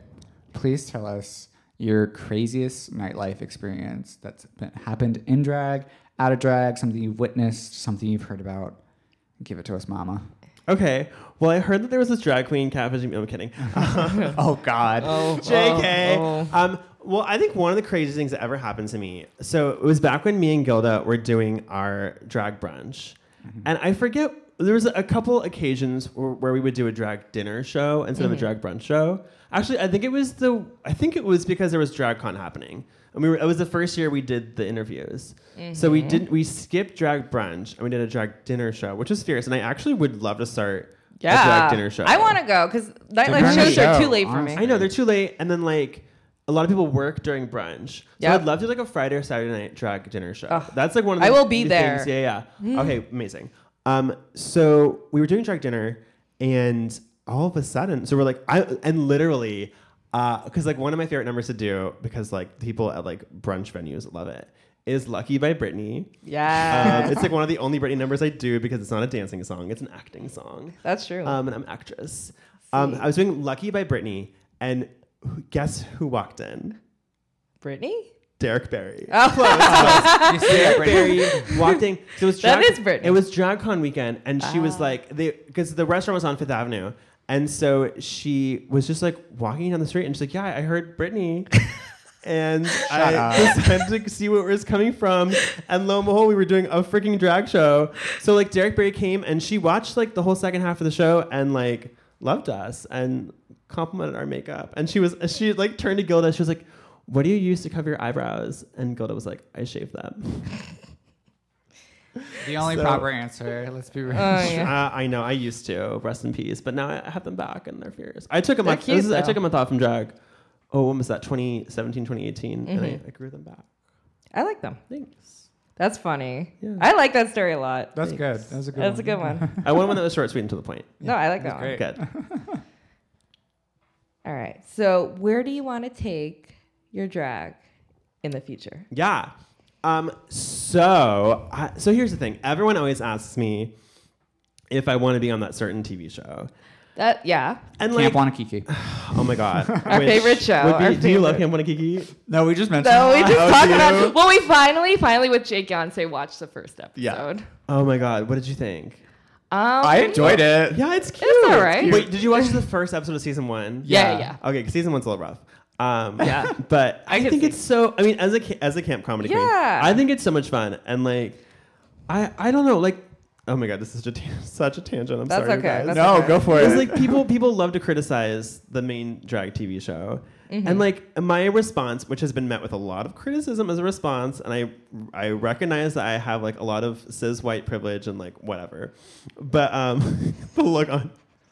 Speaker 4: Please tell us your craziest nightlife experience that's been, happened in drag, out of drag, something you've witnessed, something you've heard about. Give it to us, mama.
Speaker 5: Okay. Well, I heard that there was this drag queen catfishing. No, I'm kidding.
Speaker 4: oh, God.
Speaker 5: JK.
Speaker 3: oh,
Speaker 5: Um, well, I think one of the craziest things that ever happened to me. So it was back when me and Gilda were doing our drag brunch,
Speaker 3: Mm-hmm.
Speaker 5: and I forget there was a couple occasions where, where we would do a drag dinner show instead of a
Speaker 3: Mm-hmm.
Speaker 5: drag brunch show. Actually, I think it was the I think it was because there was DragCon happening, and we were, it was the first year we did the interviews. So
Speaker 3: Mm-hmm.
Speaker 5: we didn't we skipped drag brunch and we did a drag dinner show, which was fierce. And I actually would love to start a
Speaker 3: Yeah.
Speaker 5: drag dinner show.
Speaker 3: I want to go because nightlife
Speaker 4: brunch
Speaker 3: shows are
Speaker 4: show,
Speaker 3: too late for
Speaker 4: honestly.
Speaker 3: me.
Speaker 5: I know they're too late, and then like a lot of people work during brunch. So
Speaker 3: Yeah.
Speaker 5: I'd love to do, like a Friday or Saturday night drag dinner show.
Speaker 3: Ugh.
Speaker 5: That's like one of the
Speaker 3: I will be
Speaker 5: the
Speaker 3: there. Mm.
Speaker 5: things- Yeah, yeah. Okay, amazing. Um, so we were doing drag dinner, and all of a sudden, so we're like, I and literally, because like one of my favorite numbers to do because like people at like brunch venues love it is "Lucky" by Britney.
Speaker 3: Yeah.
Speaker 5: Um, it's like one of the only Britney numbers I do because it's not a dancing song; it's an acting song.
Speaker 3: That's true.
Speaker 5: Um, and I'm an actress. Um, I was doing Lucky by Britney, and who- guess who walked in?
Speaker 3: Brittany?
Speaker 5: Derek Barry.
Speaker 3: Oh.
Speaker 4: You see that, Brittany?
Speaker 5: Barry walked in. So it was
Speaker 3: That
Speaker 5: drag,
Speaker 3: is Britney. Ah.
Speaker 5: It was DragCon weekend, and she was like, because the restaurant was on Fifth Avenue, and so she was just like walking down the street, and she's like, "Yeah, I heard Britney." And
Speaker 4: up.
Speaker 5: I decided to see where it was coming from. And lo and behold, we were doing a freaking drag show. So like Derek Barry came and she watched like the whole second half of the show and like loved us and complimented our makeup. And she was she like turned to Gilda. She was like, "What do you use to cover your eyebrows?" And Gilda was like, "I shave them."
Speaker 4: The only
Speaker 5: So-
Speaker 4: proper answer. Let's be real.
Speaker 3: Oh, yeah.
Speaker 5: Uh, I know. I used to. Rest in peace. But now I have them back, and they're fierce. I took a month.
Speaker 3: cute,
Speaker 5: this is- I
Speaker 3: though.
Speaker 5: took a month off from drag. Oh, when was that? 2017, 2018, and I,
Speaker 3: Mm-hmm.
Speaker 5: I grew them back.
Speaker 3: I like them.
Speaker 5: Thanks.
Speaker 3: That's funny.
Speaker 5: Yeah.
Speaker 3: I like that story a lot.
Speaker 4: That's good.
Speaker 5: Thanks.
Speaker 4: That was a good
Speaker 3: That's
Speaker 4: one.
Speaker 3: a good one.
Speaker 5: I want one that was short, sweet, and to the point.
Speaker 3: No, I like that one.
Speaker 4: That's great.
Speaker 5: Good.
Speaker 3: All right. So, where do you want to take your drag in the future?
Speaker 5: Yeah. Um. So, I, so here's the thing. Everyone always asks me if I want to be on that certain TV show,
Speaker 3: That yeah.
Speaker 5: and like,
Speaker 4: Camp Wanakiki.
Speaker 5: oh my god,
Speaker 3: Our
Speaker 5: which
Speaker 3: favorite show,
Speaker 5: would be-
Speaker 3: our
Speaker 5: do you love Camp
Speaker 3: favorite.
Speaker 5: Wanakiki?
Speaker 4: No, we just mentioned
Speaker 3: So we just
Speaker 5: Oh,
Speaker 3: talked
Speaker 5: do you?
Speaker 3: about. Well, we finally, finally with Jake Yonsei watched the first episode.
Speaker 5: Yeah.
Speaker 3: Um,
Speaker 5: Oh my god, what did you think?
Speaker 4: I enjoyed it.
Speaker 5: Yeah, it's cute.
Speaker 3: all right.
Speaker 5: Wait, did you watch the first episode of season one?
Speaker 3: Yeah, yeah.
Speaker 5: Okay, 'cause season one's a little rough. Um,
Speaker 3: Yeah.
Speaker 5: but I,
Speaker 3: I can
Speaker 5: think
Speaker 3: see.
Speaker 5: it's so. I mean, as a ca- as a camp comedy queen,
Speaker 3: Yeah.
Speaker 5: I think it's so much fun, and like, I I don't know, like, Oh my god, this is such a tan- such a tangent. I'm
Speaker 3: That's
Speaker 5: sorry, you
Speaker 3: okay,
Speaker 5: guys.
Speaker 3: that's
Speaker 4: No,
Speaker 3: okay.
Speaker 4: go for
Speaker 5: Because
Speaker 4: it.
Speaker 5: like people people love to criticize the main drag TV show,
Speaker 3: Mm-hmm.
Speaker 5: and like my response, which has been met with a lot of criticism as a response, and I I recognize that I have like a lot of cis white privilege and like whatever, but um the look on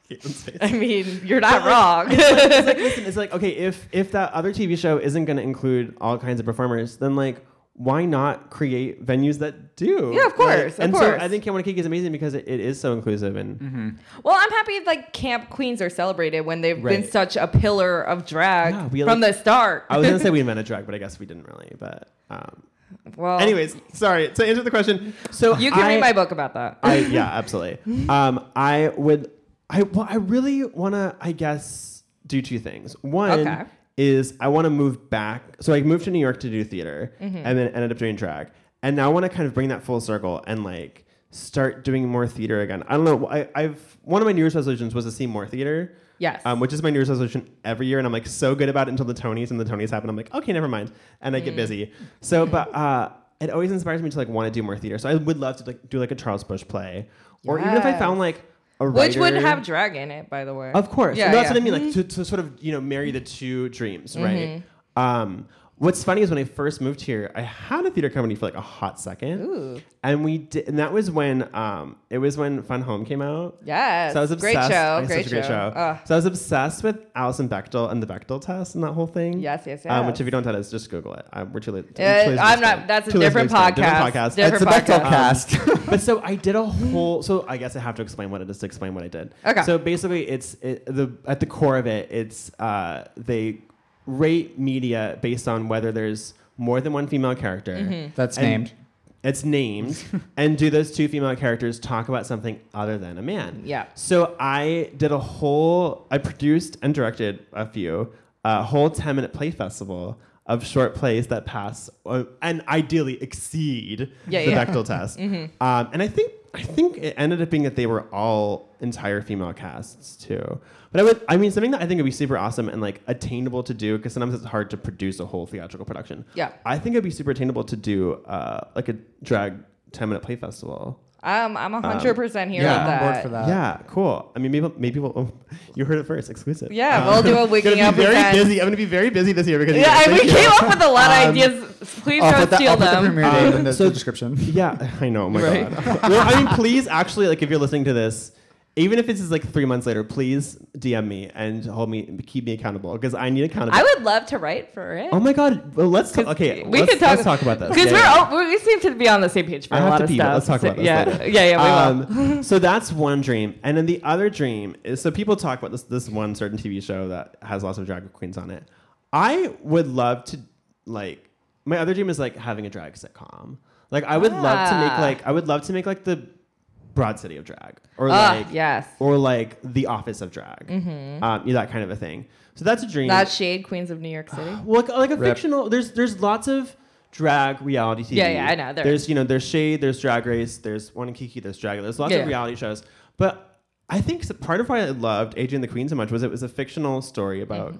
Speaker 5: Caitlin's face.
Speaker 3: I mean, you're not
Speaker 5: But,
Speaker 3: wrong.
Speaker 5: like, it's, like, it's like, listen, it's like, okay, if if that other TV show isn't going to include all kinds of performers, then like, why not create venues that do?
Speaker 3: Yeah, of course,
Speaker 5: Like,
Speaker 3: of
Speaker 5: and
Speaker 3: course.
Speaker 5: so I think Kawanakiki is amazing because it, it is so inclusive and
Speaker 3: Well, I'm happy like camp queens are celebrated when they've been
Speaker 5: Right.
Speaker 3: such a pillar of drag
Speaker 5: Yeah, we,
Speaker 3: from
Speaker 5: like-
Speaker 3: the start.
Speaker 5: I was going to say we invented drag, but I guess we didn't really. But um,
Speaker 3: well,
Speaker 5: anyways, sorry to answer the question. So
Speaker 3: Oh. you can
Speaker 5: I-
Speaker 3: read my book about that.
Speaker 5: I, yeah, absolutely. Um, I would. I well, I really want to. I guess do two things. One
Speaker 3: Okay.
Speaker 5: is I want to move back. So I moved to New York to do theater,
Speaker 3: Mm-hmm.
Speaker 5: and then ended up doing drag. And now I want to kind of bring that full circle and like start doing more theater again. I don't know. I, I've one of my New Year's resolutions was to see more theater.
Speaker 3: Yes.
Speaker 5: Um, which is my New Year's resolution every year, and I'm like so good about it until the Tonys and the Tonys happen. I'm like, okay, never mind, and I get
Speaker 3: Mm.
Speaker 5: busy. So, but uh, it always inspires me to like want to do more theater. So I would love to like do like a Charles Bush play, or even if I
Speaker 3: Yes.
Speaker 5: found like a
Speaker 3: Which would
Speaker 5: writer-
Speaker 3: have drag in it, by the way.
Speaker 5: of course.
Speaker 3: Yeah,
Speaker 5: And that's
Speaker 3: yeah. Mm-hmm.
Speaker 5: what I mean. Like to, to sort of you know marry the two dreams, right? Um, what's funny is when I first moved here, I had a theater company for like a hot second,
Speaker 3: Ooh.
Speaker 5: and we did, and that was when um, it was when Fun Home came out.
Speaker 3: Yes.
Speaker 5: So I was obsessed.
Speaker 3: Great show.
Speaker 5: I-
Speaker 3: Great
Speaker 5: such a
Speaker 3: show.
Speaker 5: great show.
Speaker 3: Ugh.
Speaker 5: So I was obsessed with Alison Bechtel and the Bechtel test and that whole thing.
Speaker 3: Yes, yes,
Speaker 5: Um, which
Speaker 3: yes.
Speaker 5: if you don't have it, just Google it. Uh, we're too late. too
Speaker 3: Uh,
Speaker 5: late to
Speaker 3: I'm
Speaker 5: explain.
Speaker 3: not- that's a
Speaker 5: Too late to
Speaker 3: different
Speaker 5: explain. Different
Speaker 3: podcast.
Speaker 5: podcast.
Speaker 3: Different
Speaker 4: It's a Bechdel
Speaker 3: podcast.
Speaker 4: cast.
Speaker 5: but so I did a whole. So I guess I have to explain what it is to explain what I did.
Speaker 3: Okay.
Speaker 5: So basically, it's it, the at the core of it, it's uh, they rate media based on whether there's more than one female character.
Speaker 3: Mm-hmm.
Speaker 4: That's
Speaker 5: And-
Speaker 4: named.
Speaker 5: It's named, and do those two female characters talk about something other than a man?
Speaker 3: Yeah.
Speaker 5: So I did a whole. I produced and directed a few, a whole ten minute play festival of short plays that pass uh, and ideally exceed
Speaker 3: Yeah,
Speaker 5: the
Speaker 3: yeah. Mm-hmm.
Speaker 5: Bechdel test. Um, and I think I think it ended up being that they were all entire female casts too. But I would I mean something that I think would be super awesome and like attainable to do because sometimes it's hard to produce a whole theatrical production.
Speaker 3: Yeah.
Speaker 5: I think it'd be super attainable to do uh, like a drag ten minute play festival.
Speaker 3: Um, I'm 100% here
Speaker 5: Um,
Speaker 4: yeah,
Speaker 3: on
Speaker 4: I'm
Speaker 3: that.
Speaker 4: on board for that.
Speaker 5: yeah, cool. I mean, maybe maybe we'll. Oh, you heard it first, exclusive.
Speaker 3: Yeah, we'll do a
Speaker 5: gonna
Speaker 3: waking
Speaker 5: be
Speaker 3: up
Speaker 5: very
Speaker 3: event.
Speaker 5: busy. I'm gonna be very busy this year because of
Speaker 3: Yeah,
Speaker 5: you.
Speaker 3: and we
Speaker 5: Thank you.
Speaker 3: came up with a lot of
Speaker 5: Um,
Speaker 3: ideas. Please
Speaker 4: I'll
Speaker 3: don't
Speaker 4: put the,
Speaker 3: steal
Speaker 4: I'll put the
Speaker 3: them.
Speaker 4: premiere
Speaker 5: Um,
Speaker 4: date in the
Speaker 5: so-
Speaker 4: description.
Speaker 5: Yeah, I know. Oh my
Speaker 4: Right?
Speaker 5: god. well, I mean, please actually, like, if you're listening to this, even if this is like three months later, please DM me and hold me, keep me accountable because I need accountability.
Speaker 3: I would love to write for it.
Speaker 5: Oh my god. Well, let's talk.
Speaker 3: 'Cause
Speaker 5: Okay,
Speaker 3: we
Speaker 5: let's,
Speaker 3: could talk
Speaker 5: let's talk about this.
Speaker 3: Because
Speaker 5: Yeah,
Speaker 3: we're,
Speaker 5: yeah.
Speaker 3: all- we seem to be on the same page for
Speaker 5: I
Speaker 3: a
Speaker 5: have
Speaker 3: lot
Speaker 5: to
Speaker 3: of
Speaker 5: pee, but
Speaker 3: stuff.
Speaker 5: let's talk
Speaker 3: So-
Speaker 5: about this
Speaker 3: yeah,
Speaker 5: later.
Speaker 3: yeah, yeah, we will.
Speaker 5: Um, so that's one dream, and then the other dream is so people talk about this this one certain TV show that has lots of drag queens on it. I would love to like my other dream is like having a drag sitcom. Like I would love to make
Speaker 3: Ah.
Speaker 5: like I would love to make like the Broad City of Drag or
Speaker 3: Ah,
Speaker 5: like
Speaker 3: yes. Mm-hmm.
Speaker 5: or like the Office of Drag, um, you know, that kind of a thing. So that's a dream.
Speaker 3: Not shade Queens of New York City.
Speaker 5: Well, like, like a
Speaker 4: Rip.
Speaker 5: fictional. There's there's lots of drag reality TV.
Speaker 3: Yeah, yeah, I know, there
Speaker 5: There's you know there's Shade, there's Drag Race, there's One and Kiki, there's Drag. There's lots
Speaker 3: Yeah.
Speaker 5: of reality shows, but. I think s- part of why I loved Adrian the Queen so much was it was a fictional story
Speaker 3: Mm-hmm.
Speaker 5: about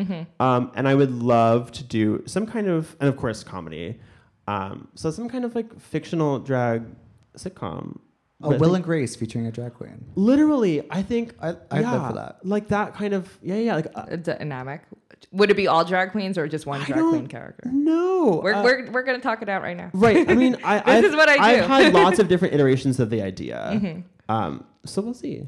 Speaker 5: drag, um, and I would love to do some kind of, and of course comedy, um, so some kind of like fictional drag sitcom.
Speaker 4: A
Speaker 5: But-
Speaker 4: Will and Grace featuring a drag queen.
Speaker 5: literally, I think
Speaker 4: I- I'd
Speaker 5: yeah,
Speaker 4: live for that.
Speaker 5: Like that kind of yeah yeah like uh,
Speaker 3: A dynamic. Would it be all drag queens or just one drag
Speaker 5: don't-
Speaker 3: queen character?
Speaker 5: no
Speaker 3: We're,
Speaker 5: uh,
Speaker 3: we're, we're going to talk it out right now.
Speaker 5: Right. I mean, I,
Speaker 3: This
Speaker 5: I've,
Speaker 3: is what I do. Mm-hmm.
Speaker 5: have had lots of different iterations of the idea. Um, so we'll see.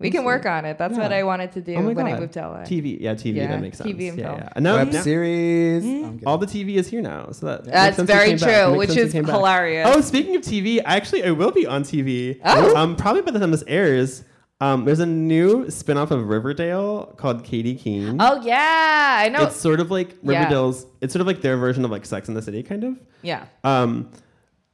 Speaker 3: We can work on it. That's what
Speaker 5: Yeah.
Speaker 3: I wanted to do
Speaker 5: oh my
Speaker 3: when
Speaker 5: god.
Speaker 3: I moved to LA.
Speaker 5: TV. Yeah, TV.
Speaker 3: Yeah,
Speaker 5: that makes sense.
Speaker 3: TV and
Speaker 5: yeah,
Speaker 3: film.
Speaker 5: yeah. And now,
Speaker 4: Web
Speaker 5: now-
Speaker 4: series. I'm kidding.
Speaker 5: all the TV is here now. So that
Speaker 3: That's
Speaker 5: makes sense we
Speaker 3: very
Speaker 5: came back.
Speaker 3: true,
Speaker 5: Makes
Speaker 3: which
Speaker 5: sense we
Speaker 3: is
Speaker 5: came back.
Speaker 3: hilarious.
Speaker 5: Oh, speaking of TV, actually, I will be on TV.
Speaker 3: Oh.
Speaker 5: Um, probably by the time this airs. Um, there's a new spin-off of Riverdale called Katie Keene.
Speaker 3: Oh, yeah. I know.
Speaker 5: It's sort of like
Speaker 3: Yeah.
Speaker 5: Riverdale's. It's sort of like their version of like Sex in the City, kind of.
Speaker 3: yeah.
Speaker 5: Um,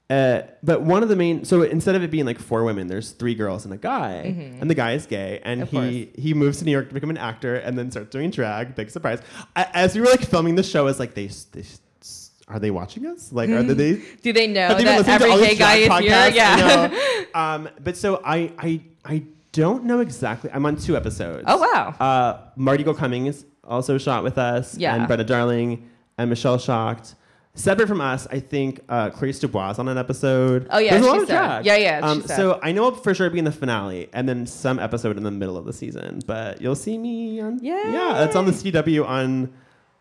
Speaker 5: uh, but one of the main so instead of it being like four women, there's three girls and a guy, and the guy is gay, and
Speaker 3: Mm-hmm. Of
Speaker 5: he he moves to New York to become an actor, and then starts doing drag. Big surprise! I, as we were like filming the show, I was like, they, s- they s- are they watching us? Like, are they? they
Speaker 3: Do they know
Speaker 5: have they
Speaker 3: Mm-hmm. Oh, that
Speaker 5: been listening to
Speaker 3: every
Speaker 5: all
Speaker 3: gay
Speaker 5: these
Speaker 3: guy
Speaker 5: drag
Speaker 3: is here?
Speaker 5: podcasts?
Speaker 3: Yeah.
Speaker 5: I know. um, but so I I I don't know exactly. I'm on two episodes.
Speaker 3: Oh, wow.
Speaker 5: Uh, Marty Go Cummings also shot with us.
Speaker 3: Yeah.
Speaker 5: And Brenda Darling and Michelle Shocked. Separate from us, I think uh, Clarice Dubois on an episode.
Speaker 3: Oh, yeah,
Speaker 5: there's a lot
Speaker 3: she's
Speaker 5: of
Speaker 3: there.
Speaker 5: drag.
Speaker 3: Yeah, yeah,
Speaker 5: Um,
Speaker 3: she's there.
Speaker 5: so I know I'll for sure be in the finale, and then some episode in the middle of the season. But you'll see me on. yeah, that's on the CW on,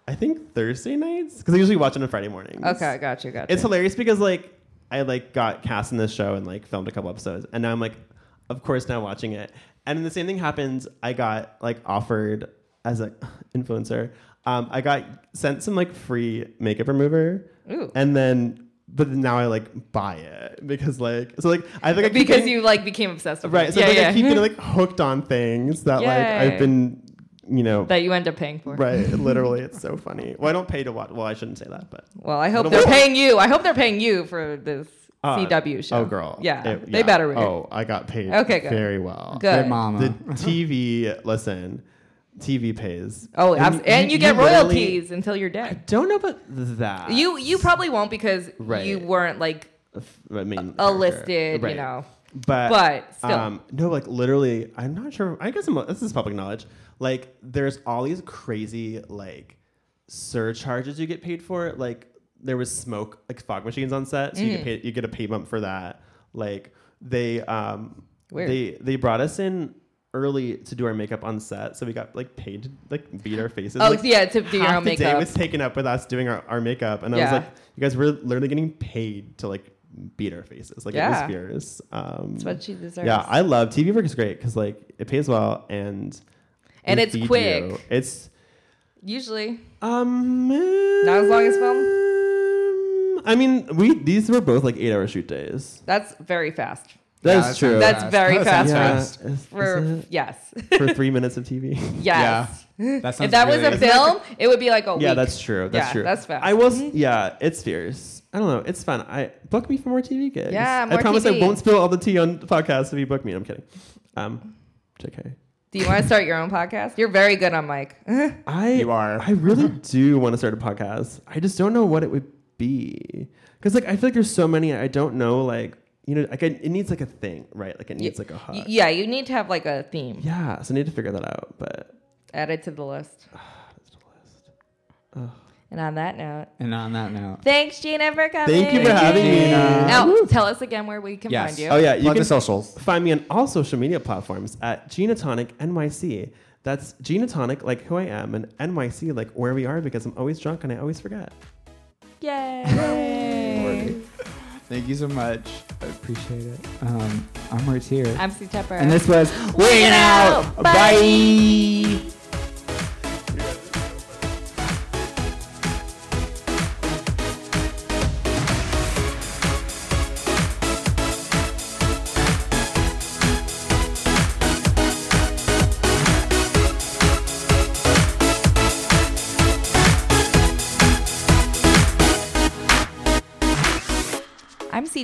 Speaker 5: I think Thursday nights because I usually watch it on Friday mornings.
Speaker 3: Okay, gotcha, gotcha.
Speaker 5: It's hilarious because like I like got cast in this show and like filmed a couple episodes, and now I'm like, of course, now watching it. And then the same thing happens. I got like offered as an influencer. Um, I got sent some like free makeup remover,
Speaker 3: Ooh.
Speaker 5: and then but now I like buy it because like so like I think I keep
Speaker 3: because
Speaker 5: getting-
Speaker 3: you like became obsessed with
Speaker 5: right
Speaker 3: it.
Speaker 5: so
Speaker 3: yeah,
Speaker 5: I, think
Speaker 3: yeah.
Speaker 5: I keep getting like hooked on things that like
Speaker 3: Yay.
Speaker 5: I've been you know
Speaker 3: that you end up paying for.
Speaker 5: right literally it's so funny. Well, I don't pay to watch. Well, I shouldn't say that, but
Speaker 3: Well, I hope
Speaker 5: What
Speaker 3: they're
Speaker 5: about-
Speaker 3: paying you. I hope they're paying you for this
Speaker 5: Uh,
Speaker 3: CW show.
Speaker 5: Oh, girl.
Speaker 3: Yeah,
Speaker 5: It-
Speaker 3: they better. Be.
Speaker 5: Oh, I got paid
Speaker 3: Okay, good.
Speaker 5: very well.
Speaker 3: Good.
Speaker 4: Good mama.
Speaker 5: The TV, listen, TV pays.
Speaker 3: Oh, abs- and, you, get
Speaker 5: literally-
Speaker 3: royalties until you're dead.
Speaker 5: Don't know about that.
Speaker 3: You you probably won't because
Speaker 5: Ah, Right.
Speaker 3: you weren't like
Speaker 5: I mean,
Speaker 3: a
Speaker 5: character.
Speaker 3: listed,
Speaker 5: Right.
Speaker 3: you know.
Speaker 5: But,
Speaker 3: but still.
Speaker 5: um, no, like literally, I'm not sure. I guess I'm, this is public knowledge. Like, there's all these crazy like surcharges you get paid for. Like, there was smoke, like fog machines on set, so
Speaker 3: Mm.
Speaker 5: you get paid. You get a pay bump for that. Like, they um,
Speaker 3: Weird.
Speaker 5: they they brought us in early to do our makeup on set, so we got like paid to like beat our faces.
Speaker 3: Oh
Speaker 5: Like,
Speaker 3: yeah, to do your
Speaker 5: half
Speaker 3: own
Speaker 5: the day
Speaker 3: makeup.
Speaker 5: was taken up with us doing our, our makeup, and I
Speaker 3: Yeah.
Speaker 5: was like, you guys were literally getting paid to like beat our faces. Like
Speaker 3: Yeah.
Speaker 5: it was fierce. Um, That's
Speaker 3: what she deserves.
Speaker 5: Yeah, I love TV work is great because like it pays well and
Speaker 3: And
Speaker 5: they
Speaker 3: it's
Speaker 5: feed you.
Speaker 3: quick.
Speaker 5: It's
Speaker 3: Usually,
Speaker 5: um
Speaker 3: Not as long as film?
Speaker 5: um, I mean, we these were both like eight hour shoot days.
Speaker 3: that's very fast.
Speaker 5: That
Speaker 4: Yeah,
Speaker 5: is
Speaker 4: that's
Speaker 5: true.
Speaker 4: not
Speaker 3: That's very
Speaker 4: that
Speaker 3: fast.
Speaker 4: sounds
Speaker 5: yeah,
Speaker 4: fast.
Speaker 5: is- is
Speaker 3: For
Speaker 5: it
Speaker 3: yes,
Speaker 5: for three minutes of TV.
Speaker 3: yes.
Speaker 4: That sounds
Speaker 3: If that
Speaker 4: really-
Speaker 3: was a film, it would be like a
Speaker 5: yeah,
Speaker 3: week.
Speaker 5: that's true. That's
Speaker 3: Yeah,
Speaker 5: true.
Speaker 3: that's fast. Mm-hmm.
Speaker 5: I was. Yeah, it's fierce. I don't know. It's fun. I book me for more TV gigs.
Speaker 3: Yeah,
Speaker 5: I
Speaker 3: more
Speaker 5: promise
Speaker 3: TV.
Speaker 5: I won't spill all the tea on the podcast if you book me. I'm kidding. Um, JK.
Speaker 3: Do you want to start your own podcast? You're very good on mic.
Speaker 5: I
Speaker 4: You are.
Speaker 5: I really do want to start a podcast. I just don't know what it would be because like I feel like there's so many I don't know. Like you know, like it it needs like a thing, right? Like it needs like a hook.
Speaker 3: Y- yeah, you need to have like a theme.
Speaker 5: yeah, so I need to figure that out. But
Speaker 3: Add it to the list. And on that note,
Speaker 4: And on that note,
Speaker 3: thanks Gina for coming.
Speaker 5: thank you for having me.
Speaker 3: Now tell us again where we can
Speaker 4: Yes.
Speaker 3: find you.
Speaker 5: Oh yeah, you
Speaker 4: plug
Speaker 5: can
Speaker 4: the socials.
Speaker 5: Find me on all social media platforms at Gina Tonic NYC. That's Gina Tonic, like who I am, and NYC, like where we are, because I'm always drunk and I always forget.
Speaker 3: Yay!
Speaker 4: Thank you so much. I appreciate it. Um, I'm right here.
Speaker 3: I'm C Tepper.
Speaker 4: and this was Waiting Out.
Speaker 3: Out.
Speaker 4: Bye.
Speaker 3: I'm C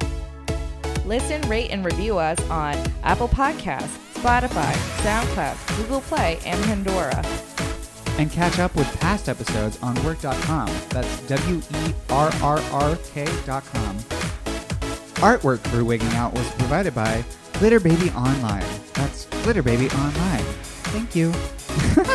Speaker 3: Listen, rate, and review us on Apple Podcasts, Spotify, SoundCloud, Google Play, and Pandora.
Speaker 4: And catch up with past episodes on work.com. That's W E R R R K.com. Artwork for Wigging Out was provided by Glitter Baby Online. That's Glitter Baby Online. Thank you.